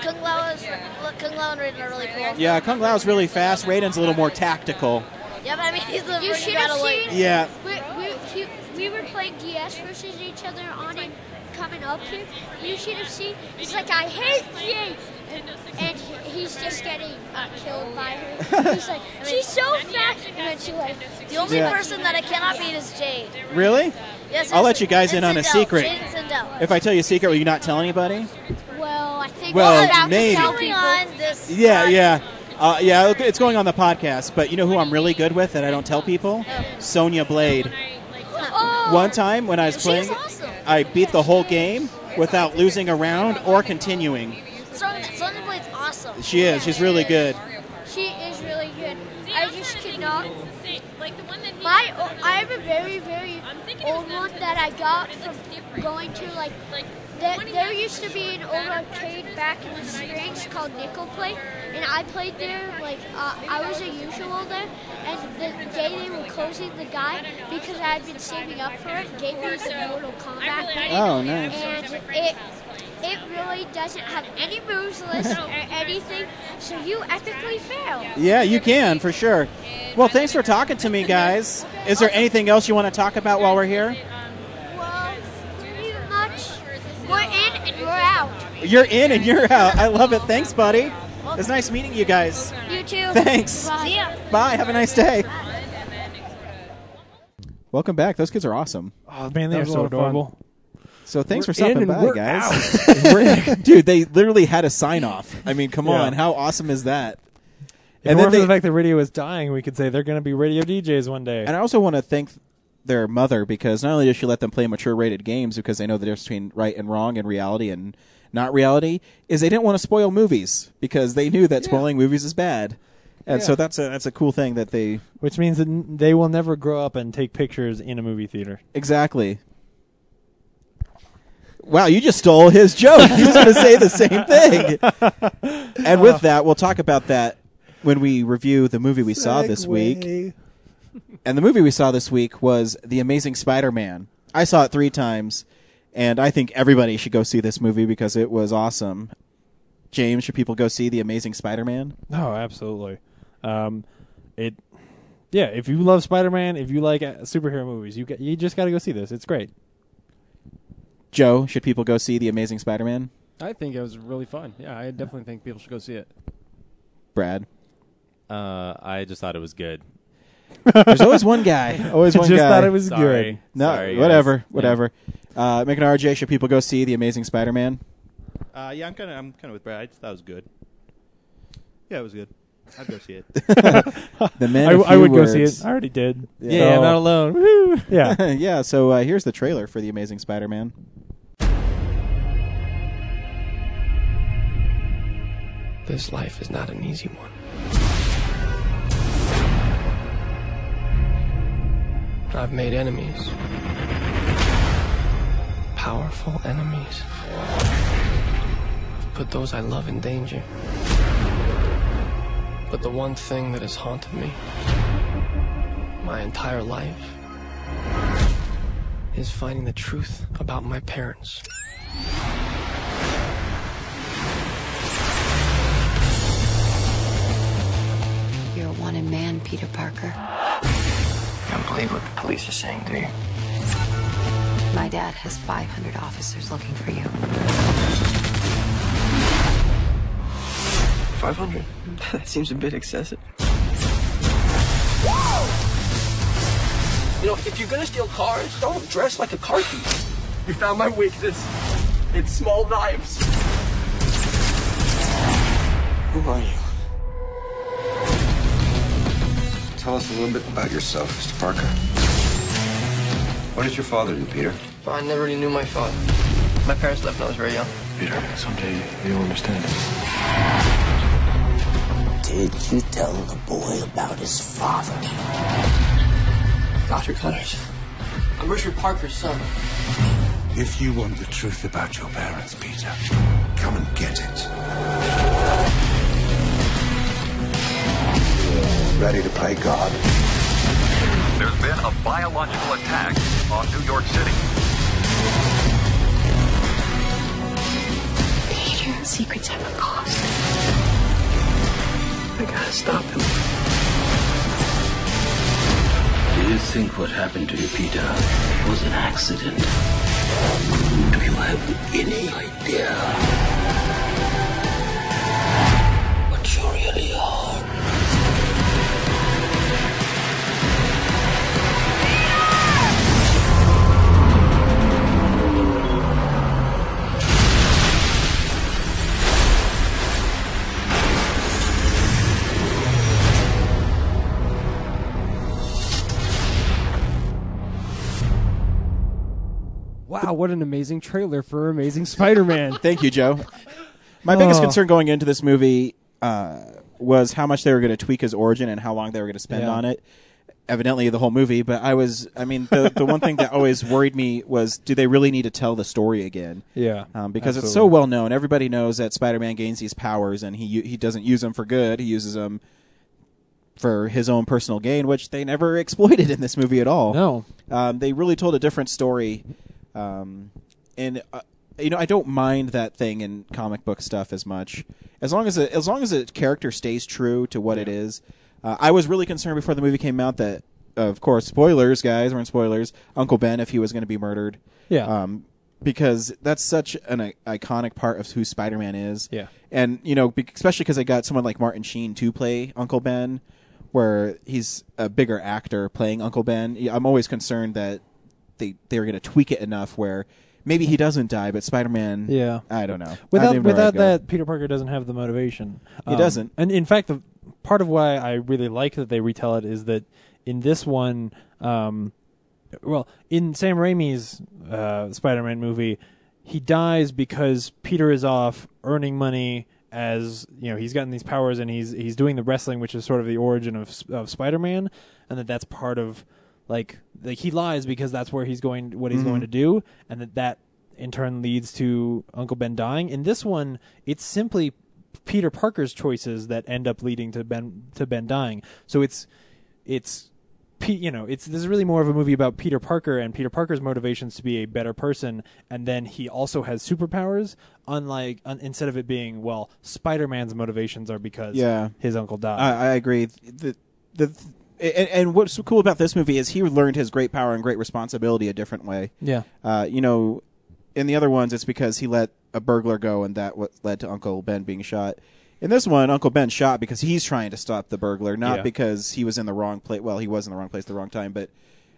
Speaker 10: Kung Lao is look, Kung Lao and Raiden are really cool.
Speaker 1: Yeah, Kung Lao's really fast. Raiden's a little more tactical.
Speaker 10: Yeah, but I mean, he's the you should
Speaker 13: gotta,
Speaker 10: have
Speaker 13: like-
Speaker 10: seen.
Speaker 1: Yeah.
Speaker 10: We, we, he- we were playing DS versus each other on it coming up here. You should have seen. He's like, I hate Jade, and, and he's just getting uh, killed by her. He's (laughs) like, she's so fast, and then she like.
Speaker 13: The only
Speaker 1: Yeah.
Speaker 13: person that I cannot beat is Jade.
Speaker 1: Really?
Speaker 13: Yes,
Speaker 1: I'll
Speaker 13: it's-
Speaker 1: let you guys in
Speaker 13: it's
Speaker 1: on a
Speaker 13: Sindel.
Speaker 1: secret.
Speaker 13: Jade and Sindel.
Speaker 1: If I tell you a secret, will you not tell anybody?
Speaker 10: Well, I think
Speaker 1: Well,
Speaker 10: we're about
Speaker 1: maybe.
Speaker 10: to tell
Speaker 13: Going
Speaker 10: people.
Speaker 13: on this.
Speaker 1: Yeah, yeah. Uh, yeah, okay, it's going on the podcast, but you know who I'm really good with that I don't tell people? Sonia Blade.
Speaker 10: Oh,
Speaker 1: One time when I was
Speaker 10: She's
Speaker 1: playing,
Speaker 10: awesome.
Speaker 1: I beat the whole game without losing a round or continuing.
Speaker 10: Sonya Sonya Blade's awesome.
Speaker 1: She is. She's really good.
Speaker 10: She is really good. I just cannot. My, o- I have a very, very old one that I got from going to like. There, there used to be an old arcade back in the Springs called Nickel Play, and I played there. Like uh, I was a usual there, and the day they were closing the guy because I had been saving up for it, gave me the Mortal Kombat.
Speaker 1: Oh, nice.
Speaker 10: And it it really doesn't have any moves list or anything, so you ethically fail.
Speaker 1: Yeah, you can for sure. Well, thanks for talking to me, guys. Is there anything else you want to talk about while we're here?
Speaker 10: Well, pretty much. We're in and we're out.
Speaker 1: You're in and you're out. I love it. Thanks, buddy. It's nice meeting you guys.
Speaker 10: You too.
Speaker 1: Thanks.
Speaker 10: Bye. See ya.
Speaker 1: Bye. Have a nice day. Welcome back. Those kids are awesome.
Speaker 3: Oh man, they
Speaker 6: That
Speaker 3: are
Speaker 6: was a
Speaker 3: so
Speaker 6: lot of fun.
Speaker 3: adorable.
Speaker 1: So thanks
Speaker 6: We're
Speaker 1: for
Speaker 6: in
Speaker 1: stopping
Speaker 6: and
Speaker 1: by,
Speaker 6: we're
Speaker 1: guys. (laughs) We're- Dude, they literally had a sign off. I mean, (laughs) come
Speaker 3: Yeah.
Speaker 1: on. How awesome is that?
Speaker 3: If
Speaker 1: And
Speaker 3: and
Speaker 1: then
Speaker 3: then for
Speaker 1: they-
Speaker 3: the fact that radio is dying, we could say they're going to be radio DJs one day.
Speaker 1: And I also want to thank their mother because not only does she let them play mature rated games because they know the difference between right and wrong and reality and not reality is they didn't want to spoil movies because they knew that spoiling movies is bad. And so
Speaker 3: Yeah.
Speaker 1: that's a that's a cool thing that they
Speaker 3: Which means that n- they will never grow up and take pictures in a movie theater.
Speaker 1: exactly. Wow, you just stole his joke. He was going to say the
Speaker 5: (laughs)
Speaker 1: same thing. And with that, we'll talk about that when we review the movie we saw this week. And the movie we saw this week was The Amazing Spider Man. I saw it three times, and I think everybody should go see this movie because it was awesome. James, should people go see The Amazing Spider Man?
Speaker 3: No, absolutely. Um, it, yeah. If you love Spider Man, if you like uh, superhero movies, you get, you just got to go see this. It's great.
Speaker 1: Joe, should people go see The Amazing Spider Man?
Speaker 14: I think it was really fun. Yeah, I definitely think people should go see it.
Speaker 1: Brad.
Speaker 5: Uh, I just thought it was good.
Speaker 1: There's always
Speaker 15: (laughs)
Speaker 3: (laughs)
Speaker 1: one guy. Always one
Speaker 3: Just
Speaker 1: guy.
Speaker 3: thought it was
Speaker 5: Sorry.
Speaker 3: good.
Speaker 1: No,
Speaker 5: Sorry, guys.
Speaker 1: whatever,
Speaker 5: Yeah.
Speaker 1: whatever. Uh, make an RJ. Should people go see The Amazing Spider Man?
Speaker 15: Uh, yeah, I'm kind of I'm kind of with Brad. I just thought it was good. Yeah, it was good. I'd go see it.
Speaker 1: (laughs)
Speaker 15: (laughs)
Speaker 1: the man.
Speaker 3: I,
Speaker 1: of
Speaker 3: I
Speaker 1: few
Speaker 3: would
Speaker 1: words.
Speaker 3: go see it. I already did.
Speaker 1: Yeah.
Speaker 3: So-
Speaker 1: I'm not
Speaker 5: alone.
Speaker 3: (laughs)
Speaker 1: (laughs)
Speaker 3: Yeah.
Speaker 1: yeah. So uh, here's the trailer for The Amazing Spider Man.
Speaker 16: This life is not an easy one. But I've made enemies. Powerful enemies. I've put those I love in danger. But the one thing that has haunted me my entire life is finding the truth about my parents.
Speaker 17: You're a wanted man, Peter Parker.
Speaker 16: You don't believe what the police are saying, do you?
Speaker 17: My dad has 500 officers looking for you.
Speaker 16: (laughs)
Speaker 8: 500? that seems a bit excessive. You know, if you're gonna steal cars, don't dress like a car thief. You found my weakness. It's small knives. Who are you?
Speaker 16: Tell us a little bit about yourself, Mr. Parker. What did your father do, Peter?
Speaker 8: I never really knew my father. My parents left when I was very young.
Speaker 16: Peter, someday you'll understand.
Speaker 18: Did you tell the boy about his father?
Speaker 8: Dr. Cutters. I'm Richard Parker's son.
Speaker 16: If you want the truth about your parents, Peter, come and get it. Ready to play God?
Speaker 19: There's been a biological attack on New York City.
Speaker 10: Peter, secrets have a cost.
Speaker 8: I gotta stop him.
Speaker 16: Do you think what happened to you, Peter, was an accident? Do you have any idea what you really are?
Speaker 4: Wow, what an amazing trailer for
Speaker 14: (laughs)
Speaker 4: Amazing Spider-Man.
Speaker 1: (laughs) Thank you, Joe. My
Speaker 6: Oh.
Speaker 1: biggest concern going into this movie uh, was how much they were going to tweak his origin and how long they were going to spend
Speaker 4: Yeah.
Speaker 1: on it. Evidently, the whole movie. But I was, I mean, the, the one thing that always worried me was do they really need to tell the story again?
Speaker 6: Yeah,
Speaker 1: Um, because it's so
Speaker 6: absolutely.
Speaker 1: well known. Everybody knows that Spider Man gains these powers and he, u- he doesn't use them for good, he uses them for his own personal gain, which they never (laughs) exploited in this movie at all.
Speaker 6: No.
Speaker 1: Um, they really told a different story. Um, and uh, you know, I don't mind that thing in comic book stuff as much as long as a, as long as a character stays true to what it is. Uh, I was really concerned before the movie came out that, of course, spoilers, guys, we're in spoilers. Uncle Ben, if he was going to be murdered,
Speaker 6: Yeah.
Speaker 1: um, because that's such an i iconic part of who Spider-Man is.
Speaker 6: Yeah.
Speaker 1: and you know, bec- especially because I got someone like Martin Sheen to play Uncle Ben, where he's a bigger actor playing Uncle Ben. Yeah, I'm always concerned that they they were going to tweak it enough where maybe he doesn't die, but Spider-Man.
Speaker 6: Yeah.
Speaker 1: I don't know. I don't
Speaker 6: Without
Speaker 1: even know where
Speaker 6: without
Speaker 1: I'd go.
Speaker 6: that, Peter Parker doesn't have the motivation. Um,
Speaker 1: He doesn't.
Speaker 6: And in fact, the part of why I really like that they retell it is that in this one, um, well, in Sam Raimi's uh, Spider-Man movie, he dies because Peter is off earning money as you know he's gotten these powers and he's he's doing the wrestling, which is sort of the origin of S- of Spider-Man, and that that's part of like like he lies because that's where he's going what he's
Speaker 1: Mm-hmm.
Speaker 4: Mhm.
Speaker 6: going to do and that that in turn leads to Uncle Ben dying. In this one, it's simply Peter Parker's choices that end up leading to Ben to Ben dying. So it's it's Pe- you know it's this is really more of a movie about Peter Parker and Peter Parker's motivations to be a better person, and then he also has superpowers. Unlike un- instead of it being well, Spider Man's motivations are because
Speaker 1: Yeah.
Speaker 6: his uncle died.
Speaker 1: I, I agree. The the and, and what's so cool about this movie is he learned his great power and great responsibility a different way.
Speaker 6: Yeah.
Speaker 1: Uh, you know, in the other ones, it's because he let a burglar go, and that what led to Uncle Ben being shot. In this one, Uncle Ben shot because he's trying to stop the burglar, not
Speaker 6: Yeah.
Speaker 1: because he was in the wrong place. Well, he was in the wrong place at the wrong time, but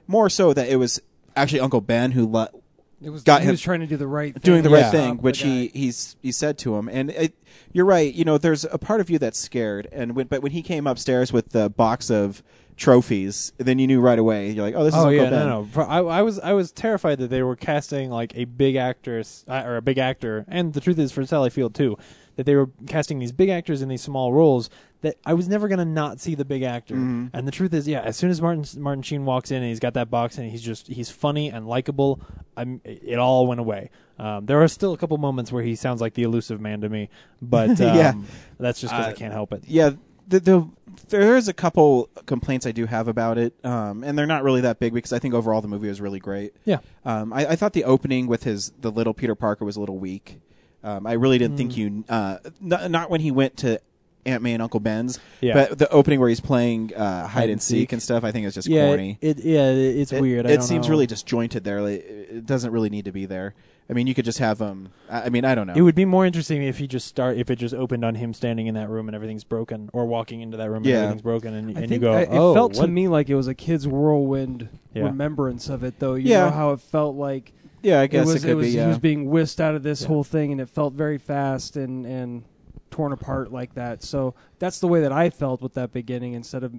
Speaker 1: more so that it was actually Uncle Ben who let
Speaker 4: It was-
Speaker 1: got
Speaker 4: he
Speaker 1: him
Speaker 4: was trying to do the right thing.
Speaker 1: doing the right
Speaker 4: Yeah.
Speaker 1: thing,
Speaker 4: Stop the
Speaker 1: which he he's he said to him. And it, you're right. You know, there's a part of you that's scared, and when, but when he came upstairs with the box of trophies, then you knew right away. You're like, oh, this is
Speaker 6: oh
Speaker 1: Uncle
Speaker 6: yeah,
Speaker 1: Ben.
Speaker 6: no, no. Pro- I, I was I was terrified that they were casting like a big actress uh, or a big actor, and the truth is for Sally Field too, that they were casting these big actors in these small roles that I was never gonna not see the big actor.
Speaker 1: Mhm.
Speaker 6: And the truth is, yeah, as soon as Martin Martin Sheen walks in and he's got that box and he's just he's funny and likable, I'm it all went away. Um, there are still a couple moments where he sounds like the elusive man to me, but um,
Speaker 1: (laughs) Yeah.
Speaker 6: that's just because I
Speaker 1: Uh,
Speaker 6: can't help it.
Speaker 1: Yeah, the, the there is a couple complaints I do have about it, um, and they're not really that big because I think overall the movie was really great.
Speaker 6: Yeah.
Speaker 1: um, I, I thought the opening with his the little Peter Parker was a little weak. Um, I really didn't think
Speaker 6: Mm.
Speaker 1: you uh, n- not when he went to Aunt May and Uncle Ben's,
Speaker 6: Yeah.
Speaker 1: but the opening where he's playing uh, hide and seek and stuff. I think is just
Speaker 6: yeah,
Speaker 1: corny.
Speaker 6: It, it- yeah, it- it's
Speaker 1: It-
Speaker 6: weird. I
Speaker 1: It
Speaker 6: don't
Speaker 1: seems
Speaker 6: know.
Speaker 1: really disjointed there. Like, it it doesn't really need to be there. I mean, you could just have um. I I mean, I don't know.
Speaker 6: It would be more interesting if he just start if it just opened on him standing in that room and everything's broken, or walking into that room
Speaker 1: Yeah.
Speaker 6: and everything's broken, and,
Speaker 4: I
Speaker 6: and you
Speaker 4: think
Speaker 6: go,
Speaker 4: I-
Speaker 6: oh,
Speaker 4: it felt to
Speaker 6: what-
Speaker 4: me like it was a kid's whirlwind
Speaker 6: Yeah.
Speaker 4: remembrance of it, though. You
Speaker 1: Yeah.
Speaker 4: know how it felt like.
Speaker 1: Yeah, I guess it
Speaker 4: was,
Speaker 1: could
Speaker 4: was,
Speaker 1: be,
Speaker 4: He
Speaker 1: yeah.
Speaker 4: was being whisked out of this
Speaker 1: Yeah.
Speaker 4: whole thing, and it felt very fast and and torn apart like that. So that's the way that I felt with that beginning, instead of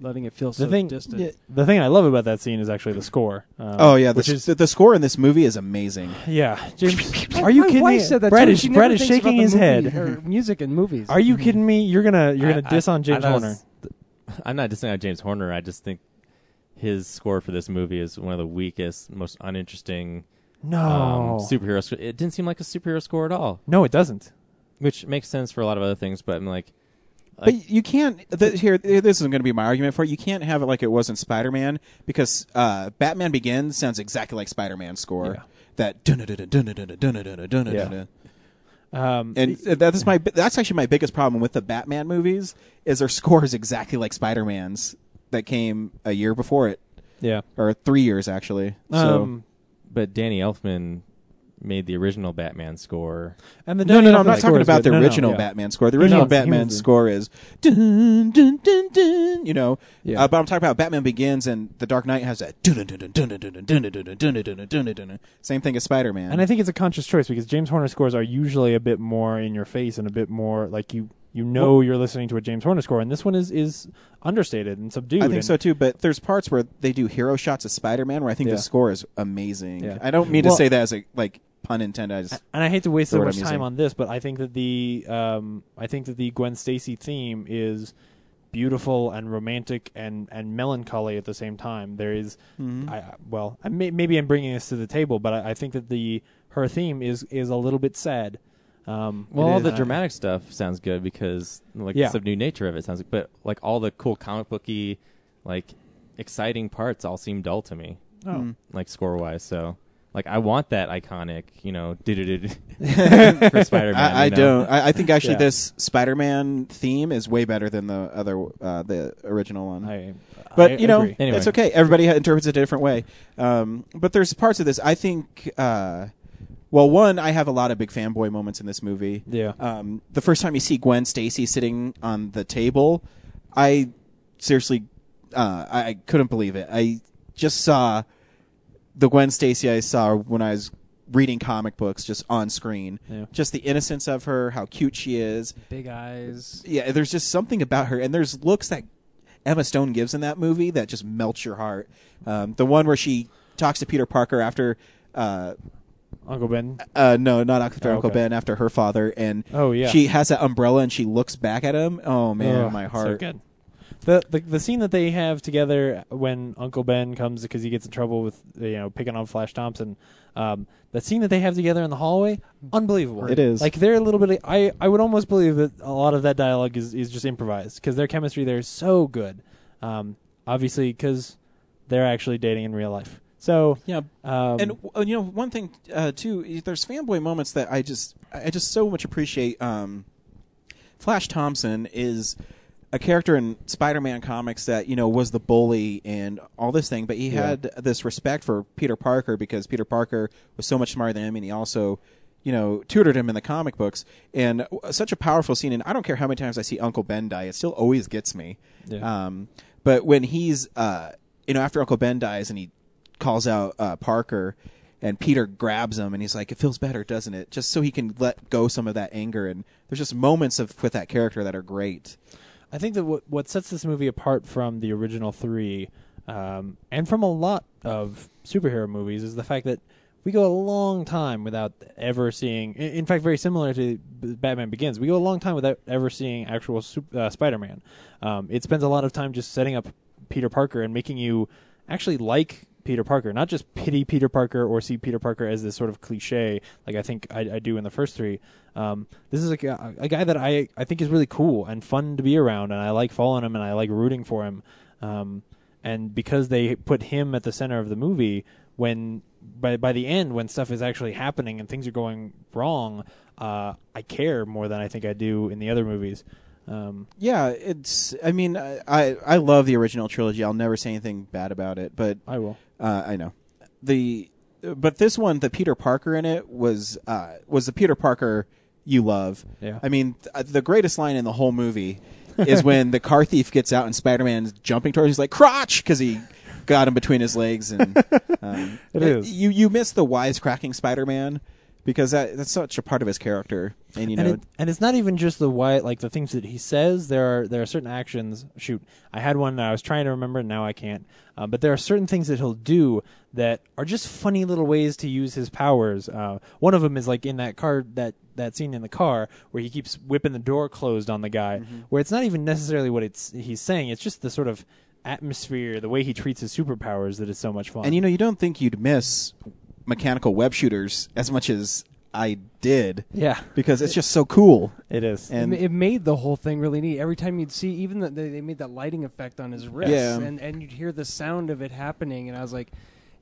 Speaker 4: letting it feel so
Speaker 6: the thing.
Speaker 4: distant.
Speaker 6: yeah, the thing I love about that scene is actually the score. Um,
Speaker 1: Oh yeah, the,
Speaker 6: which
Speaker 1: s-
Speaker 6: is
Speaker 1: the, the score in this movie is amazing.
Speaker 6: yeah. James,
Speaker 4: My-
Speaker 6: are you
Speaker 4: my
Speaker 6: kidding
Speaker 4: wife
Speaker 6: me?
Speaker 4: Said that
Speaker 6: Brad
Speaker 4: too.
Speaker 6: is
Speaker 4: She never
Speaker 6: Brad is
Speaker 4: thinks about
Speaker 6: shaking
Speaker 4: the
Speaker 6: his
Speaker 4: movie, (laughs)
Speaker 6: head.
Speaker 4: or music and movies.
Speaker 6: (laughs) Are you kidding me? You're gonna you're gonna
Speaker 5: I-
Speaker 6: diss
Speaker 5: I-
Speaker 6: on James
Speaker 5: I was-
Speaker 6: Horner.
Speaker 5: I'm not dissing on James Horner. I just think his score for this movie is one of the weakest, most uninteristing.
Speaker 6: No.
Speaker 5: um, superhero. Sc- it didn't seem like a superhero score at all.
Speaker 6: No, it doesn't.
Speaker 5: Which makes sense for a lot of other things, but I'm like,
Speaker 1: but you can't. Th- here, th- this is going to be my argument for it. You can't have it like it was in Spider Man because uh, Batman Begins sounds exactly like Spider Man's score. That dun dun dun dun dun dun dun dun dun dun.
Speaker 6: Um,
Speaker 1: and that is my bi- that's actually my biggest problem with the Batman movies is their scores exactly like Spider Man's that came a year before it.
Speaker 6: Yeah.
Speaker 1: or three years actually.
Speaker 6: Um,
Speaker 5: but Danny Elfman made the original Batman score.
Speaker 6: And the
Speaker 1: so no,
Speaker 6: Danny
Speaker 1: no, no, I'm
Speaker 6: Elfman
Speaker 1: not
Speaker 6: score
Speaker 1: talking
Speaker 6: is
Speaker 1: about
Speaker 6: good.
Speaker 1: the
Speaker 6: No, no,
Speaker 1: original
Speaker 6: yeah.
Speaker 1: Batman score. The original
Speaker 6: No, he was
Speaker 1: Batman
Speaker 6: the-
Speaker 1: score is dun dun dun dun, you know.
Speaker 6: Yeah.
Speaker 1: Uh, but I'm talking about Batman Begins and The Dark Knight has that dun dun dun dun dun dun dun dun dun dun dun dun dun dun. Same thing as Spider Man.
Speaker 6: And I think it's a conscious choice because James Horner scores are usually a bit more in your face and a bit more like you you know
Speaker 1: Well-
Speaker 6: you're listening to a James Horner score, and this one is is understated and subdued.
Speaker 1: I think
Speaker 6: and-
Speaker 1: so too, but there's parts where they do hero shots of Spider-Man where I think
Speaker 6: Yeah.
Speaker 1: the score is amazing.
Speaker 6: Yeah.
Speaker 1: I don't mean
Speaker 6: Well-
Speaker 1: to say that as a like pun intended. I just
Speaker 6: And I hate to waste
Speaker 1: the
Speaker 6: so
Speaker 1: word
Speaker 6: much
Speaker 1: I'm
Speaker 6: time
Speaker 1: using.
Speaker 6: on this, but I think that the um, I think that the Gwen Stacy theme is beautiful and romantic and, and melancholy at the same time. There is-
Speaker 5: Mm-hmm.
Speaker 1: Mhm.
Speaker 6: I, I- well, I may, maybe I'm bringing this to the table, but I, I think that the her theme is is a little bit sad. Um,
Speaker 5: Well,
Speaker 6: it
Speaker 5: all
Speaker 6: is,
Speaker 5: the
Speaker 6: and I-
Speaker 5: dramatic stuff sounds good because like
Speaker 6: Yeah.
Speaker 5: the subdued nature of it sounds. But like all the cool comic booky, like exciting parts all seem dull to me.
Speaker 6: Oh.
Speaker 1: Hmm.
Speaker 6: Mm.
Speaker 5: like score wise. So like I want that iconic, you know, (laughs) do
Speaker 6: (laughs)
Speaker 5: for Spider Man.
Speaker 1: I, I don't.
Speaker 5: (laughs)
Speaker 1: I, I think actually
Speaker 5: Yeah.
Speaker 1: this Spider-Man theme is way better than the other uh, the original one.
Speaker 6: I,
Speaker 1: but
Speaker 6: I
Speaker 1: you know,
Speaker 6: agree. Anyway.
Speaker 1: it's okay. Everybody ha- interprets it a different way. Um, but there's parts of this I think. Uh, well, one, I have a lot of big fanboy moments in this movie.
Speaker 6: Yeah.
Speaker 1: Um, the first time you see Gwen Stacy sitting on the table, I seriously, uh, I, I couldn't believe it. I just saw the Gwen Stacy I saw when I was reading comic books just on screen.
Speaker 6: Yeah.
Speaker 1: Just the innocence of her, how cute she is.
Speaker 4: Big eyes.
Speaker 1: Yeah, there's just something about her, and there's looks that Emma Stone gives in that movie that just melts your heart. Um, the one where she talks to Peter Parker after. Uh,
Speaker 6: Uncle Ben.
Speaker 1: uh, no, not after
Speaker 6: Oh,
Speaker 1: Uncle
Speaker 6: okay.
Speaker 1: Ben, after her father, and
Speaker 6: Oh, yeah.
Speaker 1: she has that umbrella and she looks back at him. Oh man,
Speaker 6: Ugh,
Speaker 1: my
Speaker 6: so
Speaker 1: heart.
Speaker 6: good. The, the the scene that they have together when Uncle Ben comes because he gets in trouble with you know picking on Flash Thompson. Um, that scene that they have together in the hallway, unbelievable.
Speaker 1: It is.
Speaker 6: like they're a little bit. I I would almost believe that a lot of that dialogue is is just improvised because their chemistry there is so good. Um, obviously because they're actually dating in real life. So
Speaker 1: Yeah.
Speaker 6: um,
Speaker 1: and w- uh, you know, one thing uh, too, i- there's fanboy moments that I just, I I just so much appreciate. Um, Flash Thompson is a character in Spider-Man comics that you know was the bully and all this thing, but he
Speaker 6: Yeah.
Speaker 1: had this respect for Peter Parker because Peter Parker was so much smarter than him, and he also. You know, tutored him in the comic books, and w- such a powerful scene. And I don't care how many times I see Uncle Ben die; it still always gets me.
Speaker 6: Yeah.
Speaker 1: Um, but when he's, uh, you know, after Uncle Ben dies and he calls out uh, Parker, and Peter grabs him and he's like, "It feels better, doesn't it?" Just so he can let go some of that anger. And there's just moments of with that character that are great.
Speaker 6: I think that what what sets this movie apart from the original three, um, and from a lot of superhero movies, is the fact that we go a long time without ever seeing. In, in fact, very similar to B- Batman Begins, we go a long time without ever seeing actual sup- uh, Spider-Man. Um, it spends a lot of time just setting up Peter Parker and making you actually like Peter Parker, not just pity Peter Parker or see Peter Parker as this sort of cliche, like I think I, I do in the first three. Um, this is a, gu- a guy that I, I think is really cool and fun to be around, and I like following him and I like rooting for him. Um, and because they put him at the center of the movie, when by by the end, when stuff is actually happening and things are going wrong, uh, I care more than I think I do in the other movies. Um,
Speaker 1: Yeah, it's. I mean, I I, I love the original trilogy. I'll never say anything bad about it, but
Speaker 6: I will.
Speaker 1: Uh, I know the but this one, the Peter Parker in it was uh, was the Peter Parker you love.
Speaker 6: Yeah.
Speaker 1: I mean, th- uh, the greatest line in the whole movie
Speaker 6: (laughs)
Speaker 1: is when the car thief gets out and Spider Man's jumping towards. He's like crotch because he got him between his
Speaker 6: (laughs)
Speaker 1: legs, and um,
Speaker 6: It is.
Speaker 1: you you miss the wisecracking Spider Man because that that's such a part of his character, and you know.
Speaker 6: and, it- and it's not even just the why, like the things that he says. There are there are certain actions. Shoot, I had one that I was trying to remember, and now I can't. Uh, but there are certain things that he'll do that are just funny little ways to use his powers. Uh, one of them is like in that car that that scene in the car where he keeps whipping the door closed on the guy,
Speaker 4: Mm-hmm.
Speaker 6: where it's not even necessarily what it's he's saying. It's just the sort of atmosphere, the way he treats his superpowers that is so much fun.
Speaker 1: And you know, you don't think you'd miss mechanical web shooters as much as I did.
Speaker 6: Yeah.
Speaker 1: Because it's just so cool.
Speaker 6: It is.
Speaker 1: And
Speaker 4: it, ma- it made the whole thing really neat. Every time you'd see, even the, they, they made that lighting effect on his wrist,
Speaker 1: Yeah.
Speaker 4: and and you'd hear the sound of it happening, and I was like,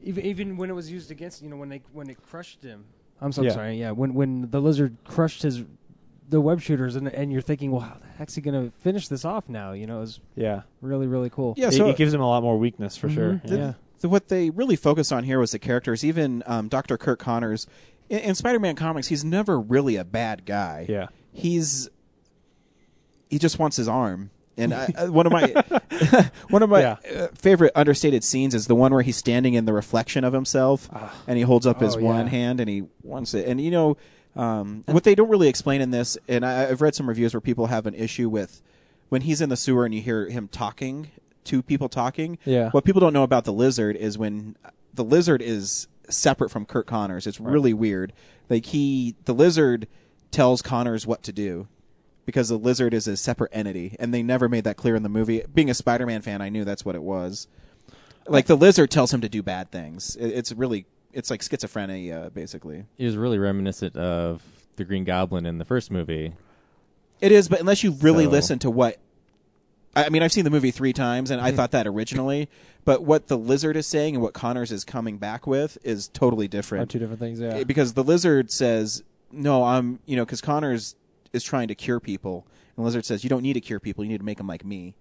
Speaker 4: even even when it was used against, you know, when they when it crushed him. I'm so
Speaker 6: Yeah.
Speaker 4: sorry. Yeah, when when the lizard crushed his the web shooters, and and you're thinking, well, how the heck's he gonna finish this off now? You know, it was
Speaker 6: yeah,
Speaker 4: really really cool.
Speaker 1: Yeah,
Speaker 6: it,
Speaker 1: so- Mm-hmm.
Speaker 6: it gives him a lot more weakness for sure.
Speaker 1: the- the- what they really focused on here was the characters. Even um, Dr. Kirk Connors in, in Spider-Man comics, he's never really a bad guy.
Speaker 6: Yeah.
Speaker 1: He's he just wants his arm. And I, I- one of my (laughs) one of my
Speaker 6: Yeah.
Speaker 1: uh, favorite understated scenes is the one where he's standing in the reflection of himself, and he holds up his
Speaker 6: Ah. Oh,
Speaker 1: one
Speaker 6: yeah.
Speaker 1: hand and he wants it. And you know um, what they don't really explain in this, and I, I've read some reviews where people have an issue with when he's in the sewer and you hear him talking, two people talking.
Speaker 6: Yeah.
Speaker 1: What people don't know about the lizard is when uh, the lizard is separate from Kurt Connors. It's really weird. Like he, the lizard tells Connors what to do because the lizard is a separate entity, and they never made that clear in the movie. Being a Spider-Man fan, I knew that's what it was. Like the lizard tells him to do bad things. It, it's really, it's like schizophrenia, basically.
Speaker 5: It was really reminiscent of the Green Goblin in the first movie.
Speaker 1: It is, but unless you really
Speaker 5: So-
Speaker 1: listen to what. I I mean, I've seen the movie three times,
Speaker 6: Hmm.
Speaker 1: and I thought that originally, but what the lizard is saying and what Connors is coming back with is totally different.
Speaker 6: Are two different things, yeah.
Speaker 1: Eh, Because the lizard says, "No, I'm," you know, because Connors is trying to cure people, and the lizard says, "You don't need to cure people; you need to make them like me."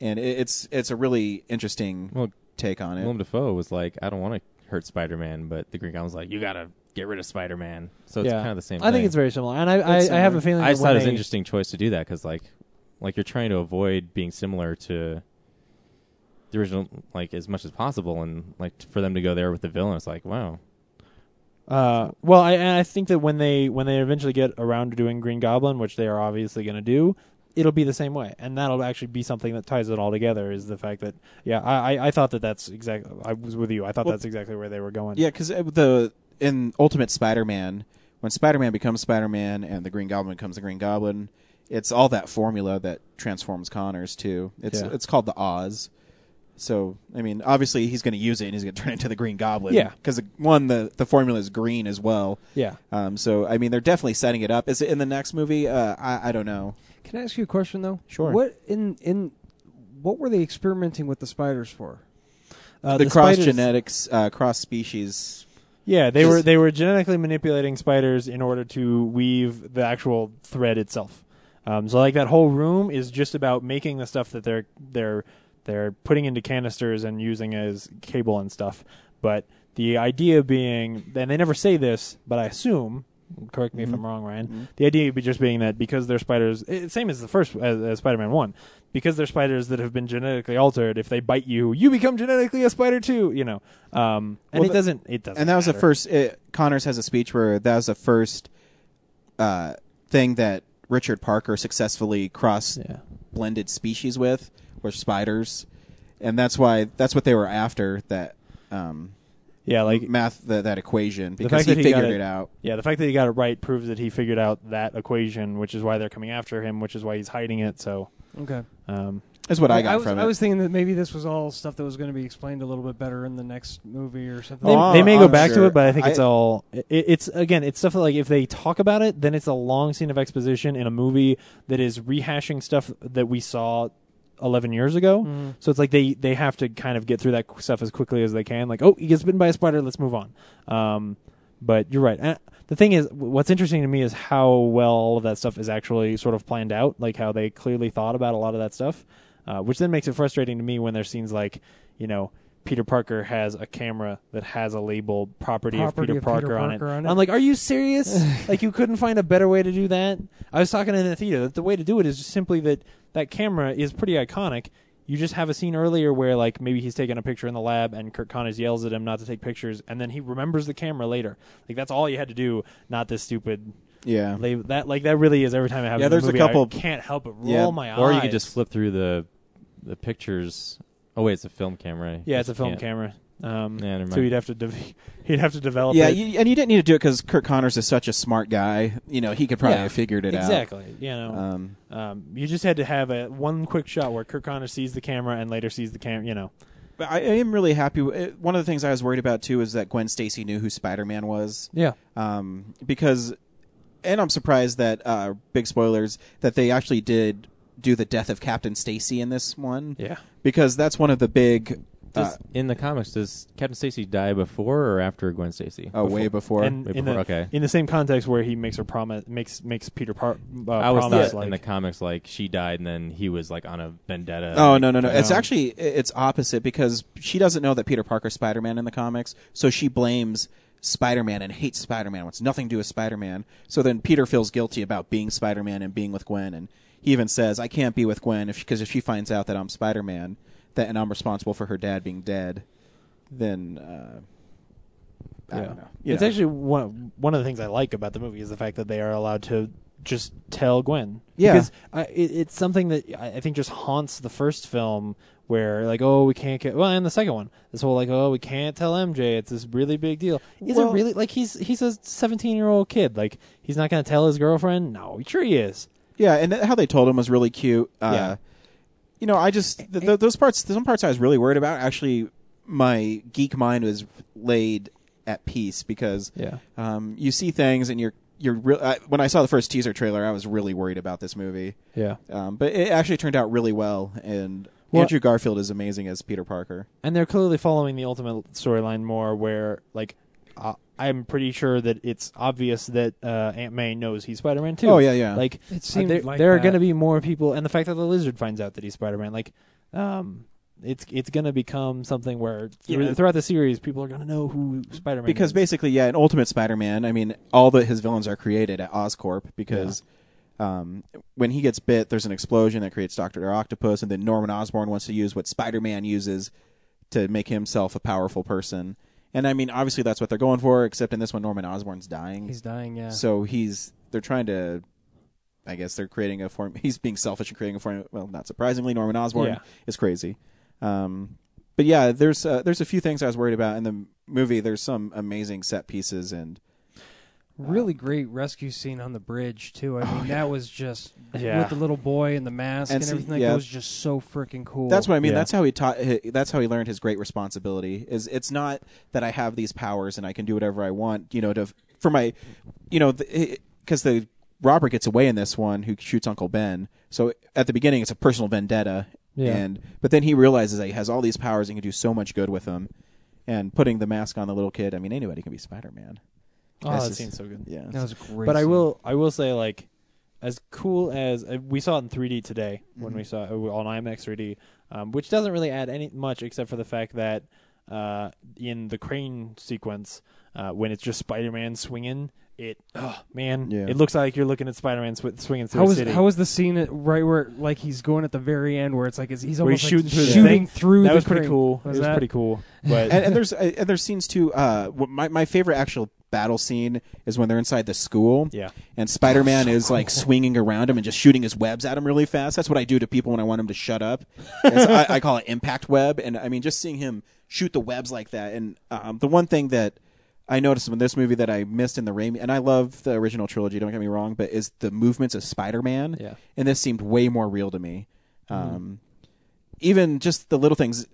Speaker 1: And it, it's it's a really interesting take on it.
Speaker 5: Willem Dafoe was like, I don't want to hurt Spider Man, but the Green Goblin's like, you gotta get rid of Spider Man. So it's
Speaker 6: Yeah.
Speaker 5: kind of the same.
Speaker 6: I think
Speaker 5: thing.
Speaker 6: it's very similar, and I- It's I- I similar. have a feeling
Speaker 5: I
Speaker 6: that
Speaker 5: just thought
Speaker 6: when
Speaker 5: it was an
Speaker 6: they-
Speaker 5: interesting choice to do that because like, like you're trying to avoid being similar to the original, like as much as possible, and like t- for them to go there with the villain, it's like, wow,
Speaker 6: Uh, well, I and I think that when they when they eventually get around to doing Green Goblin, which they are obviously going to do, it'll be the same way, and that'll actually be something that ties it all together. Is the fact that yeah, I I, I thought that that's exactly I was with you. I thought
Speaker 1: Well-
Speaker 6: that's exactly where they were going.
Speaker 1: Yeah, because the in Ultimate Spider-Man, when Spider-Man becomes Spider-Man and the Green Goblin becomes the Green Goblin, it's all that formula that transforms Connors too. It's
Speaker 6: Yeah.
Speaker 1: it's called the Oz. So I mean, obviously he's going to use it and he's going to (laughs) turn into the Green Goblin.
Speaker 6: Yeah.
Speaker 1: because one the the formula is green as well.
Speaker 6: Yeah.
Speaker 1: Um. So I mean, they're definitely setting it up. Is it in the next movie? Uh, I I don't know.
Speaker 4: Can I ask you a question though?
Speaker 1: Sure.
Speaker 4: What in in what were they experimenting with the spiders for?
Speaker 1: the, cross
Speaker 6: Uh, spiders-
Speaker 1: genetics, uh, cross species.
Speaker 6: Yeah, they
Speaker 1: Just-
Speaker 6: were they were genetically manipulating spiders in order to weave the actual thread itself. Um, so like that whole room is just about making the stuff that they're they're they're putting into canisters and using as cable and stuff. But the idea being, and they never say this, but I assume, correct me if I'm wrong, Ryan. The idea be just being that because they're spiders, it, same as the first as, as Spider-Man One, because they're spiders that have been genetically altered. If they bite you, you become genetically a spider too. You know, um, and
Speaker 1: Well,
Speaker 6: it
Speaker 1: the-
Speaker 6: doesn't it doesn't.
Speaker 1: and that was the
Speaker 6: matter.
Speaker 1: first. It, Connors has a speech where that was the first uh, thing that Richard Parker successfully cross blended species with were spiders, and that's why that's what they were after that. Um,
Speaker 6: yeah, like
Speaker 1: math that that equation
Speaker 6: The
Speaker 1: because
Speaker 6: fact
Speaker 1: he
Speaker 6: that got
Speaker 1: figured it, out.
Speaker 6: Yeah, the fact that he got it right proves that he figured out that equation, which is why they're coming after him, which is why he's hiding it. So
Speaker 4: Okay.
Speaker 6: um,
Speaker 1: That's what I,
Speaker 4: I
Speaker 1: got
Speaker 4: was,
Speaker 1: from
Speaker 4: I
Speaker 1: it.
Speaker 4: was thinking that maybe this was all stuff that was going to be explained a little bit better in the next movie or something.
Speaker 6: They,
Speaker 1: Oh,
Speaker 6: they may
Speaker 1: I'm
Speaker 6: go back
Speaker 1: sure.
Speaker 6: to it, but I think it's
Speaker 1: I-
Speaker 6: all. It, it's again, it's stuff that, like if they talk about it, then it's a long scene of exposition in a movie that is rehashing stuff that we saw eleven years ago.
Speaker 4: Mhm.
Speaker 6: So it's like they they have to kind of get through that stuff as quickly as they can. Like, oh, he gets bitten by a spider. Let's move on. Um, but you're right. And the thing is, what's interesting to me is how well all of that stuff is actually sort of planned out. Like how they clearly thought about a lot of that stuff, uh, which then makes it frustrating to me when there's scenes like, you know, Peter Parker has a camera that has a label
Speaker 3: Property
Speaker 6: property, of Peter
Speaker 3: of Peter
Speaker 6: Parker, on,
Speaker 3: Parker
Speaker 6: it.
Speaker 3: on it.
Speaker 6: I'm like, are you
Speaker 3: (sighs)
Speaker 6: serious? like you couldn't find a better way to do that? I was talking in the theater that the way to do it is just simply that that camera is pretty iconic. You just have a scene earlier where like maybe he's taking a picture in the lab and Kirk Connors yells at him not to take pictures and then he remembers the camera later. Like that's all you had to do, not this stupid
Speaker 1: Yeah.
Speaker 6: label. That like that really is every time it happens.
Speaker 1: Yeah,
Speaker 6: in the
Speaker 1: there's a
Speaker 6: movie, I
Speaker 1: couple-
Speaker 6: can't help but roll
Speaker 1: Yeah.
Speaker 6: my
Speaker 5: or
Speaker 6: eyes.
Speaker 5: you could just flip through the the pictures. Oh wait, it's a film camera. You
Speaker 6: Yeah, it's a
Speaker 5: just
Speaker 6: film
Speaker 5: can't-
Speaker 6: camera. Um,
Speaker 5: Yeah, never
Speaker 6: so
Speaker 5: mind.
Speaker 6: he'd have to de- (laughs) he'd have to develop.
Speaker 1: Yeah,
Speaker 6: it.
Speaker 1: you, and you didn't need to do it because Kirk Connors is such a smart guy. You know, he could probably
Speaker 6: Yeah,
Speaker 1: have figured it out.
Speaker 6: exactly. You know,
Speaker 1: Um,
Speaker 6: um, you just had to have a one quick shot where Kirk Connor sees the camera and later sees the camera. You know,
Speaker 1: But I, I am really happy. w- it- One of the things I was worried about too is that Gwen Stacy knew who Spider Man was.
Speaker 6: Yeah.
Speaker 1: Um, because, and I'm surprised that uh, big spoilers that they actually did do the death of Captain Stacy in this one.
Speaker 6: Yeah.
Speaker 1: Because that's one of the big. Uh,
Speaker 5: Does- in the comics, does Captain Stacy die before or after Gwen Stacy?
Speaker 1: Oh, way before.
Speaker 6: and
Speaker 5: Way
Speaker 6: in
Speaker 5: before,
Speaker 6: the
Speaker 5: okay.
Speaker 6: in the same context where he makes her promise makes makes Peter Par- uh,
Speaker 5: I was
Speaker 6: promise
Speaker 5: thought
Speaker 6: like
Speaker 5: in the comics like she died and then he was like on a vendetta.
Speaker 1: Oh
Speaker 6: uh,
Speaker 5: like,
Speaker 1: no no no!
Speaker 5: kinda-
Speaker 1: It's actually i- it's opposite because she doesn't know that Peter Parker's Spider Man in the comics, so she blames Spider Man and hates Spider Man. Wants nothing to do with Spider Man. So then Peter feels guilty about being Spider Man and being with Gwen, and he even says, "I can't be with Gwen because if, she finds out that I'm Spider Man, that and I'm responsible for her dad being dead, then uh, I
Speaker 6: Yeah.
Speaker 1: don't know." You
Speaker 6: it's
Speaker 1: know.
Speaker 6: actually one one of the things I like about the movie is the fact that they are allowed to just tell Gwen.
Speaker 1: Yeah.
Speaker 6: because I, it, it's something that I, I think just haunts the first film, where like oh we can't get well, and the second one, this whole like oh we can't tell MJ it's this really big deal. Is
Speaker 3: Well-
Speaker 6: it really like he's he's a seventeen year old kid like he's not gonna tell his girlfriend? No, sure he is.
Speaker 1: Yeah, and th- how they told him was really cute. Uh,
Speaker 6: Yeah.
Speaker 1: You know, I just th- th- those parts, some parts I was really worried about. Actually, my geek mind was laid at peace because
Speaker 6: Yeah.
Speaker 1: um, you see things and you're you're re- I, when I saw the first teaser trailer, I was really worried about this movie.
Speaker 6: Yeah.
Speaker 1: um, but it actually turned out really well, and
Speaker 6: Well-
Speaker 1: Andrew Garfield is amazing as Peter Parker.
Speaker 6: and they're clearly following the ultimate storyline more where like uh, i'm pretty sure that it's obvious that uh, aunt may knows he's spider-man too
Speaker 1: Oh, yeah, yeah.
Speaker 6: like
Speaker 14: It
Speaker 6: uh,
Speaker 14: seemed
Speaker 6: there,
Speaker 14: like
Speaker 6: there are
Speaker 14: that.
Speaker 6: going to be more people and the fact that the lizard finds out that he's spider-man like um it's it's going to become something where through-
Speaker 1: Yeah.
Speaker 6: throughout the series people are going to know who spider-man
Speaker 1: because
Speaker 6: is.
Speaker 1: basically, yeah, in Ultimate Spider-Man, I mean, all that his villains are created at Oscorp because um, when he gets bit, there's an explosion that creates Doctor Octopus, and then Norman Osborn wants to use what Spider-Man uses to make himself a powerful person. And I mean, obviously, that's what they're going for. Except in this one, Norman Osborn's dying.
Speaker 14: He's dying, yeah.
Speaker 1: So he's they're trying to. I guess they're creating a form. He's being selfish and creating a form. Well, not surprisingly, Norman Osborn
Speaker 6: Yeah.
Speaker 1: is crazy. Um, but yeah, there's uh, there's a few things I was worried about in the movie. There's some amazing set pieces and
Speaker 14: Really great rescue scene on the bridge too. I mean, that was just
Speaker 6: (laughs) Yeah.
Speaker 14: with the little boy and the mask
Speaker 1: Oh, And
Speaker 14: and,
Speaker 1: see-
Speaker 14: everything. Like,
Speaker 1: yeah.
Speaker 14: That was just so freaking cool.
Speaker 1: that's what I mean.
Speaker 6: Yeah.
Speaker 1: That's how he taught. hi- That's how he learned his great responsibility. Is it's not that I have these powers and I can do whatever I want. You know, to for my, you know, because the, robber gets away in this one who shoots Uncle Ben. So at the beginning, it's a personal vendetta.
Speaker 6: Yeah.
Speaker 1: And but then he realizes that he has all these powers and can do so much good with them. And putting the mask on the little kid. I mean, anybody can be Spider Man.
Speaker 6: Oh,
Speaker 1: That's
Speaker 6: that
Speaker 1: just-
Speaker 6: scene's so good.
Speaker 1: Yeah,
Speaker 14: That was a great.
Speaker 6: but I
Speaker 14: scene.
Speaker 6: will I will say like as cool as uh, we saw it in 3D today when we saw it uh, on IMAX 3D, um, which doesn't really add any much except for the fact that uh, in the crane sequence uh, when it's just Spider-Man swinging, it oh man,
Speaker 1: Yeah.
Speaker 6: it looks like you're looking at Spider-Man sw- swinging through
Speaker 14: How
Speaker 6: a
Speaker 14: was
Speaker 6: city.
Speaker 14: how was the scene at, right where like he's going at the very end where it's like it's, he's
Speaker 6: where he's
Speaker 14: almost like,
Speaker 6: shooting through the
Speaker 14: shooting
Speaker 6: thing.
Speaker 14: through
Speaker 6: that
Speaker 14: the
Speaker 6: was pretty
Speaker 14: crane.
Speaker 6: cool.
Speaker 14: Was
Speaker 6: it was
Speaker 14: that-
Speaker 6: pretty
Speaker 14: (laughs)
Speaker 1: (laughs)
Speaker 6: cool. But
Speaker 1: and, and there's and there's scenes too. Uh, wh- my my favorite actual battle scene is when they're inside the school.
Speaker 6: Yeah. Oh,
Speaker 1: And Spider Man is like swinging around him and just shooting his webs at him really fast. That's what I do to people when I want them to shut up. It's- I, I call it impact web. And I mean, just seeing him shoot the webs like that. And um, the one thing that I noticed in this movie that I missed in the Raimi, and I love the original trilogy. Don't get me wrong, but is the movements of Spider Man.
Speaker 6: Yeah. Mm-hmm.
Speaker 1: And this seemed way more real to me. Um, even just the little things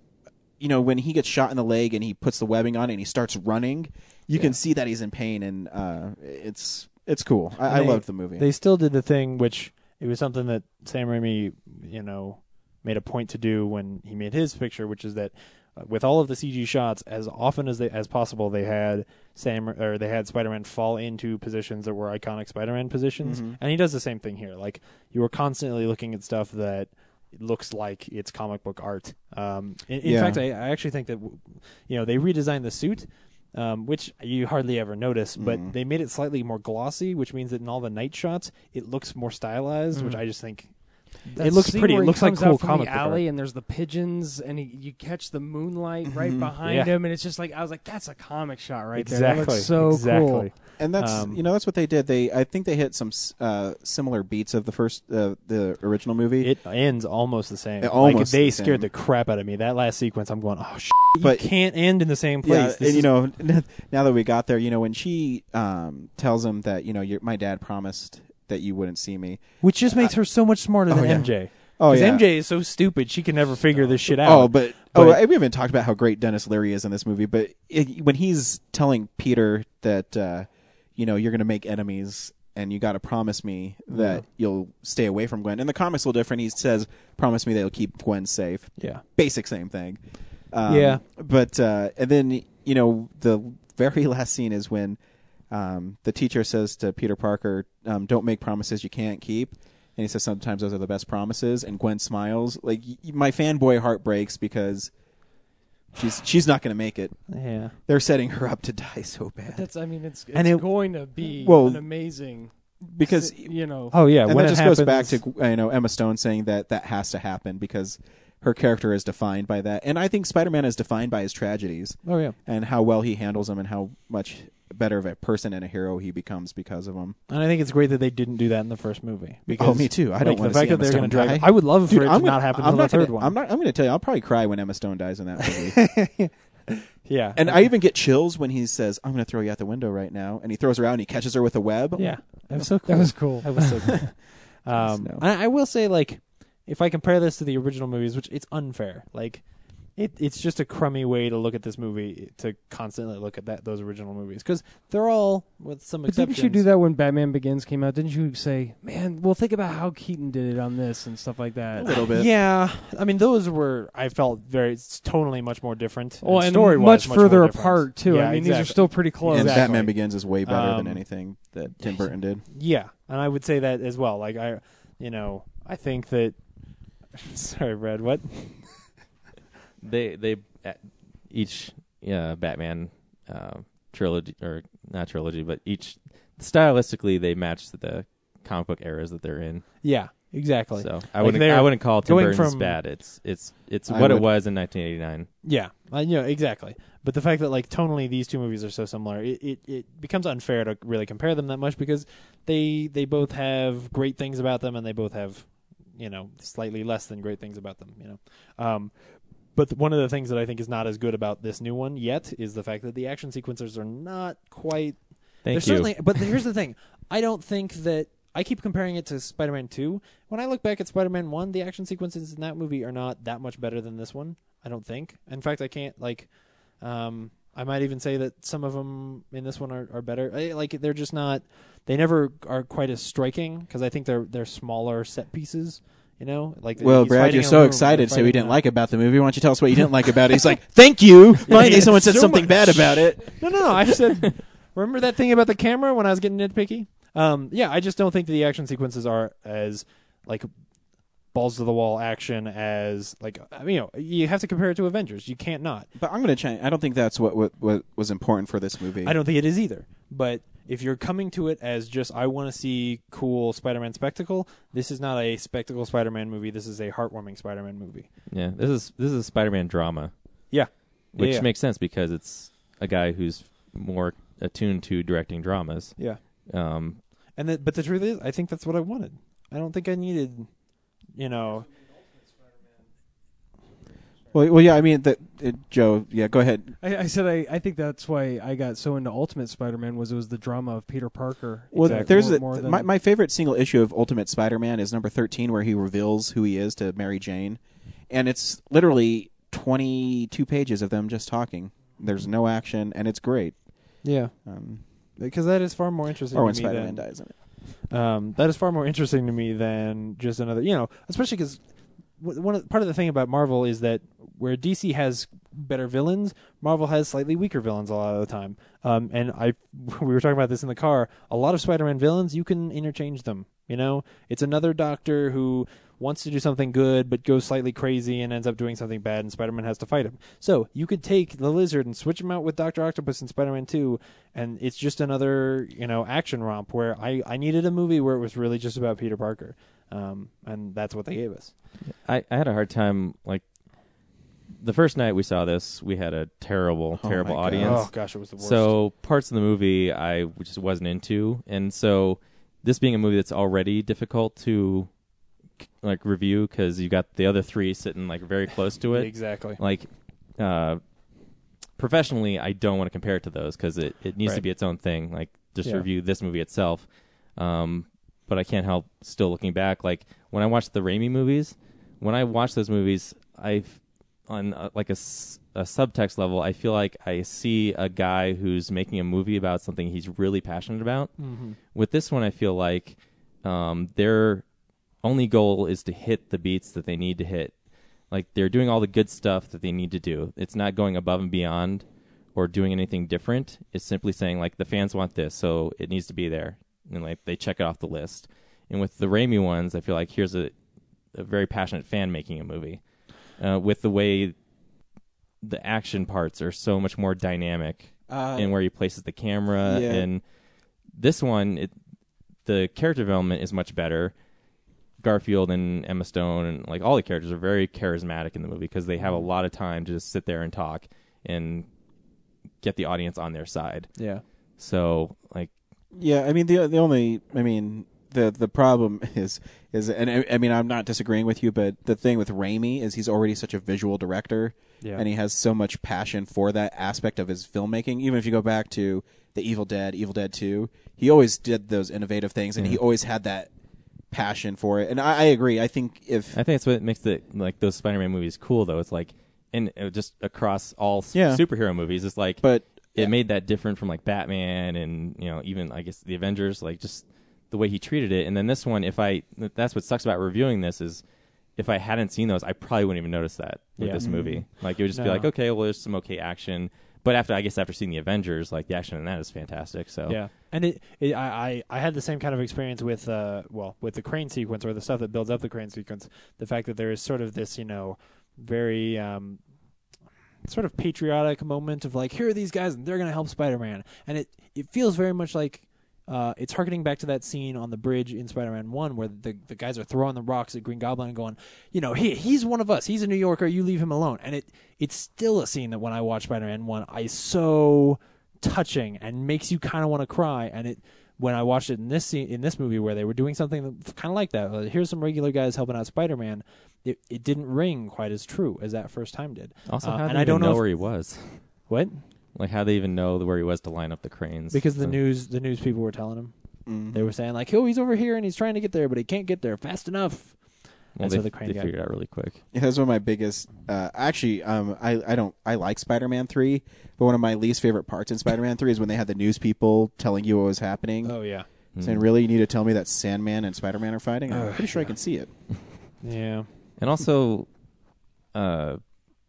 Speaker 1: you know when he gets shot in the leg and he puts the webbing on it and he starts running you can see that he's in pain and uh, it's it's cool i, I
Speaker 6: they-
Speaker 1: loved the movie
Speaker 6: They still did the thing, which it was something that Sam Raimi, you know, made a point to do when he made his picture, which is that uh, with all of the CG shots, as often as they as possible, they had Sam or they had Spider-Man fall into positions that were iconic Spider-Man positions,
Speaker 1: Mhm.
Speaker 6: and he does the same thing here. Like you were constantly looking at stuff that it looks like it's comic book art. Um, in in
Speaker 3: Yeah.
Speaker 6: fact, I, I actually think that w- you know they redesigned the suit, um, which you hardly ever notice,
Speaker 1: Mm-hmm.
Speaker 6: but they made it slightly more glossy, which means that in all the night shots, it looks more stylized, which
Speaker 14: Mhm.
Speaker 6: I just think
Speaker 14: That
Speaker 6: it looks
Speaker 14: scene
Speaker 6: pretty.
Speaker 14: where
Speaker 6: It
Speaker 14: he
Speaker 6: looks like
Speaker 14: comes
Speaker 6: cool
Speaker 14: out from
Speaker 6: comic
Speaker 14: the
Speaker 6: book art.
Speaker 14: alley, and there's the pigeons, and he, you catch the moonlight right
Speaker 6: Mhm.
Speaker 14: behind
Speaker 6: Yeah.
Speaker 14: him, and it's just like I was like, that's a comic shot right there. That
Speaker 6: Exactly.
Speaker 14: looks so cool.
Speaker 6: Exactly.
Speaker 1: And that's
Speaker 6: Um,
Speaker 1: you know that's what they did. They I think they hit some s- uh, similar beats of the first uh, the original movie.
Speaker 6: It ends almost the same.
Speaker 1: It almost
Speaker 6: like, they
Speaker 1: the
Speaker 6: scared
Speaker 1: same.
Speaker 6: the crap out of me. That last sequence, I'm going, oh, sh-
Speaker 1: But-
Speaker 6: you can't end in the same place.
Speaker 1: Yeah,
Speaker 6: This
Speaker 1: and you
Speaker 6: is-
Speaker 1: know, (laughs) now that we got there, you know, when she um, tells him that you know your, my dad promised that you wouldn't see me,
Speaker 6: which just makes her so much smarter
Speaker 1: Oh,
Speaker 6: than
Speaker 1: yeah.
Speaker 6: MJ.
Speaker 1: Oh,
Speaker 6: 'Cause
Speaker 1: yeah.
Speaker 6: MJ is so stupid; she can never figure this shit out.
Speaker 1: Oh, but, oh, I- we haven't talked about how great Dennis Leary is in this movie. But it, when he's telling Peter that, uh, you know, you're going to make enemies and you got to promise me that you'll stay away from Gwen. And the comics a little different. He says, "Promise me that you'll keep Gwen safe."
Speaker 6: Yeah.
Speaker 1: basic same thing. Um,
Speaker 6: Yeah.
Speaker 1: but uh, and then you know the very (laughs) last scene is when. Um, the teacher says to Peter Parker, um, "Don't make promises you can't keep." And he says, "Sometimes those are the best promises." And Gwen smiles. Like y- y- my fanboy heart breaks because she's she's not going to make it.
Speaker 6: Yeah.
Speaker 1: they're setting her up to die so
Speaker 14: (laughs)
Speaker 1: bad.
Speaker 14: That's I mean, it's, it's
Speaker 1: And it-
Speaker 14: going to be
Speaker 1: Well,
Speaker 14: an amazing
Speaker 1: because Oh,
Speaker 14: you know.
Speaker 1: and
Speaker 6: Oh, when
Speaker 1: that
Speaker 6: it
Speaker 1: just goes back
Speaker 6: happens-
Speaker 1: to you know Emma Stone saying that that has to happen because her character is defined by that, and I think Spider-Man is defined by his tragedies.
Speaker 6: Oh, yeah.
Speaker 1: and how well he handles them, and how much better of a person and a hero he becomes because of them.
Speaker 6: and I think it's great that they didn't do that in the first movie. Because
Speaker 1: oh, me too. I
Speaker 6: like,
Speaker 1: don't
Speaker 6: the
Speaker 1: want
Speaker 6: fact that
Speaker 1: to see Emma
Speaker 6: they're
Speaker 1: Stone
Speaker 6: gonna drag.
Speaker 1: die.
Speaker 6: I would love for
Speaker 1: Dude,
Speaker 6: it to
Speaker 1: I'm gonna,
Speaker 6: not happen
Speaker 1: I'm
Speaker 6: in the
Speaker 1: not
Speaker 6: third
Speaker 1: gonna,
Speaker 6: one.
Speaker 1: I'm not. I'm going to tell you. I'll probably cry when Emma Stone dies in that movie.
Speaker 6: (laughs) yeah,
Speaker 1: and I even get chills when he says, "I'm going to throw you out the window right now," and he throws her out and he catches her with a web.
Speaker 6: Yeah, (laughs) that was so cool.
Speaker 14: That was cool.
Speaker 6: That was so cool. (laughs) um,
Speaker 1: no.
Speaker 6: I, I will say, like, if I compare this to the original movies, which it's unfair. Like, it it's just a crummy way to look at this movie to constantly look at that those original movies because they're all with some
Speaker 14: But
Speaker 6: exceptions.
Speaker 14: didn't you do that when Batman Begins came out? Didn't you say, "Man, well, think about how Keaton did it on this and stuff like that"?
Speaker 6: Yeah, I mean, those were I felt very it's tonally much more different.
Speaker 14: Well, and much
Speaker 6: story-wise more
Speaker 14: further
Speaker 6: different.
Speaker 14: apart, too. I
Speaker 6: Yeah,
Speaker 14: mean, these are
Speaker 6: exactly.
Speaker 14: still pretty close.
Speaker 1: And
Speaker 6: Exactly.
Speaker 1: Batman Begins is way better
Speaker 6: Um,
Speaker 1: than anything
Speaker 6: (laughs)
Speaker 1: that Tim Burton did.
Speaker 6: Yeah, and I would say that as well. Like I, you know, I think that. (laughs) Sorry, Brad. What?
Speaker 5: (laughs) they they uh, each yeah Batman uh, trilogy or not trilogy, but each stylistically they match the comic book eras that they're in.
Speaker 6: Yeah, exactly.
Speaker 5: So I
Speaker 6: Like,
Speaker 5: wouldn't
Speaker 6: they're
Speaker 5: I wouldn't call Tim
Speaker 6: going
Speaker 5: Burton's
Speaker 6: from-
Speaker 5: bad. It's it's it's
Speaker 1: I
Speaker 5: what it
Speaker 1: would-
Speaker 5: was in 1989.
Speaker 6: Yeah, I know exactly. But the fact that like tonally these two movies are so similar, it, it, it becomes unfair to really compare them that much because they they both have great things about them and they both have you know slightly less than great things about them. You know, um, but th- one of the things that I think is not as good about this new one yet is the fact that the action sequences are not quite.
Speaker 5: Thank
Speaker 6: they're
Speaker 5: you.
Speaker 6: Certainly, but here's the thing: I don't think that. I keep comparing it to Spider-Man 2. When I look back at Spider-Man 1, the action sequences in that movie are not that much better than this one. I don't think. In fact, I can't like. Um, I might even say that some of them in this one are, are better. I, like they're just not. They never are quite as striking because I think they're they're smaller set pieces. You know, like
Speaker 1: Well,
Speaker 6: he's
Speaker 1: Brad,
Speaker 6: fighting
Speaker 1: you're
Speaker 6: a
Speaker 1: so
Speaker 6: room,
Speaker 1: excited,
Speaker 6: they're
Speaker 1: so you
Speaker 6: fighting
Speaker 1: didn't
Speaker 6: a-
Speaker 1: like about the movie. Why don't you tell us what you didn't like about it?
Speaker 6: (laughs)
Speaker 1: He's like, "Thank you." Finally, someone said
Speaker 6: So
Speaker 1: something
Speaker 6: much.
Speaker 1: bad about it.
Speaker 6: No, no, no. I said, remember that thing about the camera when I was getting nitpicky? Um, yeah, I just don't think the action sequences are as like balls to the wall action as like I mean, you know, you have to compare it to Avengers. You can't not.
Speaker 1: But I'm going to change. I don't think that's what, what what was important for this movie.
Speaker 6: I don't think it is either. But if you're coming to it as just I want to see cool Spider-Man spectacle, this is not a spectacle Spider-Man movie. This is a heartwarming Spider-Man movie.
Speaker 5: Yeah, this is this is a Spider-Man drama.
Speaker 6: Yeah.
Speaker 5: which
Speaker 6: Yeah, yeah.
Speaker 5: makes sense because it's a guy who's more attuned to directing dramas.
Speaker 6: Yeah.
Speaker 5: Um,
Speaker 6: And the, but the truth is, I think that's what I wanted. I don't think I needed, you know.
Speaker 1: Well, well, yeah. I mean, that it, Joe. Yeah, go ahead.
Speaker 14: I, I said I, I think that's why I got so into Ultimate Spider-Man was it was the drama of Peter Parker.
Speaker 1: Well, there's
Speaker 14: more,
Speaker 1: a,
Speaker 14: more than-
Speaker 1: my my favorite single issue of Ultimate Spider-Man is number 13, where he reveals who he is to Mary Jane, and it's literally 22 pages of them just talking. There's no action, and it's great.
Speaker 6: Yeah.
Speaker 1: Um,
Speaker 6: Because that is far more interesting.
Speaker 1: or
Speaker 6: to
Speaker 1: when
Speaker 6: me
Speaker 1: Spider-Man
Speaker 6: than-
Speaker 1: dies in it.
Speaker 6: Um, that is far more interesting to me than just another, you know, especially because one of, part of the thing about Marvel is that where DC has better villains, Marvel has slightly weaker villains a lot of the time. (laughs) Um, and I, we were talking about this in the car. A lot of Spider-Man villains, you can interchange them You know, it's another doctor who wants to do something good but goes slightly crazy and ends up doing something bad, and Spider Man has to fight him. So you could take the lizard and switch him out with Doctor Octopus and Spider Man Two, and it's just another you know action romp where I I needed a movie where it was really just about Peter Parker, um, and that's what they gave us.
Speaker 5: I, I had a hard time like the first night we saw this, we had a terrible,
Speaker 6: Oh
Speaker 5: terrible
Speaker 6: my God.
Speaker 5: audience.
Speaker 6: Oh, gosh, it was the worst.
Speaker 5: So parts of the movie I just wasn't into, and so this being a movie that's already difficult to like review because you got the other three sitting like very close to it.
Speaker 6: Exactly.
Speaker 5: Like, uh, professionally, I don't want to compare it to those because it it needs to
Speaker 6: Right.
Speaker 5: be its own thing. Like, just
Speaker 6: Yeah.
Speaker 5: review this movie itself. Um, but I can't help still looking back. Like when I watched the Raimi movies, when I watch those movies, I on uh, like a, s- a subtext level, I feel like I see a guy who's making a movie about something he's really passionate about.
Speaker 6: Mhm.
Speaker 5: With this one, I feel like um, their only goal is to hit the beats that they need to hit. Like they're doing all the good stuff that they need to do. It's not going above and beyond or doing anything different. It's simply saying like the fans want this, so it needs to be there, and like they check it off the list. And with the Raimi ones, I feel like here's a, a very passionate fan making a movie. Uh, with the way the action parts are so much more dynamic
Speaker 6: Uh,
Speaker 5: in where he places the camera
Speaker 6: Yeah.
Speaker 5: and this one it, the character development is much better garfield and emma stone and like all the characters are very charismatic in the movie because they have a
Speaker 6: Mm-hmm.
Speaker 5: lot of time to just sit there and talk and get the audience on their side
Speaker 6: Yeah.
Speaker 5: so like
Speaker 1: Yeah, I mean the the only I mean the the problem (laughs) is is and I, I mean I'm not disagreeing with you, but the thing with Raimi is he's already such a visual director,
Speaker 6: Yeah.
Speaker 1: and he has so much passion for that aspect of his filmmaking. Even if you go back to the Evil Dead, Evil Dead Two, he always did those innovative things, and he always had that passion for it. And I, I agree. I think if
Speaker 5: I think that's what makes the like those Spider-Man movies cool, though. It's like, and uh, just across all s-
Speaker 1: Yeah.
Speaker 5: superhero movies, it's like,
Speaker 1: but
Speaker 5: it made that different from like Batman and you know even I guess the Avengers, like just the way he treated it. And then this one, if I th- that's what sucks about reviewing this is if I hadn't seen those, I probably wouldn't even notice that with
Speaker 6: Yeah.
Speaker 5: this
Speaker 1: Mm-hmm.
Speaker 6: Mhm.
Speaker 5: movie. Like it would just be
Speaker 6: No.
Speaker 5: like, okay, well, there's some okay action. But after I guess after seeing the Avengers, like the action in that is fantastic. So
Speaker 6: Yeah, and it, it I, I I had the same kind of experience with uh well with the crane sequence or the stuff that builds up the crane sequence. The fact that there is sort of this you know very um sort of patriotic moment of like here are these guys and they're gonna help Spider Man, and it it feels very much like. Uh, it's harkening back to that scene on the bridge in Spider-Man One, where the, the guys are throwing the rocks at Green Goblin and going, you know, he he's one of us. He's a New Yorker. You leave him alone. And it it's still a scene that when I watch Spider-Man One, I so touching and makes you kind of want to cry. And it when I watched it in this scene, in this movie where they were doing something kind of like that, uh, here's some regular guys helping out Spider-Man. It it didn't ring quite as true as that first time did.
Speaker 5: also,
Speaker 6: Uh,
Speaker 5: how do
Speaker 6: and
Speaker 5: they
Speaker 6: I don't
Speaker 5: even know,
Speaker 6: if-
Speaker 5: where he was?
Speaker 6: What?
Speaker 5: Like how they even know where he was to line up the cranes?
Speaker 6: because the
Speaker 5: So-
Speaker 6: news the news people were telling him.
Speaker 1: Mhm.
Speaker 6: They were saying like, "Oh, he's over here and he's trying to get there, but he can't get there fast enough."
Speaker 5: Well,
Speaker 6: and
Speaker 5: they,
Speaker 6: so the
Speaker 5: f-
Speaker 6: crane
Speaker 5: they
Speaker 6: guy.
Speaker 5: figured it out really quick.
Speaker 1: Yeah, that's one of my biggest. Uh, actually, um, I I don't I like Spider Man three, but one of my least favorite parts in Spider Man three is when they had the news people telling you what was happening.
Speaker 6: Oh, yeah.
Speaker 1: saying
Speaker 5: Mm.
Speaker 1: really you need to tell me that Sandman and Spider Man are fighting. I'm pretty sure I can see it.
Speaker 6: Yeah.
Speaker 5: And also, uh,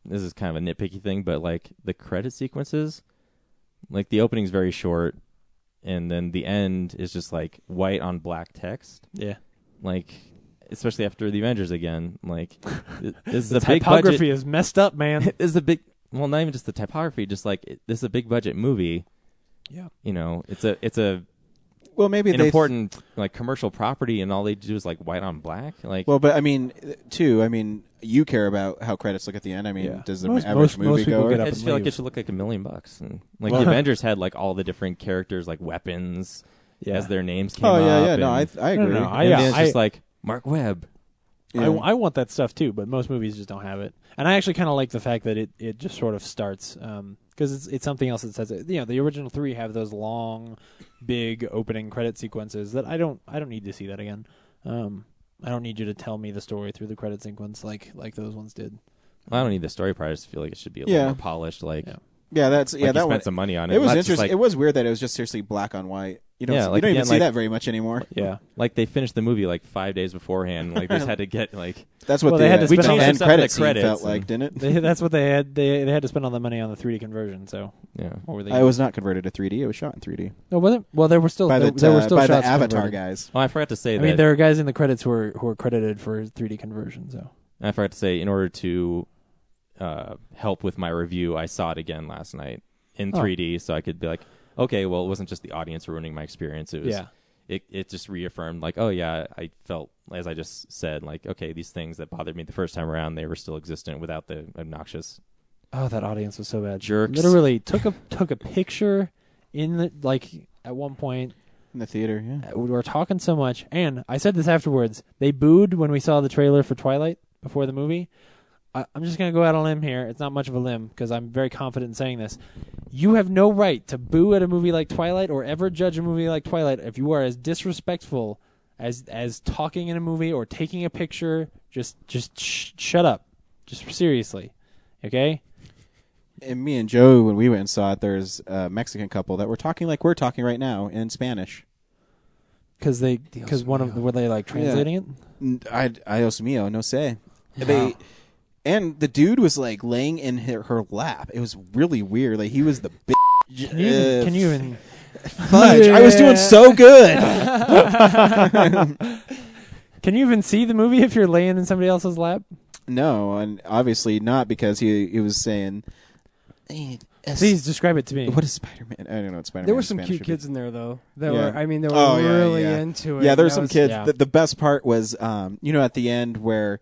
Speaker 5: this is kind of a nitpicky thing, but like the credit sequences, like the opening's very short, and then the end is just like white on black text.
Speaker 6: Yeah.
Speaker 5: Like, especially after the Avengers again, like
Speaker 6: (laughs)
Speaker 5: th- this is
Speaker 6: The
Speaker 5: a big
Speaker 6: typography
Speaker 5: budget-
Speaker 6: is messed up, man.
Speaker 5: (laughs) this is a big. Well, not even just the typography, just like it, this is a big budget movie.
Speaker 6: Yeah.
Speaker 5: You know, it's a it's a
Speaker 1: Well, maybe
Speaker 5: an
Speaker 1: they-
Speaker 5: important like commercial property, and all they do is like white on black. Like,
Speaker 1: Well, but I mean, too. I mean, you care about how credits look at the end. I mean,
Speaker 5: Yeah.
Speaker 1: does the
Speaker 5: Most- most-
Speaker 1: average
Speaker 5: most
Speaker 1: movie
Speaker 5: people
Speaker 1: go?
Speaker 5: get up I just and feel like leave. it should look like a million bucks. And, Like the Avengers had like all the different characters, like weapons,
Speaker 6: Yeah.
Speaker 5: as their names came
Speaker 1: Oh,
Speaker 5: up.
Speaker 1: yeah, yeah, no,
Speaker 5: and-
Speaker 1: I- I No, no, agree. no,
Speaker 5: and
Speaker 1: I-
Speaker 5: then it's
Speaker 1: I-
Speaker 5: just like Mark Webb.
Speaker 6: I, w- I want that stuff too, but most movies just don't have it. And I actually kind of like the fact that it, it just sort of starts because it's it's something else that says it. You know, the original three have those long, big opening credit sequences that I don't I don't need to see that again. Um, I don't need you to tell me the story through the credit sequence like like those ones did.
Speaker 5: I don't need the story part. I just feel like it should be a
Speaker 6: Yeah.
Speaker 5: little more polished. Like
Speaker 1: Yeah, that's yeah.
Speaker 5: Like,
Speaker 1: that
Speaker 5: you spent
Speaker 1: one
Speaker 5: some money on it.
Speaker 1: It was
Speaker 5: Not just,
Speaker 1: interesting.
Speaker 5: like-
Speaker 1: it was weird that it was just seriously black on white. You don't,
Speaker 5: Yeah,
Speaker 1: see- you
Speaker 5: like,
Speaker 1: don't even
Speaker 5: again,
Speaker 1: see
Speaker 5: like-
Speaker 1: that very much anymore. (laughs)
Speaker 5: Yeah, like they finished the movie like five days beforehand. Like they just had to get like
Speaker 1: That's what
Speaker 5: Well,
Speaker 1: the,
Speaker 5: they had to
Speaker 1: uh,
Speaker 5: spend all
Speaker 1: the
Speaker 5: the
Speaker 1: end
Speaker 5: stuff in the
Speaker 1: credit scene
Speaker 5: credits
Speaker 1: felt
Speaker 5: and-
Speaker 1: like, didn't
Speaker 5: (laughs)
Speaker 1: it?
Speaker 6: (laughs) They, that's what they had. They they had to spend all the money on the 3D conversion. So
Speaker 5: yeah,
Speaker 6: what were they?
Speaker 1: I was not converted to 3D. It was shot in 3D.
Speaker 6: No, was it? Well, there were still
Speaker 1: By
Speaker 6: there,
Speaker 1: the,
Speaker 6: there were
Speaker 1: uh,
Speaker 6: still
Speaker 1: by the
Speaker 6: shots
Speaker 1: Avatar
Speaker 6: converted.
Speaker 1: guys.
Speaker 5: Oh, I forgot to say
Speaker 6: I mean,
Speaker 5: that-
Speaker 6: there are guys in the credits who are who are credited for 3D conversion. So
Speaker 5: I forgot to say, in order to uh, help with my review, I saw it again last night in
Speaker 6: Oh.
Speaker 5: 3D, so I could be like, okay, well, it wasn't just the audience ruining my experience. It was,
Speaker 6: Yeah.
Speaker 5: it it just reaffirmed, like, oh yeah, I felt as I just said, like, okay, these things that bothered me the first time around, they were still existent without the obnoxious.
Speaker 6: oh, that audience was so bad.
Speaker 5: Jerks.
Speaker 6: Literally took a took a picture in the like at one point Uh,
Speaker 1: in the theater. Yeah,
Speaker 6: we were talking so much, and I said this afterwards. They booed when we saw the trailer for Twilight before the movie. I, I'm just gonna go out on a limb here. It's not much of a limb because I'm very confident in saying this. You have no right to boo at a movie like Twilight or ever judge a movie like Twilight if you are as disrespectful as as talking in a movie or taking a picture. Just just sh- shut up. Just seriously, okay?
Speaker 1: And me and Joe, when we went and saw it, there's a Mexican couple that were talking like we're talking right now in Spanish.
Speaker 6: Because they because one of were they like translating it.
Speaker 1: it? I, Dios mío, no sé. They, and the dude was like laying in her, her lap. It was really weird. Like he was the bitch.
Speaker 6: Can you even, can you even
Speaker 1: fudge? I was doing so good.
Speaker 6: (laughs)
Speaker 1: (laughs)
Speaker 6: can you even see the movie if you're laying in somebody else's lap?
Speaker 1: No, and obviously not because he he was saying.
Speaker 6: Please describe it to me.
Speaker 1: What is Spider Man? I don't know what Spider Man.
Speaker 4: There were some cute kids in there though. That
Speaker 1: Yeah.
Speaker 4: were, I mean, they were
Speaker 1: Oh, yeah,
Speaker 4: really
Speaker 1: yeah.
Speaker 4: into it.
Speaker 1: Yeah, there were
Speaker 4: That
Speaker 1: some
Speaker 4: was-
Speaker 1: kids. The, the best part was, um, you know, at the end where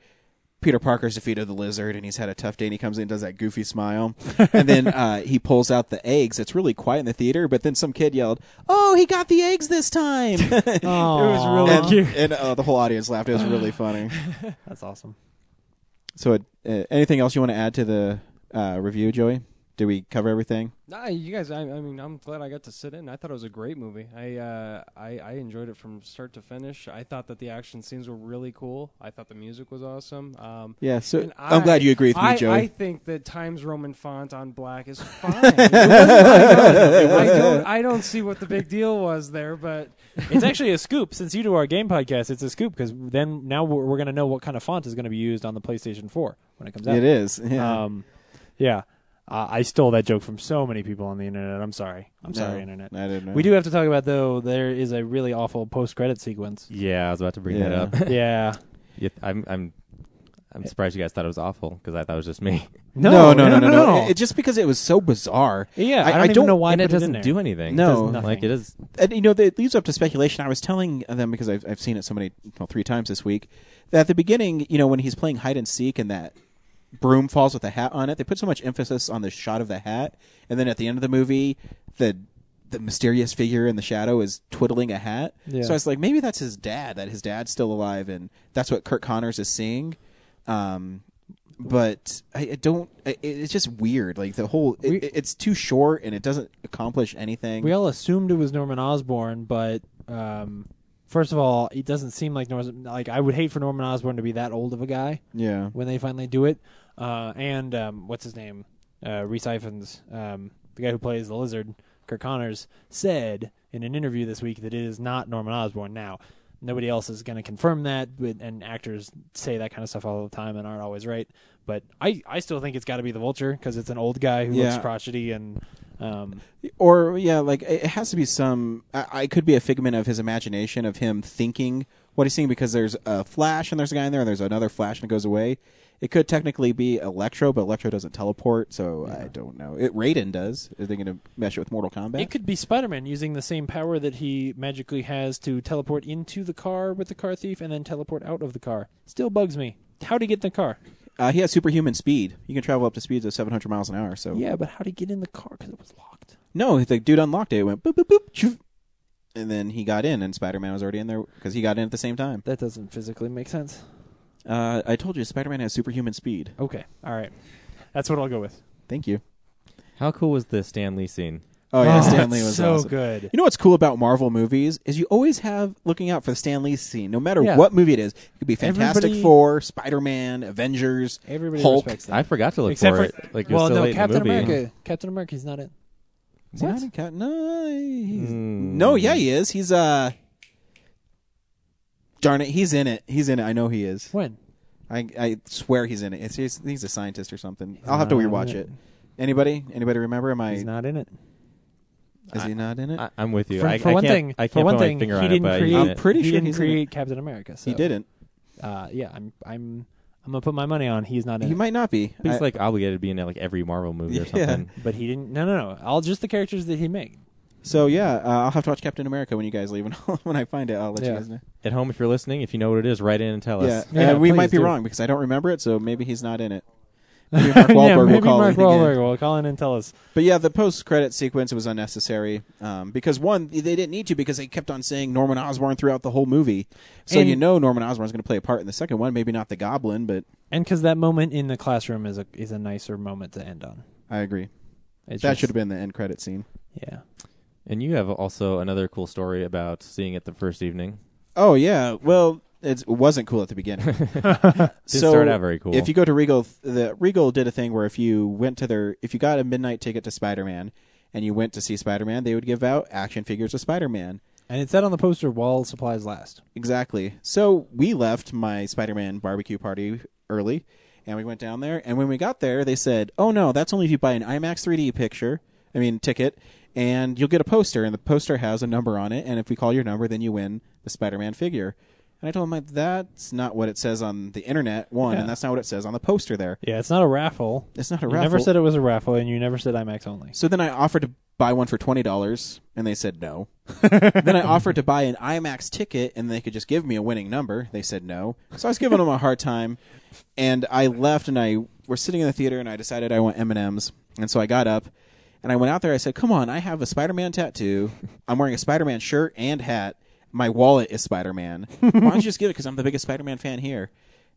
Speaker 1: Peter Parker's defeated the lizard and he's had a tough day and he comes in and does that goofy smile. and
Speaker 6: (laughs)
Speaker 1: then uh, he pulls out the eggs. It's really quiet in the theater, but then some kid
Speaker 6: (laughs)
Speaker 1: yelled, Oh, he got the eggs
Speaker 5: (laughs)
Speaker 1: this time. Oh. it
Speaker 6: was really
Speaker 1: and,
Speaker 6: cute.
Speaker 1: And uh, the whole audience laughed. It was
Speaker 6: (laughs)
Speaker 1: really funny.
Speaker 6: That's awesome.
Speaker 1: So, it, uh, anything else you want to add to the uh, review, Joey? Did we cover everything?
Speaker 4: Nah, you guys. I, I mean, I'm glad I got to sit in. I thought it was a great movie. I, uh, I I enjoyed it from start to finish. I thought that the action scenes were really cool. I thought the music was awesome. Um,
Speaker 1: Yeah, so
Speaker 4: and
Speaker 1: I'm glad you agree with me,
Speaker 4: I-
Speaker 1: Joey.
Speaker 4: I think that Times Roman font on black is fine. It wasn't- I, don't, I don't see what the big deal was there, but
Speaker 6: (laughs) it's actually a scoop since you do our game podcast. It's a scoop because then now we're, we're going to know what kind of font is going to be used on the PlayStation 4 when it comes out.
Speaker 1: It is, yeah.
Speaker 6: Um, yeah. Uh, I stole that joke from so many people on the internet. I'm sorry. I'm
Speaker 1: No,
Speaker 6: sorry, internet.
Speaker 1: I didn't know.
Speaker 6: We do have to talk about though. There is a really awful post-credit sequence.
Speaker 5: (laughs) Yeah, I was about to bring
Speaker 6: Yeah.
Speaker 1: (laughs)
Speaker 5: that up.
Speaker 6: Yeah.
Speaker 5: yeah, I'm I'm I'm surprised you guys thought it was awful because I thought it was just me.
Speaker 1: No, no, no, no, no. It, just because it was so bizarre.
Speaker 5: Yeah, I don't even know why And they it put it in doesn't there. do anything. It
Speaker 1: No,
Speaker 5: does nothing. Like, it is-
Speaker 1: And, you know, it leads up to speculation. I was telling them because I've I've seen it so many, well, three times this week. That at the beginning, you know, when he's playing hide and seek and that broom falls with a hat on it, they put so much emphasis on the shot of the hat, and then at the end of the movie, the the mysterious figure in the shadow is twiddling a hat.
Speaker 20: Yeah.
Speaker 1: So I was like, maybe that's his dad. That his dad's still alive, and that's what Kirk Connors is seeing. Um, but I, I don't. I, it's just weird. Like the whole, it, it's too short and it doesn't accomplish anything.
Speaker 6: We all assumed it was Norman Osborn, but um, first of all, it doesn't seem like Norman. Like I would hate for Norman Osborn to be that old of a guy.
Speaker 1: Yeah.
Speaker 6: When they finally do it, uh, and um, what's his name, uh, Reese Ifans, um, the guy who plays the lizard, Kirk Connors, said in an interview this week that it is not Norman Osborn now. Nobody else is going to confirm that, but, and actors say that kind of stuff all the time and aren't always right. But I, I still think it's got to be the Vulture because it's an old guy who
Speaker 1: Yeah.
Speaker 6: looks crotchety and um,
Speaker 1: or yeah, like it it has to be some. I, I could be a figment of his imagination of him thinking what he's seeing because there's a flash and there's a guy in there and there's another flash and it goes away. It could technically be Electro, but Electro doesn't teleport, so I don't know. It Raiden does. Are they going to mesh it with Mortal Kombat?
Speaker 6: It could be Spider-Man using the same power that he magically has to teleport into the car with the car thief and then teleport out of the car. Still bugs me. How'd he get in the car?
Speaker 1: uh, he has superhuman speed. You can travel up to speeds of 700 miles an hour. So
Speaker 6: Yeah, but how'd he get in the car? Because it was locked.
Speaker 1: No, the dude unlocked it. It went boop boop boop, choof. and then he got in, and Spider Man was already in there because he got in at the same time.
Speaker 6: That doesn't physically make sense.
Speaker 1: Uh, I told you, Spider Man has superhuman speed.
Speaker 6: Okay, all right. That's what I'll go with.
Speaker 1: Thank you.
Speaker 5: How cool was the Stan Lee scene?
Speaker 1: Oh yeah,
Speaker 3: Oh,
Speaker 1: (laughs) Stan Lee
Speaker 3: that's
Speaker 1: was
Speaker 3: so
Speaker 1: awesome.
Speaker 3: good.
Speaker 1: You know what's cool about Marvel movies is you always have looking out for the Stan Lee scene, no matter
Speaker 3: Yeah.
Speaker 1: what movie it is. It could be Fantastic
Speaker 3: Everybody-
Speaker 1: Four, Spider Man, Avengers,
Speaker 3: Everybody
Speaker 1: Hulk.
Speaker 3: respects that.
Speaker 5: I forgot to look
Speaker 3: Except
Speaker 5: for,
Speaker 3: for-
Speaker 5: it. Like you're
Speaker 3: well,
Speaker 5: so
Speaker 3: no,
Speaker 5: late
Speaker 3: Captain
Speaker 5: in the movie.
Speaker 3: America. Captain America, he's not in.
Speaker 1: Is he not in Cap- no, he's-
Speaker 6: Hmm.
Speaker 1: no, yeah, he is. He's uh, darn it, he's in it. He's in it. I know he is.
Speaker 3: When?
Speaker 1: I I swear he's in it. It's, he's he's a scientist or something. I'll have to rewatch it. Anybody? Anybody remember? Am I?
Speaker 3: He's not in it.
Speaker 1: Is he not in it?
Speaker 5: I, I'm with you.
Speaker 3: For,
Speaker 5: I,
Speaker 3: for
Speaker 5: I
Speaker 3: one
Speaker 5: can't,
Speaker 3: thing,
Speaker 5: I can't
Speaker 3: for one
Speaker 5: put my
Speaker 3: thing,
Speaker 5: finger
Speaker 3: he
Speaker 5: on it,
Speaker 3: didn't
Speaker 5: but
Speaker 3: create.
Speaker 5: he's in
Speaker 1: I'm
Speaker 5: it.
Speaker 1: pretty
Speaker 3: he
Speaker 1: sure
Speaker 3: didn't
Speaker 1: he's in it.
Speaker 3: create Captain America. So.
Speaker 1: He didn't.
Speaker 3: Uh, yeah, I'm. I'm. I'm gonna put my money on he's not in.
Speaker 1: He
Speaker 3: it.
Speaker 1: might not be.
Speaker 5: He's
Speaker 1: I-
Speaker 5: like obligated to be in like every Marvel movie or
Speaker 1: (laughs) Yeah.
Speaker 5: something.
Speaker 3: but he didn't. No, no, no. All just the characters that he made.
Speaker 1: so yeah, uh, I'll have to watch Captain America when you guys leave, and (laughs) when I find it, I'll let you guys know.
Speaker 5: At home, if you're listening, if you know what it is, write in and tell
Speaker 1: Yeah,
Speaker 5: us.
Speaker 1: and we might
Speaker 5: please
Speaker 1: be
Speaker 5: do.
Speaker 1: wrong because I don't remember it, so maybe he's not
Speaker 3: (laughs)
Speaker 1: in it. Maybe Mark Wahlberg
Speaker 3: yeah,
Speaker 1: will
Speaker 3: maybe
Speaker 1: call
Speaker 3: Mark
Speaker 1: in again.
Speaker 3: Wahlberg will call in and tell us.
Speaker 1: But yeah, the post-credit sequence was unnecessary um, because one, they didn't need to because they kept on saying Norman Osborn throughout the whole movie, so
Speaker 3: And-
Speaker 1: you know Norman Osborn's going to play a part in the second one. Maybe not the Goblin, but
Speaker 3: And because that moment in the classroom is a is a nicer moment to end on.
Speaker 1: I agree.
Speaker 3: It's
Speaker 1: that
Speaker 3: just-
Speaker 1: should have been the end credit scene.
Speaker 3: Yeah.
Speaker 5: And you have also another cool story about seeing it the first evening.
Speaker 1: Oh yeah, well it's, it wasn't cool at the beginning. so
Speaker 5: start out very cool.
Speaker 1: If you go to Regal, the Regal did a thing where if you went to their, if you got a midnight ticket to Spider Man, and you went to see Spider Man, they would give out action figures of Spider Man.
Speaker 3: And it said on the poster, "Wall supplies last."
Speaker 1: Exactly. So we left my Spider Man barbecue party early and we went down there. And when we got there, they said, oh no, that's only if you buy an IMAX 3D picture, I mean, ticket, and you'll get a poster. And the poster has a number on it. And if we call your number, then you win the Spider Man figure. And I told him, that's not what it says on the internet, one,
Speaker 3: Yeah.
Speaker 1: and that's not what it says on the poster there.
Speaker 3: Yeah, it's not a raffle.
Speaker 1: It's not a
Speaker 3: you
Speaker 1: raffle.
Speaker 3: Never said it was a raffle, and you never said IMAX only.
Speaker 1: So then I offered to buy one for twenty dollars, and they said no. then I offered to buy an IMAX ticket, and they could just give me a winning number. They said no. So I was giving them a hard time, and I left. And I were sitting in the theater, and I decided I want M and M's, and so I got up. And I went out there. I said, "Come on! I have a Spider-Man tattoo. I'm wearing a Spider-Man shirt and hat. My wallet is Spider-Man. Why don't you just give it? Because I'm the biggest Spider-Man fan here."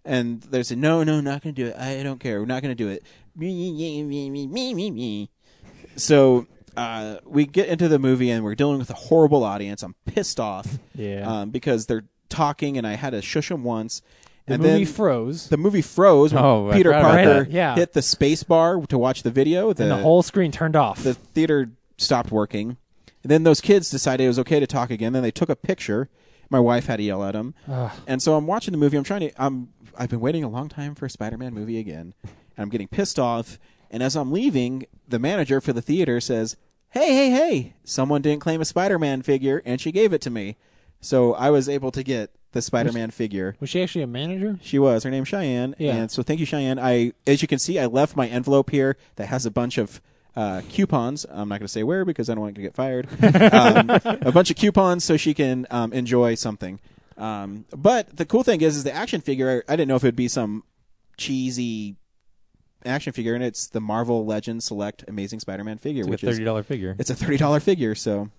Speaker 1: And they said, "No, no, not going to do it. I don't care. We're not going to do it." Me, me, me, me, me, me, me. So uh, we get into the movie and we're dealing with a horrible audience. I'm pissed off.
Speaker 3: Yeah.
Speaker 1: Um, because they're talking and I had to shush them once.
Speaker 3: The
Speaker 1: and
Speaker 3: movie
Speaker 1: then
Speaker 3: froze.
Speaker 1: The movie froze when
Speaker 5: Oh, I
Speaker 1: Peter
Speaker 5: forgot about
Speaker 1: Parker
Speaker 3: that. Yeah.
Speaker 1: hit the space bar to watch the video. The,
Speaker 3: and the whole screen turned off.
Speaker 1: the theater stopped working. And then those kids decided it was okay to talk again. Then they took a picture. My wife had to yell at them.
Speaker 3: Ugh.
Speaker 1: And so I'm watching the movie. I'm trying to. I'm. I've been waiting a long time for a Spider-Man movie again. And I'm getting pissed off. And as I'm leaving, the manager for the theater says, "Hey, hey, hey! Someone didn't claim a Spider-Man figure, and she gave it to me. So I was able to get the Spider-Man figure."
Speaker 3: was she actually a manager?
Speaker 1: She was. Her name's Cheyenne.
Speaker 3: Yeah.
Speaker 1: And so thank you, Cheyenne. I, as you can see, I left my envelope here that has a bunch of uh, coupons. I'm not going to say where because I don't want to get
Speaker 3: (laughs)
Speaker 1: fired. um, a bunch of coupons so she can um, enjoy something. Um, but the cool thing is, is the action figure. I didn't know if it would be some cheesy action figure, and it's the Marvel Legends Select Amazing Spider-Man figure,
Speaker 5: It's like
Speaker 1: which
Speaker 5: a
Speaker 1: is
Speaker 5: thirty dollar figure.
Speaker 1: it's a thirty dollar figure. So,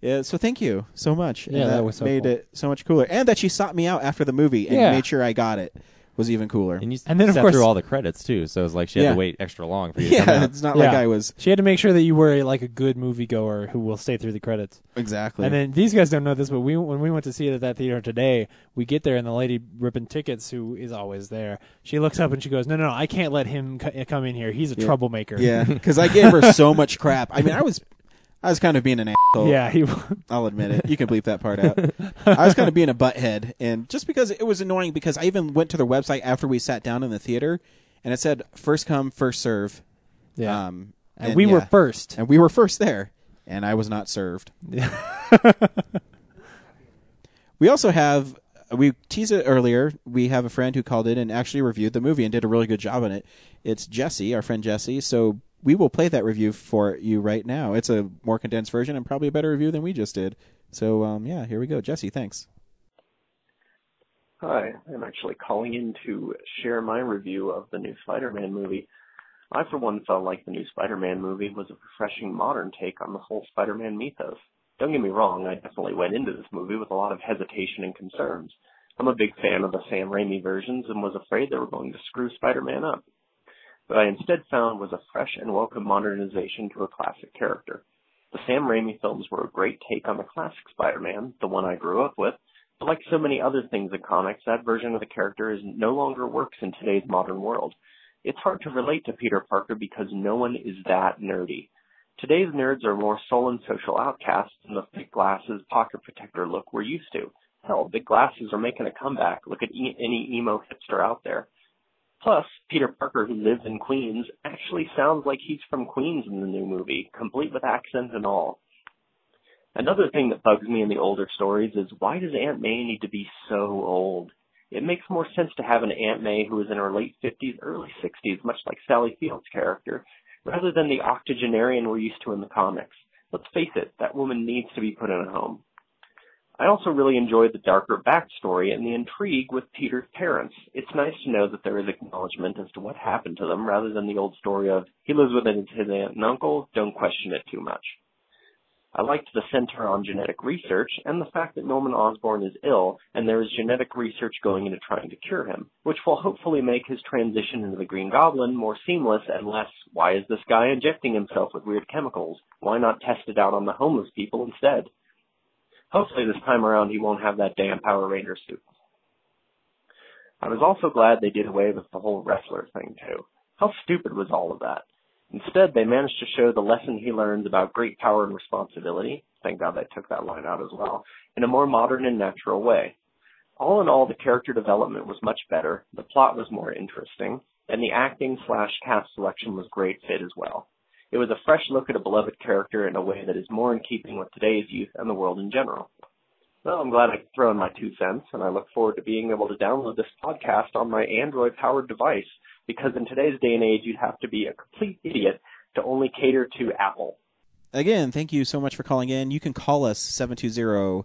Speaker 1: yeah. So thank you so much. And
Speaker 3: Yeah, that was so
Speaker 1: made
Speaker 3: cool.
Speaker 1: it so much cooler, and that she sought me out after the movie and
Speaker 3: Yeah.
Speaker 1: made sure I got it was even cooler.
Speaker 5: and you
Speaker 3: And then, of
Speaker 5: sat
Speaker 3: course-
Speaker 5: through all the credits too, so it was like she had
Speaker 1: Yeah.
Speaker 5: to wait extra long
Speaker 1: (laughs)
Speaker 5: for you. To come
Speaker 1: (laughs) yeah,
Speaker 5: out.
Speaker 1: it's not like
Speaker 3: Yeah.
Speaker 1: I was
Speaker 3: She had to make sure that you were a, like a good moviegoer who will stay through the credits.
Speaker 1: exactly.
Speaker 3: And then these guys don't know this, but we when we went to see it at that theater today, we get there and the lady ripping tickets, who is always there, she looks up and she goes, "No, no, no I can't let him co- come in here. He's a
Speaker 1: Yeah.
Speaker 3: troublemaker." (laughs)
Speaker 1: yeah, because I gave her so much crap. I mean, I was. I was kind of being an asshole.
Speaker 3: (laughs) yeah. He
Speaker 1: I'll admit it. You can bleep that part out. I
Speaker 3: (laughs)
Speaker 1: was kind of being a butthead, and just because it was annoying, because I even went to their website after we sat down in the theater, and it said first come, first serve.
Speaker 3: Yeah.
Speaker 1: Um,
Speaker 3: and we were
Speaker 1: yeah.
Speaker 3: first.
Speaker 1: and we were first there, and I was
Speaker 3: (laughs)
Speaker 1: not served. we also have we teased it earlier. We have a friend who called in and actually reviewed the movie and did a really good job on it. It's Jesse, our friend Jesse. So we will play that review for you right now. It's a more condensed version and probably a better review than we just did. So um, yeah, here we go, Jesse. Thanks.
Speaker 21: Hi, I'm actually calling in to share my review of the new Spider-Man movie. I, for one, felt like the new Spider-Man movie was a refreshing modern take on the whole Spider-Man mythos. Don't get me wrong, I definitely went into this movie with a lot of hesitation and concerns. I'm a big fan of the Sam Raimi versions and was afraid they were going to screw Spider-Man up. What I instead found was a fresh and welcome modernization to a classic character. The Sam Raimi films were a great take on the classic Spider-Man, the one I grew up with, but like so many other things in comics, that version of the character is no longer works in today's modern world. It's hard to relate to Peter Parker because no one is that nerdy. Today's nerds are more sullen social outcasts than the thick glasses, pocket protector look we're used to. Hell, big glasses are making a comeback. Look at e- any emo hipster out there. Plus, Peter Parker, who lives in Queens, actually sounds like he's from Queens in the new movie, complete with accent and all. Another thing that bugs me in the older stories is why does Aunt May need to be so old? It makes more sense to have an Aunt May who is in her late 50s, early 60s, much like Sally Field's character, rather than the octogenarian we're used to in the comics. Let's face it, that woman needs to be put in a home. I also really enjoyed the darker backstory and the intrigue with Peter's parents. It's nice to know that there is acknowledgement as to what happened to them rather than the old story of he lives with his aunt and uncle, don't question it too much. I liked the Center on Genetic Research and the fact that Norman Osborn is ill and there is genetic research going into trying to cure him, which will hopefully make his transition into the Green Goblin more seamless and less, why is this guy injecting himself with weird chemicals? Why not test it out on the homeless people instead? Hopefully this time around he won't have that damn Power Ranger suit. I was also glad they did away with the whole wrestler thing too. How stupid was all of that? Instead, they managed to show the lesson he learns about great power and responsibility. Thank God they took that line out as well, in a more modern and natural way. All in all, the character development was much better, the plot was more interesting, and the acting slash cast selection was great fit as well. It was a fresh look at a beloved character in a way that is more in keeping with today's youth and the world in general. Well, I'm glad I could throw in my two cents, and I look forward to being able to download this podcast on my Android powered device because in today's day and age, you'd have to be a complete idiot to only cater to Apple.
Speaker 1: Again, thank you so much for calling in. You can call us 720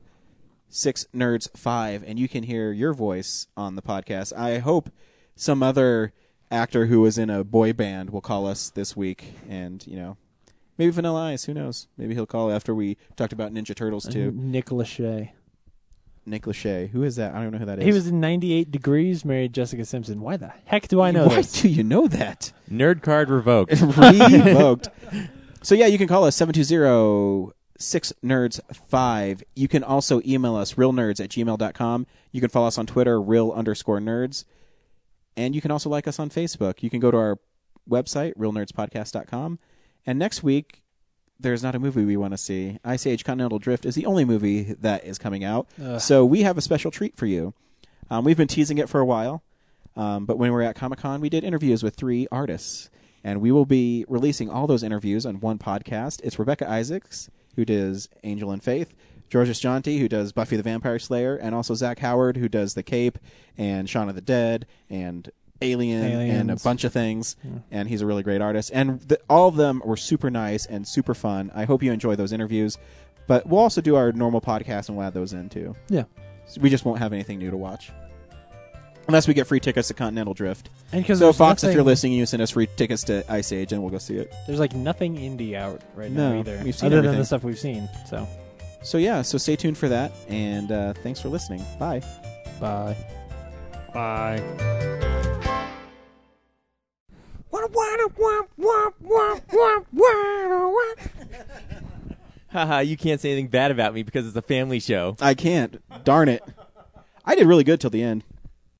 Speaker 1: 6 Nerds 5, and you can hear your voice on the podcast. I hope some other actor who was in a boy band will call us this week, and, you know, maybe Vanilla Ice, who knows? Maybe he'll call after we talked about Ninja Turtles, too.
Speaker 3: Nick Lachey.
Speaker 1: Nick Lachey. Who is that? I don't know who that is.
Speaker 3: He was in 98 Degrees, married Jessica Simpson. Why the heck do I know
Speaker 1: Why
Speaker 3: this?
Speaker 1: do you know that?
Speaker 5: Nerd card revoked.
Speaker 1: (laughs) revoked. So yeah, you can call us 720-6nerds5. You can also email us realnerds at gmail.com. You can follow us on Twitter, real underscore nerds. And you can also like us on Facebook. You can go to our website, realnerdspodcast.com. And next week, there's not a movie we want to see. Ice Age Continental Drift is the only movie that is coming out.
Speaker 3: Ugh.
Speaker 1: So we have a special treat for you. Um, we've been teasing it for a while, um, but when we were at Comic Con, we did interviews with three artists, and we will be releasing all those interviews on one podcast. It's Rebecca Isaacs, who does Angel and Faith, Georges Jonti, who does Buffy the Vampire Slayer, and also Zach Howard, who does The Cape and Shaun of the Dead and Alien and a
Speaker 3: Aliens.
Speaker 1: bunch of things, and he's a really great artist. And th all of them were super nice and super fun. I hope you enjoy those interviews, but we'll also do our normal podcast and we'll add those in too.
Speaker 3: Yeah.
Speaker 1: So we just won't have anything new to watch unless we get free tickets to Continental Drift.
Speaker 3: And 'cause
Speaker 1: so,
Speaker 3: there's
Speaker 1: Fox, if
Speaker 3: nothing-
Speaker 1: you're listening, you send us free tickets to Ice Age, and we'll go see it.
Speaker 3: There's like nothing indie out right
Speaker 1: No,
Speaker 3: now either,
Speaker 1: we've seen
Speaker 3: other
Speaker 1: everything.
Speaker 3: than the stuff we've seen. So
Speaker 1: So yeah, so stay tuned for that, and uh, thanks for listening. Bye.
Speaker 3: bye.
Speaker 14: Bye.
Speaker 5: Haha, you can't say anything bad about me because it's a family show.
Speaker 1: I can't. Darn it. I did really good till the end.